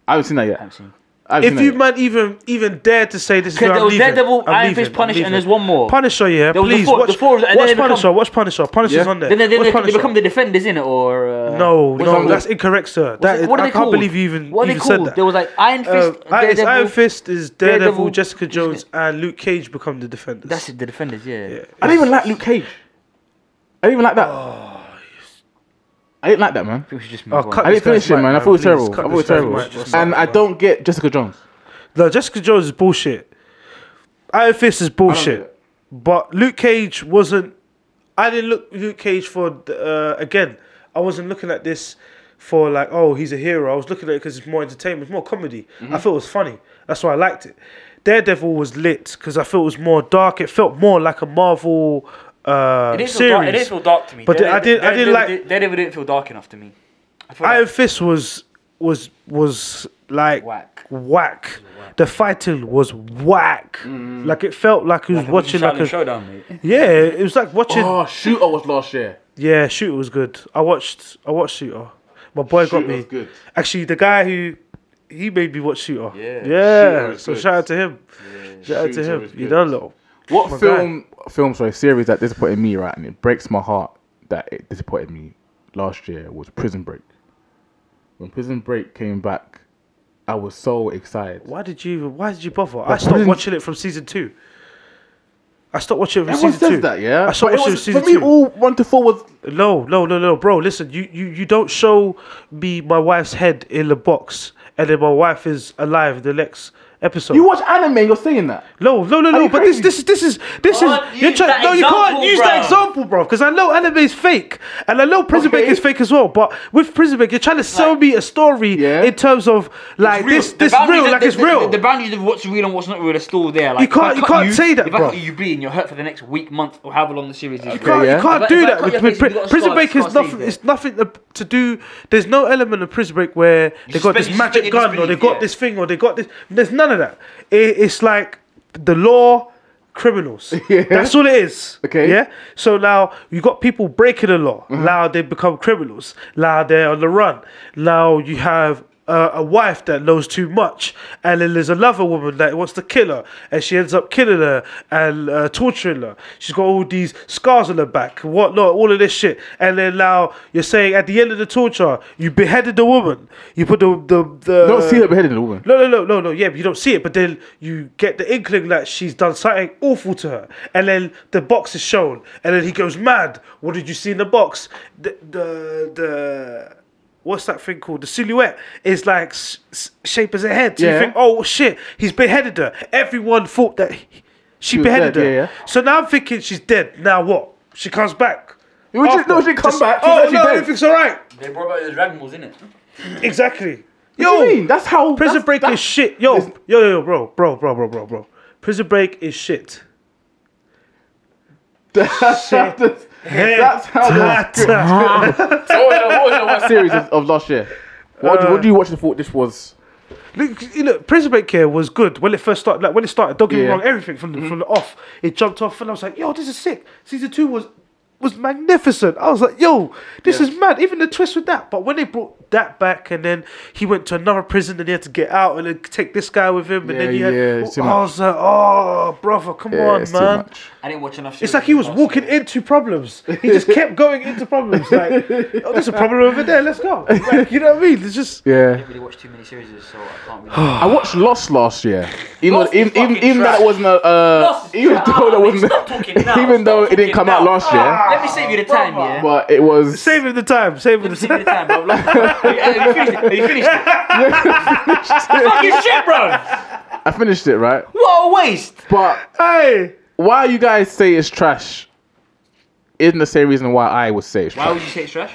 I haven't seen that yet.
seen-
I haven't
If
seen
you
that
man even even dare to say this is
'Cause
where
there
I'm
was
leaving,
Daredevil,
I'm
Iron
leaving,
Fist,
I'm
Punisher, and
leaving.
there's one more.
Punisher, yeah.
There was the
Please
four- the
watch,
four of them, and
watch
then they
Punisher.
become-
watch Punisher. Punisher's
Yeah.
on there.
Then they, then
Watch
they, they
Punisher.
become the defenders in it, or uh,
No,
what's
no,
that?
that's incorrect, sir. That
it-
is-
what are
I
they
can't
called?
believe you even,
What are they
even
called?
said
There
that.
was like Iron
Uh,
Fist,
I- it's
Daredevil.
Iron Fist is Daredevil,
Daredevil,
Jessica Jones,
it?
and Luke Cage become the defenders.
That's it, the defenders. Yeah.
I didn't even like Luke Cage. I didn't even like that. I didn't like that, man.
We should just
Oh,
move on.
cut Oh,
I
this
didn't finish
guy's
it,
mic,
man. I thought it was
please.
terrible. I
Cut
thought it was
this guy's
terrible.
mic, just-
And I don't get Jessica Jones.
No, Jessica Jones is bullshit. Iron Fist is
get
bullshit.
it.
But Luke Cage wasn't. I didn't look Luke Cage for the- uh, again. I wasn't looking at this for like, oh, he's a hero. I was looking at it because it's more entertainment, it's more comedy.
Mm-hmm.
I felt it was funny. That's why I liked it. Daredevil was lit because I felt it was more dark. It felt more like a Marvel uh,
It didn't, feel
series.
dark, it didn't feel dark to me.
But
They-
I
they-
did- I
they-
did
they-
like-
They, they never didn't feel dark enough to me. I feel
Iron
like,
Fist was was was like
Whack.
whack. The fighting was whack.
Mm-hmm.
Like it felt like he was watching like a
showdown, mate.
yeah. It was like watching
Oh, Shooter was last year.
yeah. Shooter was good. I watched I watched Shooter. My boy
Shooter
got me.
was good.
Actually, the guy who he made me watch Shooter.
Yeah.
yeah.
Shooter was
so
good.
shout out to him. Shout out to
Shooter
him.
was
You
good.
know, little
What
My
film, film, sorry, series that disappointed me, right? And it breaks my heart that it disappointed me last year was Prison Break. When Prison Break came back, I was so excited.
Why did you even? Why did you bother? I stopped
prison-
watching it from season two. I stopped watching it from
Everyone
season
says
two.
that, yeah.
I stopped
But it
watching it
was-
from season
for me,
two.
all one to four was
No, no, no, no, bro. Listen, you, you, you don't show me my wife's head in the box, and then my wife is alive the next episode.
You watch anime, you're saying that.
no, no, no, no.
you
But this,
crazy?
this, is this is, this
Can't
is. You're
use
trying.
that
no, you can't
example,
use that
bro.
example, bro, because I know anime is fake, and I know Prison Break
Okay.
is fake as well. But with Prison Break, you're trying to sell me a story
Yeah.
in terms of like
real.
this,
The
this
boundaries
real,
that-
like
the,
it's
the-
real.
The, boundaries of what's real and what's not real are still there. Like,
You
if
can't-
I
you
cut
can't say that,
If
bro.
I cut you bleeding, you're hurt for the next week, month, or however long the series is. You
can't,
yeah.
You can't
If I-
do
if I
that.
cut your
with- with
face, you've
pri-
got
prison
scars,
Break is
scars stays
nothing.
there.
It's nothing to, to do. There's no element of Prison Break where they got
suspend-
this
you
magic
suspend your
gun or they
disbelief,
got
yeah.
this thing or they got this. There's none of that. It, it's like the law, criminals. That's all it is.
Okay.
Yeah. So now you got people breaking the law. Now they become criminals. Now they're on the run. Now you have. Uh, a wife that knows too much, and then there's another woman that wants to kill her, and she ends up killing her and uh, torturing her. She's got all these scars on her back, whatnot, all of this shit. And then now you're saying at the end of the torture, you beheaded the woman. You put the the, the
Don't see her beheading the woman.
no, no, no, no, no. Yeah, but you don't see it, but then you get the inkling that she's done something awful to her, and then the box is shown, and then he goes mad. What did you see in the box? The the the what's that thing called? The silhouette is like s- s- shape as a head. So
Yeah.
you think, oh shit, he's beheaded her. Everyone thought that he- she,
was
beheaded
dead,
her.
yeah, yeah.
So now I'm thinking she's dead. Now what? She comes back.
Well, she-
After.
no, she didn't come
Just-
back. She was
Oh
actually
no,
dead.
everything's all right.
They brought back the Dragon Balls, innit?
Exactly.
Yo, what do you mean? That's how
Prison
that's,
Break
that-
is shit. Yo,
It's-
yo, yo, yo, bro, bro, bro, bro, bro, bro. Prison Break is shit.
That's, that's, that's how.
Ta- ta-
Oh, yeah, oh, yeah, what series of, of last year? What, do- what do
Uh,
you watch and thought this was?
Look, you look, Prison Break here was good when it first started. Like when it started, don't get me
Yeah. Mm-hmm.
wrong, everything from the, from the off, it jumped off, and I was like, yo, this is sick. Season two was was magnificent. I was like, yo, this is mad. Even the twist with that. But when they brought that back, and then he went to another prison, and he had to get out, and then take this guy with him, and then
Yeah,
he had.
yeah, it's too
I
much.
was like, oh, brother, come
Yeah,
on,
it's too
man.
much.
I didn't watch enough.
It's
series
like he
in
was
the past
walking
year.
into problems. He just kept going into problems. Like, oh, there's a problem over there. Let's go. Like, you know what I mean? It's just
Yeah.
I didn't really watch too many series, so I can't really.
I watched Lost last year. Even
Lost
though,
is
even, even,
fucking
even though
trash.
that wasn't a, uh,
Lost is
even
trash.
though that wasn't
Stop talking now.
even though
Stop
it didn't
talking
come out
now. Ah.
last year,
Let me save you the time, yeah.
but it was
saving the time. Saving
Let
the
me save
time.
you the time, bro. Like, have you- have you finished it? Have you finished it? Fucking shit, bro.
I finished it right.
What a waste.
But
Hey.
why you guys say it's trash? Isn't the same reason why I would say it's
Why
trash.
would you say it's trash?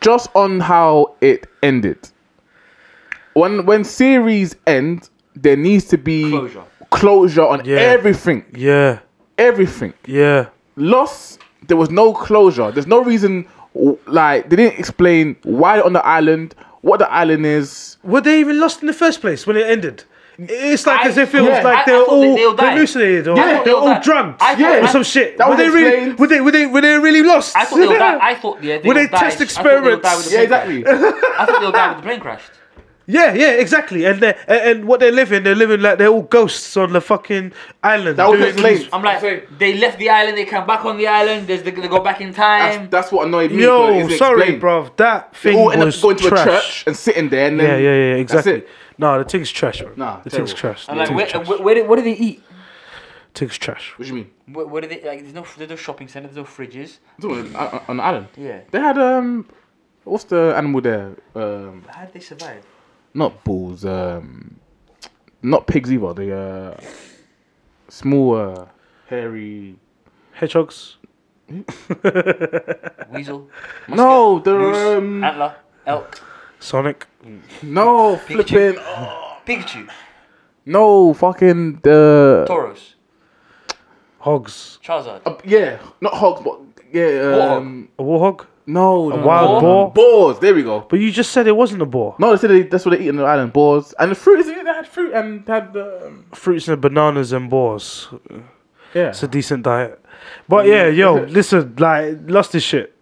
Just on how it ended. When when series end, there needs to be
Closure.
closure on
Yeah.
everything.
Yeah,
Everything.
yeah.
Lost, there was no closure. There's no reason, w- like, they didn't explain why they're on the island, what the island is.
Were they even lost in the first place when it ended? It's like
I-
as if it
yeah.
was like
I-
they
I
were
thought they-
all
they all died.
hallucinated
I
or
thought
they
they
were
all
all
died.
drugged
I thought-
or
I-
some shit.
that
were
was
they really?
explained.
Were they? Were they? Were they really lost?
I thought they all died. I thought yeah, they
Were
all
they
died.
test
I thought they all died
experiments?
with the
Yeah,
plane crash.
exactly.
I thought they all died with the plane crash.
yeah, yeah, exactly. And they and, and what they're living, they're living like they're all ghosts on the fucking island.
That was
doing
explained.
these-
I'm like, they left the island, they come back on the island, there's the, they go back in time.
That's, that's what annoyed me.
Yo, sorry, bruv. That
They
thing
all end up
was
going to
trash.
a church and sitting there. And then,
Yeah, yeah, yeah, exactly.
That's it.
No, the thing's trash, bro.
Nah,
the
terrible.
thing's trash. The
I'm like,
thing's
where,
trash.
where, where, did- what do they eat?
thing's trash.
What do you mean?
Where, where do they like? There's no, there's no shopping center, there's no fridges.
It's all On, on- on the island.
Yeah.
They had, um, what's the animal there? Um,
How did they survive?
not bulls, um, not pigs either. They, uh, small, uh, hairy.
Hedgehogs.
Weasel,
No, they're,
moose,
um,
antler, elk,
Sonic.
no, flipping.
Pikachu,
No, fucking the.
Tauros,
Hogs.
Charizard.
Uh, yeah, not hogs, but yeah. Um,
A warhog?
no,
A
no,
wild
no.
boar?
Boars. There we go.
But you just said it wasn't a boar.
No, they said they, that's what they eat on the island. Boars and the fruit. Isn't it? They had fruit and they had um,
Fruits and bananas and boars.
yeah. Mm.
It's a decent diet. But yeah, yo, listen, like, lost his shit.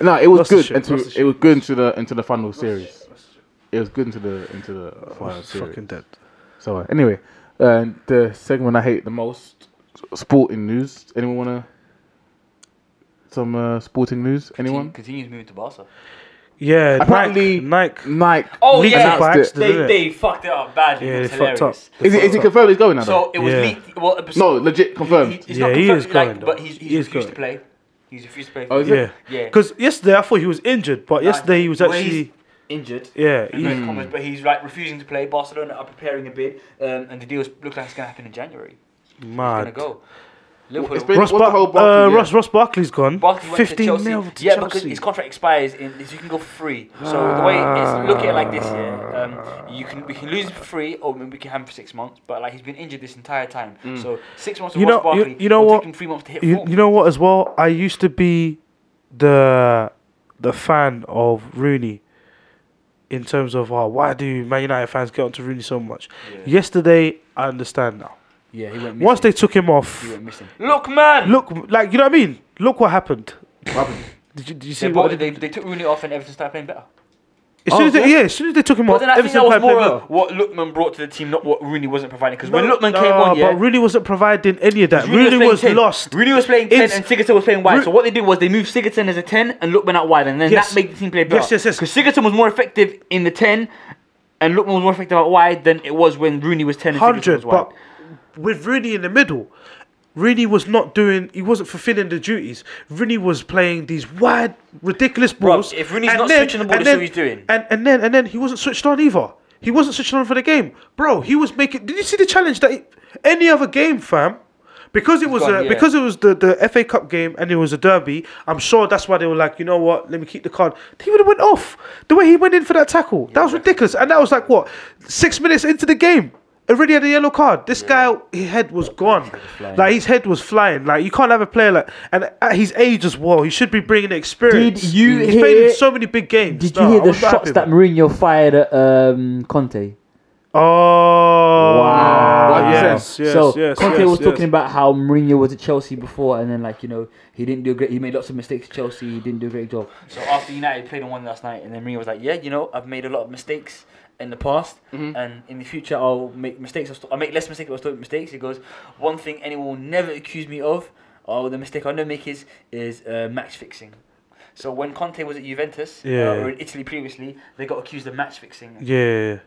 no, it was
Lost the
good.
shit,
into,
lost the shit,
it was good into the into the final series. It was good into the into the final
It's
series.
fucking dead.
So uh, anyway, uh, the segment I hate the most, sporting news. Anyone wanna some uh, sporting news? Anyone?
continues moving to Barca.
Yeah,
Apparently- Mm.
Nike. Nike.
Nike.
Oh
Leaked
yeah,
it by
they,
accident,
they,
innit?
fucked it up badly.
Yeah,
it was
they fucked up.
hilarious.
Is it, is it confirmed he's going now? though?
So it was
Yeah.
leaked. Well, it was-
no, legit confirmed.
He- he's
Yeah,
not
he
confirmed,
is
like,
going, though.
but he's, he's
He is
refused to
going.
play. He's refused to play.
Oh, is it?
Yeah.
Yeah.
Because yesterday I thought he was injured, but yesterday he was
Well,
actually.
he's injured.
Yeah,
And no comments, but he's like refusing to play. Barcelona are preparing a bid, um, and the deal looks like it's gonna happen in January. Gonna
Mad.
go. Liverpool.
it's been-
Ross,
What the
Bar-
whole Barkley,
uh,
yeah.
Ross, Ross Barkley's gone.
Barkley went to
15
Chelsea.
mil to
yeah, because
Chelsea.
his contract expires in so you can go for free. So the way it's look at it like this, yeah, um, you can we can lose him for free or maybe we can have him for six months. But like he's been injured this entire time,
Mm.
so six months. Of
You
Ross
know- you-
Barkley
you know
will
what?
Take him three months to hit
you,
form.
you know what as well i used to be the the fan of rooney in terms of oh, why do man united fans get onto rooney so much yesterday i understand now
Yeah, he went missing.
once they took him off
He went missing.
look, man.
look like you know what i mean look what happened
happened?
did you, did
They,
you see
bought,
what
they, they took Rooney off and Everton started playing better.
as soon as
yeah.
they, yeah as soon as they took him
Oh, But
off
then I think that
everything
was more of what Lookman brought to the team, not what Rooney wasn't providing. Because when Lookman came on, yeah,
but Rooney wasn't providing any of that. Rooney,
playing
was
10.
lost.
Rooney was playing ten,
It's-
and Sigurdsson was playing wide.
Ru-
so what they did was they moved Sigurdsson as a ten and Lookman out wide, and then
Yes.
that made the team play better.
Yes, yes, yes.
Because Sigurdsson was more effective in the ten, and Lookman was more effective out wide than it was when Rooney was ten. and Sigurdsson
hundred,
was wide.
but with Rooney in the middle, Rooney was not doing. He wasn't fulfilling the duties. Rooney was playing these wide, ridiculous balls.
if Rooney's
and
not switching the ball,
and
that's what he's doing.
And and then and then he wasn't switched on either. He wasn't switched on for the game, bro. He was making. Did you see the challenge that he, any other game, fam? Because it was
gone,
a,
yeah.
because it was the, the FA Cup game and it was a derby. I'm sure that's why they were like, you know what? Let me keep the card. He would have went off the way he went in for that tackle. that was ridiculous, and that was like what six minutes into the game. already had a yellow card. This guy, his head was gone. Like his head was flying. Like you can't have a player like, and at his age as well, he should be bringing the experience.
Did you
He's played in
hear-
so many big games.
Did
No,
you hear
I
the
was not
shots
happy
that
with
Mourinho fired at um, Conte?
it. Oh
Wow.
Wow.
Yes, yes,
so
yes,
Conte
yes,
was
yes.
talking about how Mourinho was at Chelsea before, and then like you know he didn't do a great. He made lots of mistakes at Chelsea. He didn't do a great job.
So after United played and won last night, and then Mourinho was like, "Yeah, you know, I've made a lot of mistakes in the past,
Mm-hmm.
and in the future I'll make mistakes. I'll, st- I'll make less mistakes. but I'll still make mistakes." He goes, "One thing anyone will never accuse me of, or the mistake I'll never make is is uh, match fixing." So when Conte was at Juventus
Yeah.
uh, or in Italy previously, they got accused of match fixing.
Yeah.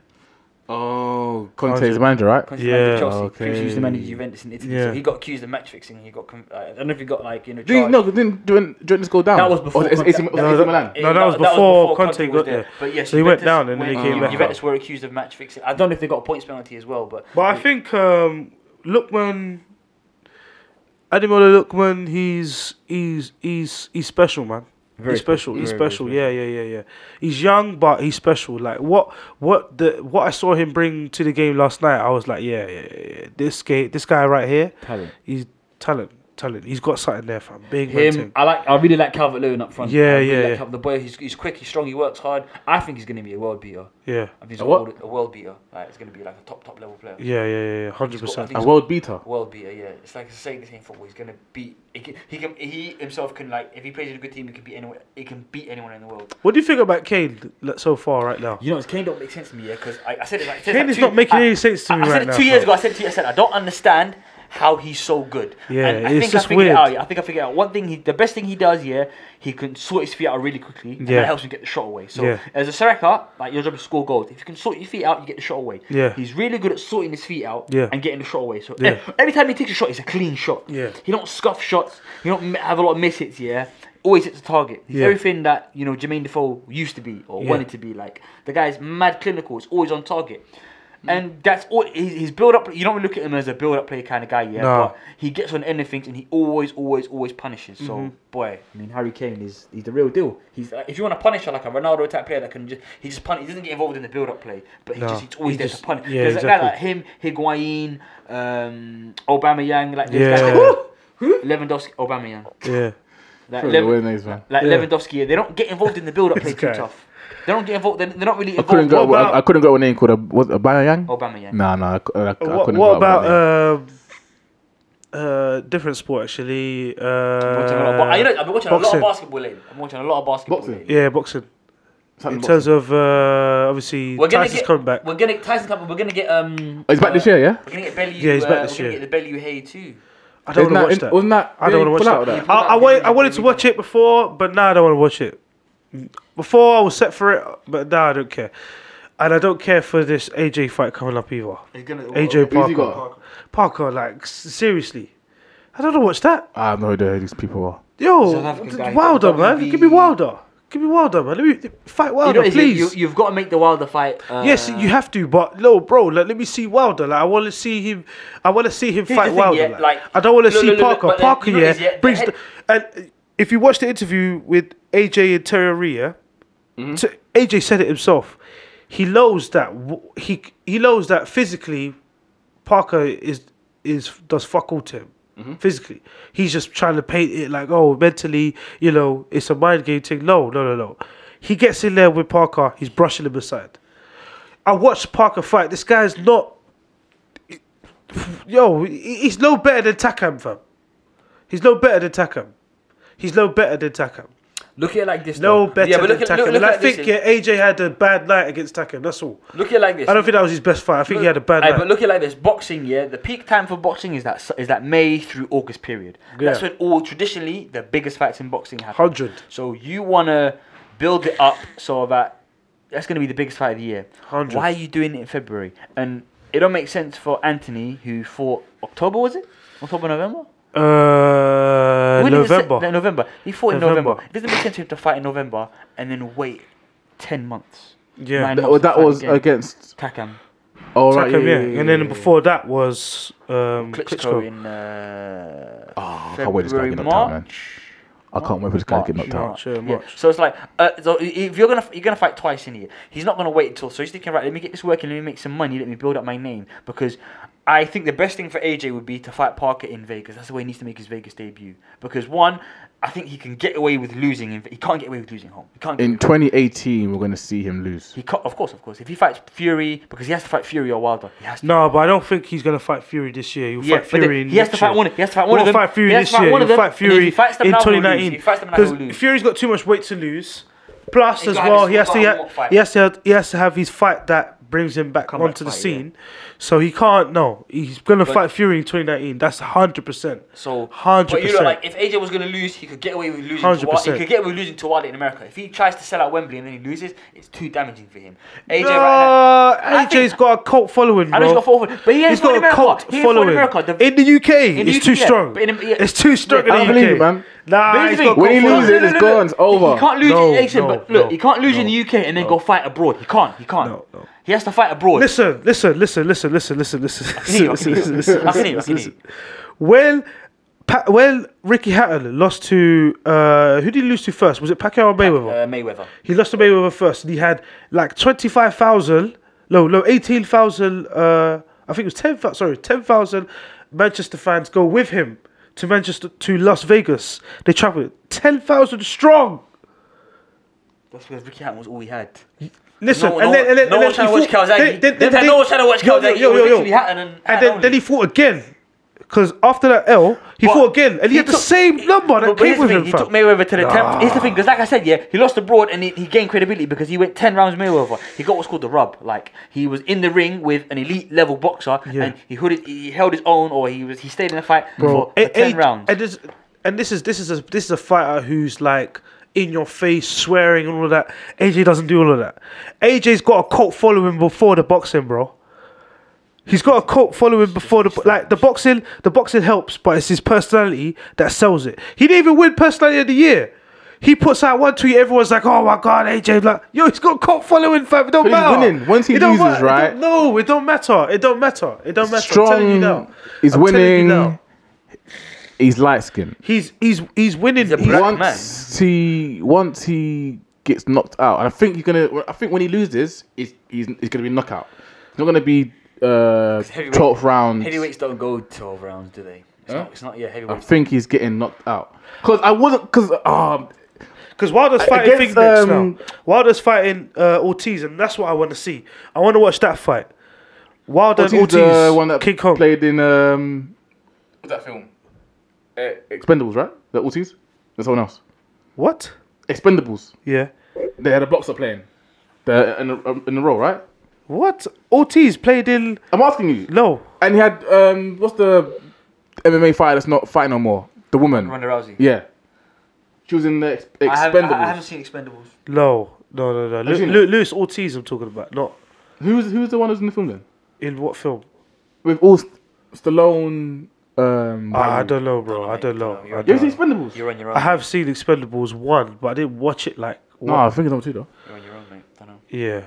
Oh, Conte's the manager, right?
Conte managed
Yeah,
Chelsea.
okay.
Previously, he used to manage Juventus in Italy,
Yeah.
so he got accused of match fixing. He got, con- uh, I don't know if he got like you know.
Did,
charged.
no, didn't during, during this go down.
That was before
Oh, it's, it's,
Conte-
it's,
that-
AC
that-
Milan.
Yeah,
No, that was
that
before Conte got
was
there.
But yes,
So he went
Juventus-
down and then he
when
came back
Juventus
up.
were accused of match fixing. I don't know if they got a points penalty as well, but
But I think um, Lookman, Ademola Lookman, he's he's he's he's special, man.
Very
he's special.
special.
He's
Very, very
special. Yeah, yeah, yeah, yeah. He's young, but he's special. Like what what the what I saw him bring to the game last night, I was like, yeah, yeah, yeah. this guy, this guy right here,
Talent.
he's talent, talent. He's got something there, fam. Big man
him,
thing.
I like. I really like Calvert Lewin up front.
Yeah,
I really
yeah,
like
yeah.
Calvert- the boy, he's, he's quick, he's strong, he works hard. I think he's going to be a world beater.
Yeah,
I think he's
A
a,
what?
world, a world beater. Like, he's going to be like a top top level player.
yeah, yeah, yeah, yeah. Hundred
He's got- I
percent.
think
A world beater.
World beater, yeah. It's like a saying in football. He's gonna beat. He can, he can. He himself can like. If he plays in a good team, he can beat anyone. He can beat anyone in the world.
What do you think about Kane like, so far right now?
You know, it's Kane don't make sense to me, yeah, because I, I said it like. I said it
Kane
like
is
two-
not making
I-
any sense to
I,
me
I said
right
it
now.
two years
fam.
ago. I said to you, I said I don't understand how he's so good.
Yeah,
and I
it's
think
just
I figured
weird.
It out, yeah. I think I figured it out one thing. He, the best thing he does, yeah, he can sort his feet out really quickly, and
Yeah.
that helps him get the shot away. So
Yeah.
as a striker, like your job is to score goals. If you can sort your feet out, you get the shot away.
Yeah.
he's really good at sorting his feet out
Yeah.
and getting the shot away. So
Yeah.
e- every time he takes a shot, it's a clean shot.
Yeah.
he don't scuff shots. He don't m- have a lot of miss hits. Yeah. Always hits the target. He's
Yeah.
everything that you know Jermaine Defoe used to be or
Yeah.
wanted to be like. The guy's mad clinical. It's always on target. And that's all his, his build up. You don't look at him as a build up player kind of guy, yeah.
No.
But he gets on anything and he always, always, always punishes. So
Mm-hmm.
boy,
I mean, Harry Kane is he's the real deal.
he's uh, if you want to punish like a Ronaldo type player that can just he just punish. He doesn't get involved in the build up play, but he
No.
just he's always
He
there
just-
to punish.
yeah,
There's a guy
exactly.
like him, Higuain, um, Obama Yang, like this
Yeah.
guy, Lewandowski, Obama Yang,
Yeah.
Those
like,
are
Lew-
weird names, man.
like
Yeah.
Lewandowski. yeah, They don't get involved in the build up play too
guy.
tough. They don't get involved. They're, they're not really
I couldn't
involved.
go.
What
I,
about-
I couldn't go with a name called a was it Aubameyang?
Obama
Mm.
Yang.
Nah, nah. I, cou- I, I
what,
couldn't
what
go
about
uh,
um uh, different sport actually? Uh,
Watching a lot of bo- I know, I've been watching
boxing.
a lot of basketball lately. I'm watching a lot of basketball.
Boxing?
lately.
yeah, boxing.
something
In
about-
terms of uh, obviously
We're gonna
Tyson's
get-
coming back.
We're gonna Tyson Campbell. We're gonna get um.
Oh, he's back
uh,
this year, yeah.
We're gonna get Bellew.
Yeah, he's back
uh,
this
we're
year.
Gonna get the Bellew Hay too.
I don't
Isn't
want
that-
to watch
Wasn't
that.
that?
I don't
they
want to
pull out
watch
of
that.
that?
I, I, wa- I wanted to watch it before, but now I don't want to watch it. Before I was set for it, but now I don't care. And I don't care for this AJ fight coming up either.
He's gonna
AJ
Who's he
Parker.
got?
Parker, like s- seriously, I don't want to watch that.
I have no idea who these people are.
Yo,
South African guy.
Wilder, man. Give me
WB.
Wilder. Give me Wilder, man. Let me fight
You
Wilder,
know,
Oh, please.
You, you, have got to make the Wilder fight. Uh,
yes, you have to, but no, bro. Like, let me see Wilder. Like, I want to see him. I want to see him
Here's
fight
the thing,
Wilder.
yeah,
like,
like-
I don't want to
Look,
see
look, look,
Parker.
but then
Parker,
you know
yeah,
what it is, yeah,
brings.
the
The, and uh, if you watch the interview with AJ and Terraria,
Mm-hmm.
t- AJ said it himself. He knows that w- he he knows that physically, Parker is is does fuck all to him.
Mm-hmm.
Physically, he's just trying to paint it like, oh, mentally, you know, it's a mind game thing. No, no, no, no. He gets in there with Parker. He's brushing him aside. I watched Parker fight. This guy's not. Yo, he- he's no better than Takam, fam. He's no better than Takam. He's no better than Takam.
Look at it like this.
No
though.
better
Yeah, but
than
look, at,
Takam.
look, look
and I
at
think
this.
yeah, AJ had a bad night against Takam. That's all.
look at it like this.
I don't think that was his best fight. I think he had a bad
Aye,
night.
but look at it like this. Boxing, yeah. The peak time for boxing is that s- is that May through August period. That's
Yeah.
when all traditionally the biggest fights in boxing happen.
100.
So you wanna build it up so that that's gonna be the biggest fight of the year.
100.
Why are you doing it in February? And it don't make sense for Anthony who fought October was it? October November.
uh,
When did it set-
November.
no, November. He fought in
November.
November. It doesn't make sense for him to fight in November and then wait ten months.
Yeah.
nine
That-
That,
months to
that
fight
was
again.
against.
Takam.
Oh right,
Takam,
yeah,
yeah, And then before that was um,
Klitschko,
Klitschko.
in uh,
Oh, I can't wait to start
February,
getting up time,
March.
man. I can't wait for this guy to get knocked out.
March, yeah,
Yeah.
March.
So it's like, uh, so i- if you're gonna you're gonna fight twice in here, he's not gonna wait until. So he's thinking, right, let me get this working, let me make some money, let me build up my name. Because I think the best thing for AJ would be to fight Parker in Vegas. That's the way he needs to make his Vegas debut. Because one, I think he can get away with losing. In, he can't get away with losing at home. He can't. Get
In 2018, we're going to see him lose.
he can't, of course, of course. If he fights Fury, because he has to fight Fury or Wilder, he has to.
No, but I don't think he's gonna fight Fury this year. He'll
Yeah,
fight
but then
Fury.
he has to
next
fight
year.
one- he has to fight
He
one
won't
of them.
Fight Fury
He has
this
to fight
year.
one of
He'll
them,
fight
and if
Fury
he fights them
in
now, he'll lose.
2019.
If he fights them now, he'll lose.
Because Fury's got too much weight to lose. Plus,
He's
as
gotta
well,
have
he
his
has to he,
full-on
ha-
fight.
he has to have, he has to have his fight that brings him back
back
onto the
fight, yeah.
scene. So he can't. No, he's gonna fight Fury in 2019. That's 100. percent
So
100%.
But you know, like if AJ was gonna lose, he could get away with losing. To Wilder. He
100%.
could get away with losing to Wilder in America. If he tries to sell out Wembley and then he loses, it's too damaging for him. AJ right now.
Uh,
I think-
AJ's got a cult following. Bro.
I know he's got four, foot, but he
He's
has
got a
America.
cult
he ain't fought in
following.
America. The-
in the UK,
in the
it's
UK,
too
yeah,
strong.
but in- yeah.
It's too strong.
I
in the
believe
UK.
it, man.
Nah,
But here's
he's
the thing,
got
When he
cult
loses,
following.
it's gone, it's over.
He can't lose
No,
in Asia,
no,
but look,
no,
he can't lose in
no,
the UK and then go fight abroad. He can't. He can't.
No, no.
He has to fight abroad.
Listen, listen, listen, listen, listen, listen, listen,
hear you, I
listen,
can hear
listen,
you.
listen,
I can hear you, I
listen,
can
listen. When, Pa- when Ricky Hatton lost to uh, who did he lose to first? Was it Pacquiao or Mayweather?
Uh, Mayweather.
he lost to Mayweather first, and he had like twenty five thousand, no, no, eighteen thousand. Uh, I think it was ten. thou- Sorry, ten thousand Manchester fans go with him to Manchester to Las Vegas. They traveled ten thousand strong.
That's because Ricky Hatton was all he had.
Listen,
No-
and
no
then, and then,
one-
and
no one
then
trying to
he
watch
fought-
Calzaghe.
then- then-
They've had
then-
no one trying to watch
yo, yo,
Calzaghe. It
yo,
was
yo, yo.
literally Hatton and Hatton
then, then
only.
he fought again. Because after that L, he
But
fought again, and he, had the
took-
same number that
But- but
came
here's the
with
thing,
him.
He
fam.
took Mayweather to the tenth. Here's the thing, because like I said, yeah, he lost abroad and he, he gained credibility because he went ten rounds with Mayweather. He got what's called the rub. Like he was in the ring with an elite level boxer,
Yeah.
and he hooded, he held his own, or he was he stayed in the fight for, for
A-
ten
A-
rounds.
And this, and this is this is a this is a fighter who's like in your face, swearing and all that. AJ doesn't do all of that. AJ's got a cult following before the boxing, bro. He's got a cult following before the bo- like the boxing. The boxing helps, but it's his personality that sells it. He didn't even win personality of the year. He puts out one tweet, everyone's like, "Oh my god, AJ!" Like, yo, he's got a cult following, fam. It don't
But he's
matter.
winning. Once he
It don't
loses,
matter. It
right?
don't- No, it don't matter. It don't matter. It don't matter. I'm telling you now.
Strong. He's
I'm telling you
winning.
now.
He's light skinned.
He's he's he's winning.
a
He's-
black-
once he once he gets knocked out, and I think he's gonna. I think when he loses, it's he's, it's gonna be knockout. It's not gonna be uh
heavyweight-
twelfth round.
Heavyweights don't go twelve rounds, do they? It's not. It's not. Yeah,
I
heavyweights.
think he's getting knocked out because I wasn't because um
Because Wilder's fighting things
Against,
next
um,
now. Wilder's fighting uh, Ortiz, and that's what I want to see. I want to watch that fight. Wilder
Ortiz,
and Ortiz,
the one that
King Kong.
played in um what's that film uh, Expendables, right? The Ortiz, there's someone else.
What?
Expendables.
Yeah.
They had a boxer playing. The in a, in a row, right?
What? Ortiz played in
I'm asking you.
no.
And he had um, what's the MMA fighter that's not fighting no more? The woman.
Ronda Rousey.
Yeah. She was in the ex-
I haven't, I- I
Expendables.
haven't seen Expendables.
No, no, no, no. Lu-
seen
Lu-
it?
Luis Ortiz, I'm talking about. Not
Who was who was the one who was in the film then?
in what film?
With all St- Stallone. Um,
Ah, I
Rambo.
don't know, bro. I don't know. I,
You ever
don't
seen
know.
Expendables?
You're on your own.
I have seen Expendables one, but I didn't watch it like.
no, I think it's number two though.
You're on your own, mate. Don't know.
Yeah.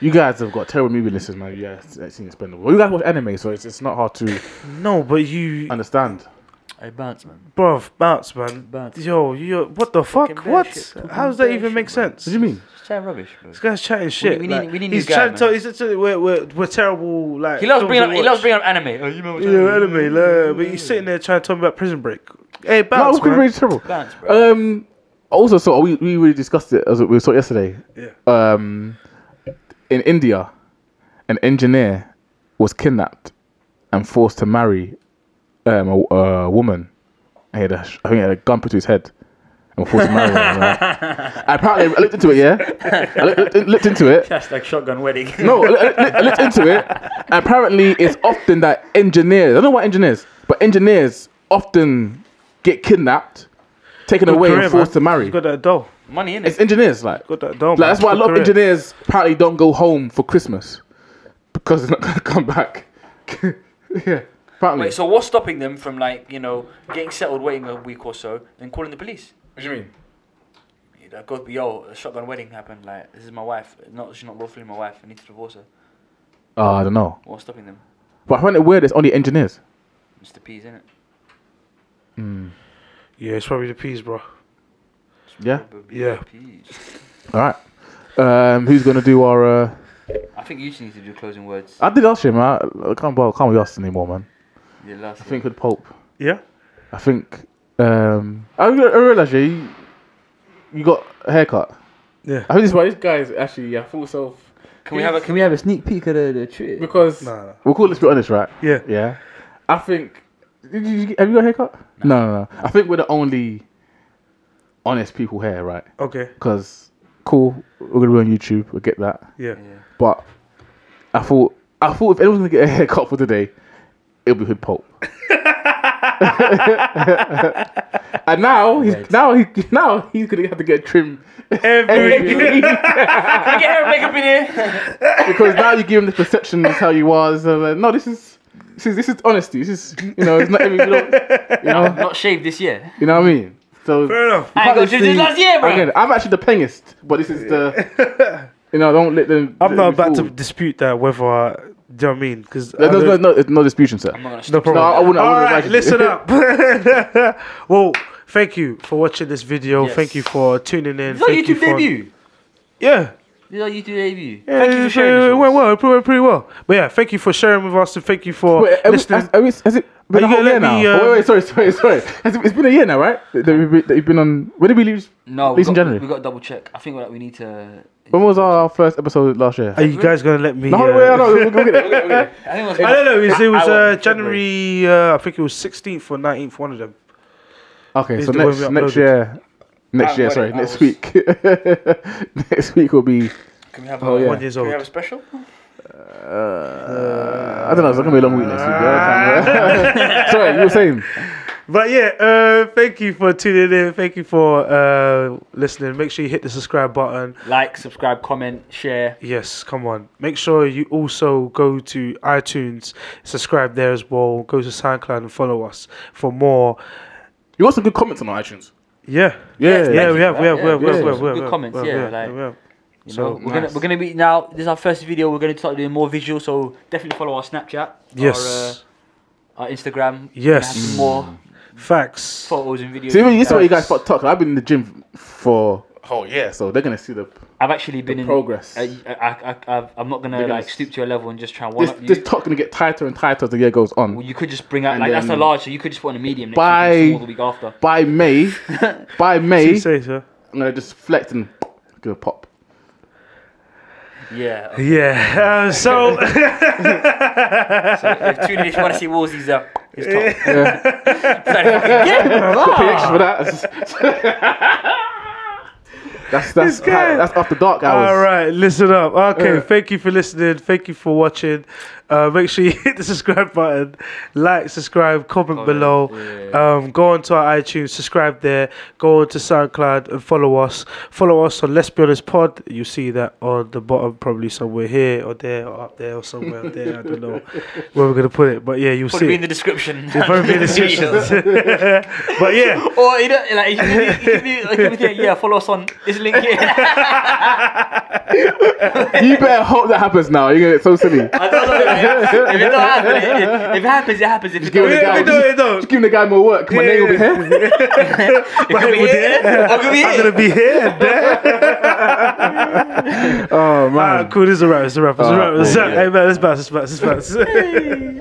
You guys have got terrible movie lists, man. You guys have seen Expendables. Well, you guys watch anime, so it's, it's not hard to
No, but you,
understand.
I bounce, man.
bruv, bounce, man.
Bounce.
Yo, you. What the fuck?
bear shit,
What?
talking
How does that
bear
even
shit,
make
man.
sense?
What do you mean?
It's chatting rubbish. Bro.
This guy's chatting shit.
we need-
like,
we need
he's
this guy,
trying to tell.
man.
He's literally- we're, we're, we're terrible. Like
He loves
films
bringing
to
up. He
watch.
loves bringing up anime. Oh, you remember? what I'm
Yeah,
talking about?
anime. Like, but he's sitting there trying to talk about Prison Break. Hey,
No,
bounce,
it's pretty
man.
terrible.
Bounce, bro.
Um, also, so we we really discussed it as we saw it yesterday.
Yeah.
Um, in India, an engineer was kidnapped and forced to marry um, a, a woman. He had a, I think he had a gun put to his head and was forced to marry her. right? I apparently I looked into it. Yeah, I looked, looked- looked into it.
That's like shotgun wedding.
No, I looked, I looked into it. Apparently, it's often that engineers. I don't know why engineers, but engineers often get kidnapped, taken
Good
away,
career,
and forced
man.
to marry.
He's got that doll.
Money in
It's
it.
engineers, like.
Got that doll.
Like that's
man.
why a
Good
lot of
career.
engineers apparently don't go home for Christmas because it's not gonna come back. yeah, apparently.
Wait, so what's stopping them from like you know getting settled, waiting a week or so, and calling the police?
what do you mean?
Like, go, yo, a shotgun wedding happened. Like, this is my wife. Not she's not lawfully my wife. I need to divorce her.
Oh, I don't know.
What's stopping them?
But I find it weird. It's only engineers.
Mr. P's in it.
Yeah, it's probably the peas, bro.
Yeah.
Yeah.
All right. Um, who's gonna do our? Uh,
I think you just need to do closing words.
I did ask you, man. I can't, well, can't be asked anymore, man.
Your last
I think with Pope.
Yeah.
I think. Um, I, re- I realize you, you got a haircut.
Yeah.
I think this is why this guy is actually yeah full self.
Can we have a
Can we have a sneak peek at the, the tree?
Because
Nah, nah.
we'll call this be honest, right?
Yeah.
Yeah. I think. Did you, have you got a haircut? No. no, no, no. I think we're the only honest people here, right?
Okay.
Because cool, we're gonna be on YouTube. We'll get that.
Yeah.
But I thought I thought if anyone's gonna get a haircut for today, it'll be Hood Pope. and now he's now he now he's gonna have to get trim
Every
Can I get hair and makeup in here?
because now you give him the perception of how you was. And, uh, no, this is this is this is honesty. This is you know it's not every you know you know,
Not shaved this year.
you know what I mean. So
fair enough.
I ain't got
Partly
shaved this
see-
last year, bro.
again, I'm actually the pengest, but this is the you know don't let them.
I'm not about to
fooled.
dispute that whether uh, do you know what I mean? Because
There's no, no, no, it's no dispution, sir.
I'm not gonna
No
stop.
problem.
No, I wouldn't- I
All
wouldn't
right,
imagine.
listen up. well, thank you for watching this video.
Yes.
Thank you for tuning in.
This is our
Thank you
YouTube
for-
Oh, debut.
Yeah.
This is our YouTube debut.
Yeah,
Thank you for sharing.
It
this with
went
us.
well. It went pretty well. But yeah, thank you for sharing with us and thank you for
Wait, um, uh, have we-
listening.
has, have we- has it been
Are
a
you
whole
gonna
year
let
now?
me,
Oh,
uh,
wait, wait, sorry, sorry, sorry. Has it, it's been a year now, right? That that we've been, that you've been on. When did we leave?
No, we
Least in
got,
January.
we got to double check. I think like, we need to.
When was our first episode last year?
Are you guys gonna let me?
no,
uh,
wait, no, no, look, look at it. Look at it, look at it.
I think it was.
I don't know. It was, it was
I- I
uh,
won't.
January. Uh, I think it was 16th or 19th. One of them.
Okay,
It's
so
the way
next
we uploaded.
next year, next
Um,
year,
wait,
sorry,
I
next
was-
week, next week will be.
Can we have?
Oh,
a,
yeah.
One years
Can
old.
we have a special?
Uh, I don't know. It's not gonna be a long week next week. yeah. sorry, you were saying.
But yeah, uh, thank you for tuning in. Thank you for uh, listening. Make sure you hit the subscribe button.
Like, subscribe, comment, share.
Yes, come on. Make sure you also go to iTunes, subscribe there as well. Go to SoundCloud and follow us for more.
You got some good comments on our iTunes.
Yeah, yeah,
Yeah,
you
we
for
have, we
that.
have, we have, we
Yeah,
have, we have,
some
we have,
good
we
comments,
have,
yeah,
we have,
like-
we have.
You
So,
know, we're gonna
nice.
we're gonna be now. This is our first video. We're gonna start doing more visual. So definitely follow our Snapchat.
Yes,
Our, uh, our Instagram. We're gonna have
yes, Mm.
some more
facts.
photos and videos.
See, I mean, this is what you guys fucked up. I've been in the gym for. Oh yeah, so they're gonna see the
I've actually been in
progress.
I, I, I, I, I'm not gonna
They're gonna
like
s-
stoop to your level and just try and one
this,
up you.
this talk gonna get tighter and tighter as the year goes on.
Well, you could just bring out
And
like that's a
then
large, so you could just put on a medium next
by-
week and small the week after.
by May, by
See,
May,
say, sir.
I'm gonna just flex and give a pop.
Yeah.
Yeah. Uh, so
if two days want to see Wolsey's up, it's top.
Pay extra for that. that's that's
This guy.
that's after dark hours.
All right, listen up. Okay,
Yeah.
thank you for listening. Thank you for watching. Uh, make sure you hit the subscribe button, like, subscribe, comment below. Um, go on to our iTunes, subscribe there. Go on to SoundCloud and follow us. Follow us on Let's Be Honest Pod. You see that on the bottom, probably somewhere here or there or up there or somewhere up there. I don't know where we're gonna put it, but yeah, you'll
Probably be
see.
in the
It.
description.
Probably be in the description. but yeah,
Or you know, like, you can be- you can be- like, you can be like, yeah, follow us on this link here.
You better hope that happens now. You're gonna get so silly.
I don't know, man. If it don't happen, it, it, if it happens, it happens. If it
give
don't,
it a
it
go.
yeah, we do it though.
Just giving the guy more work. My name will be here.
could be here. Or it could be
I'm
here.
gonna be here and there.
Oh
Oh,
man.
Alright, cool. This is a wrap. This is a wrap. It's a wrap. It's a
Alright,
wrap. Hey man, let's bounce. Let's bounce. Let's bounce.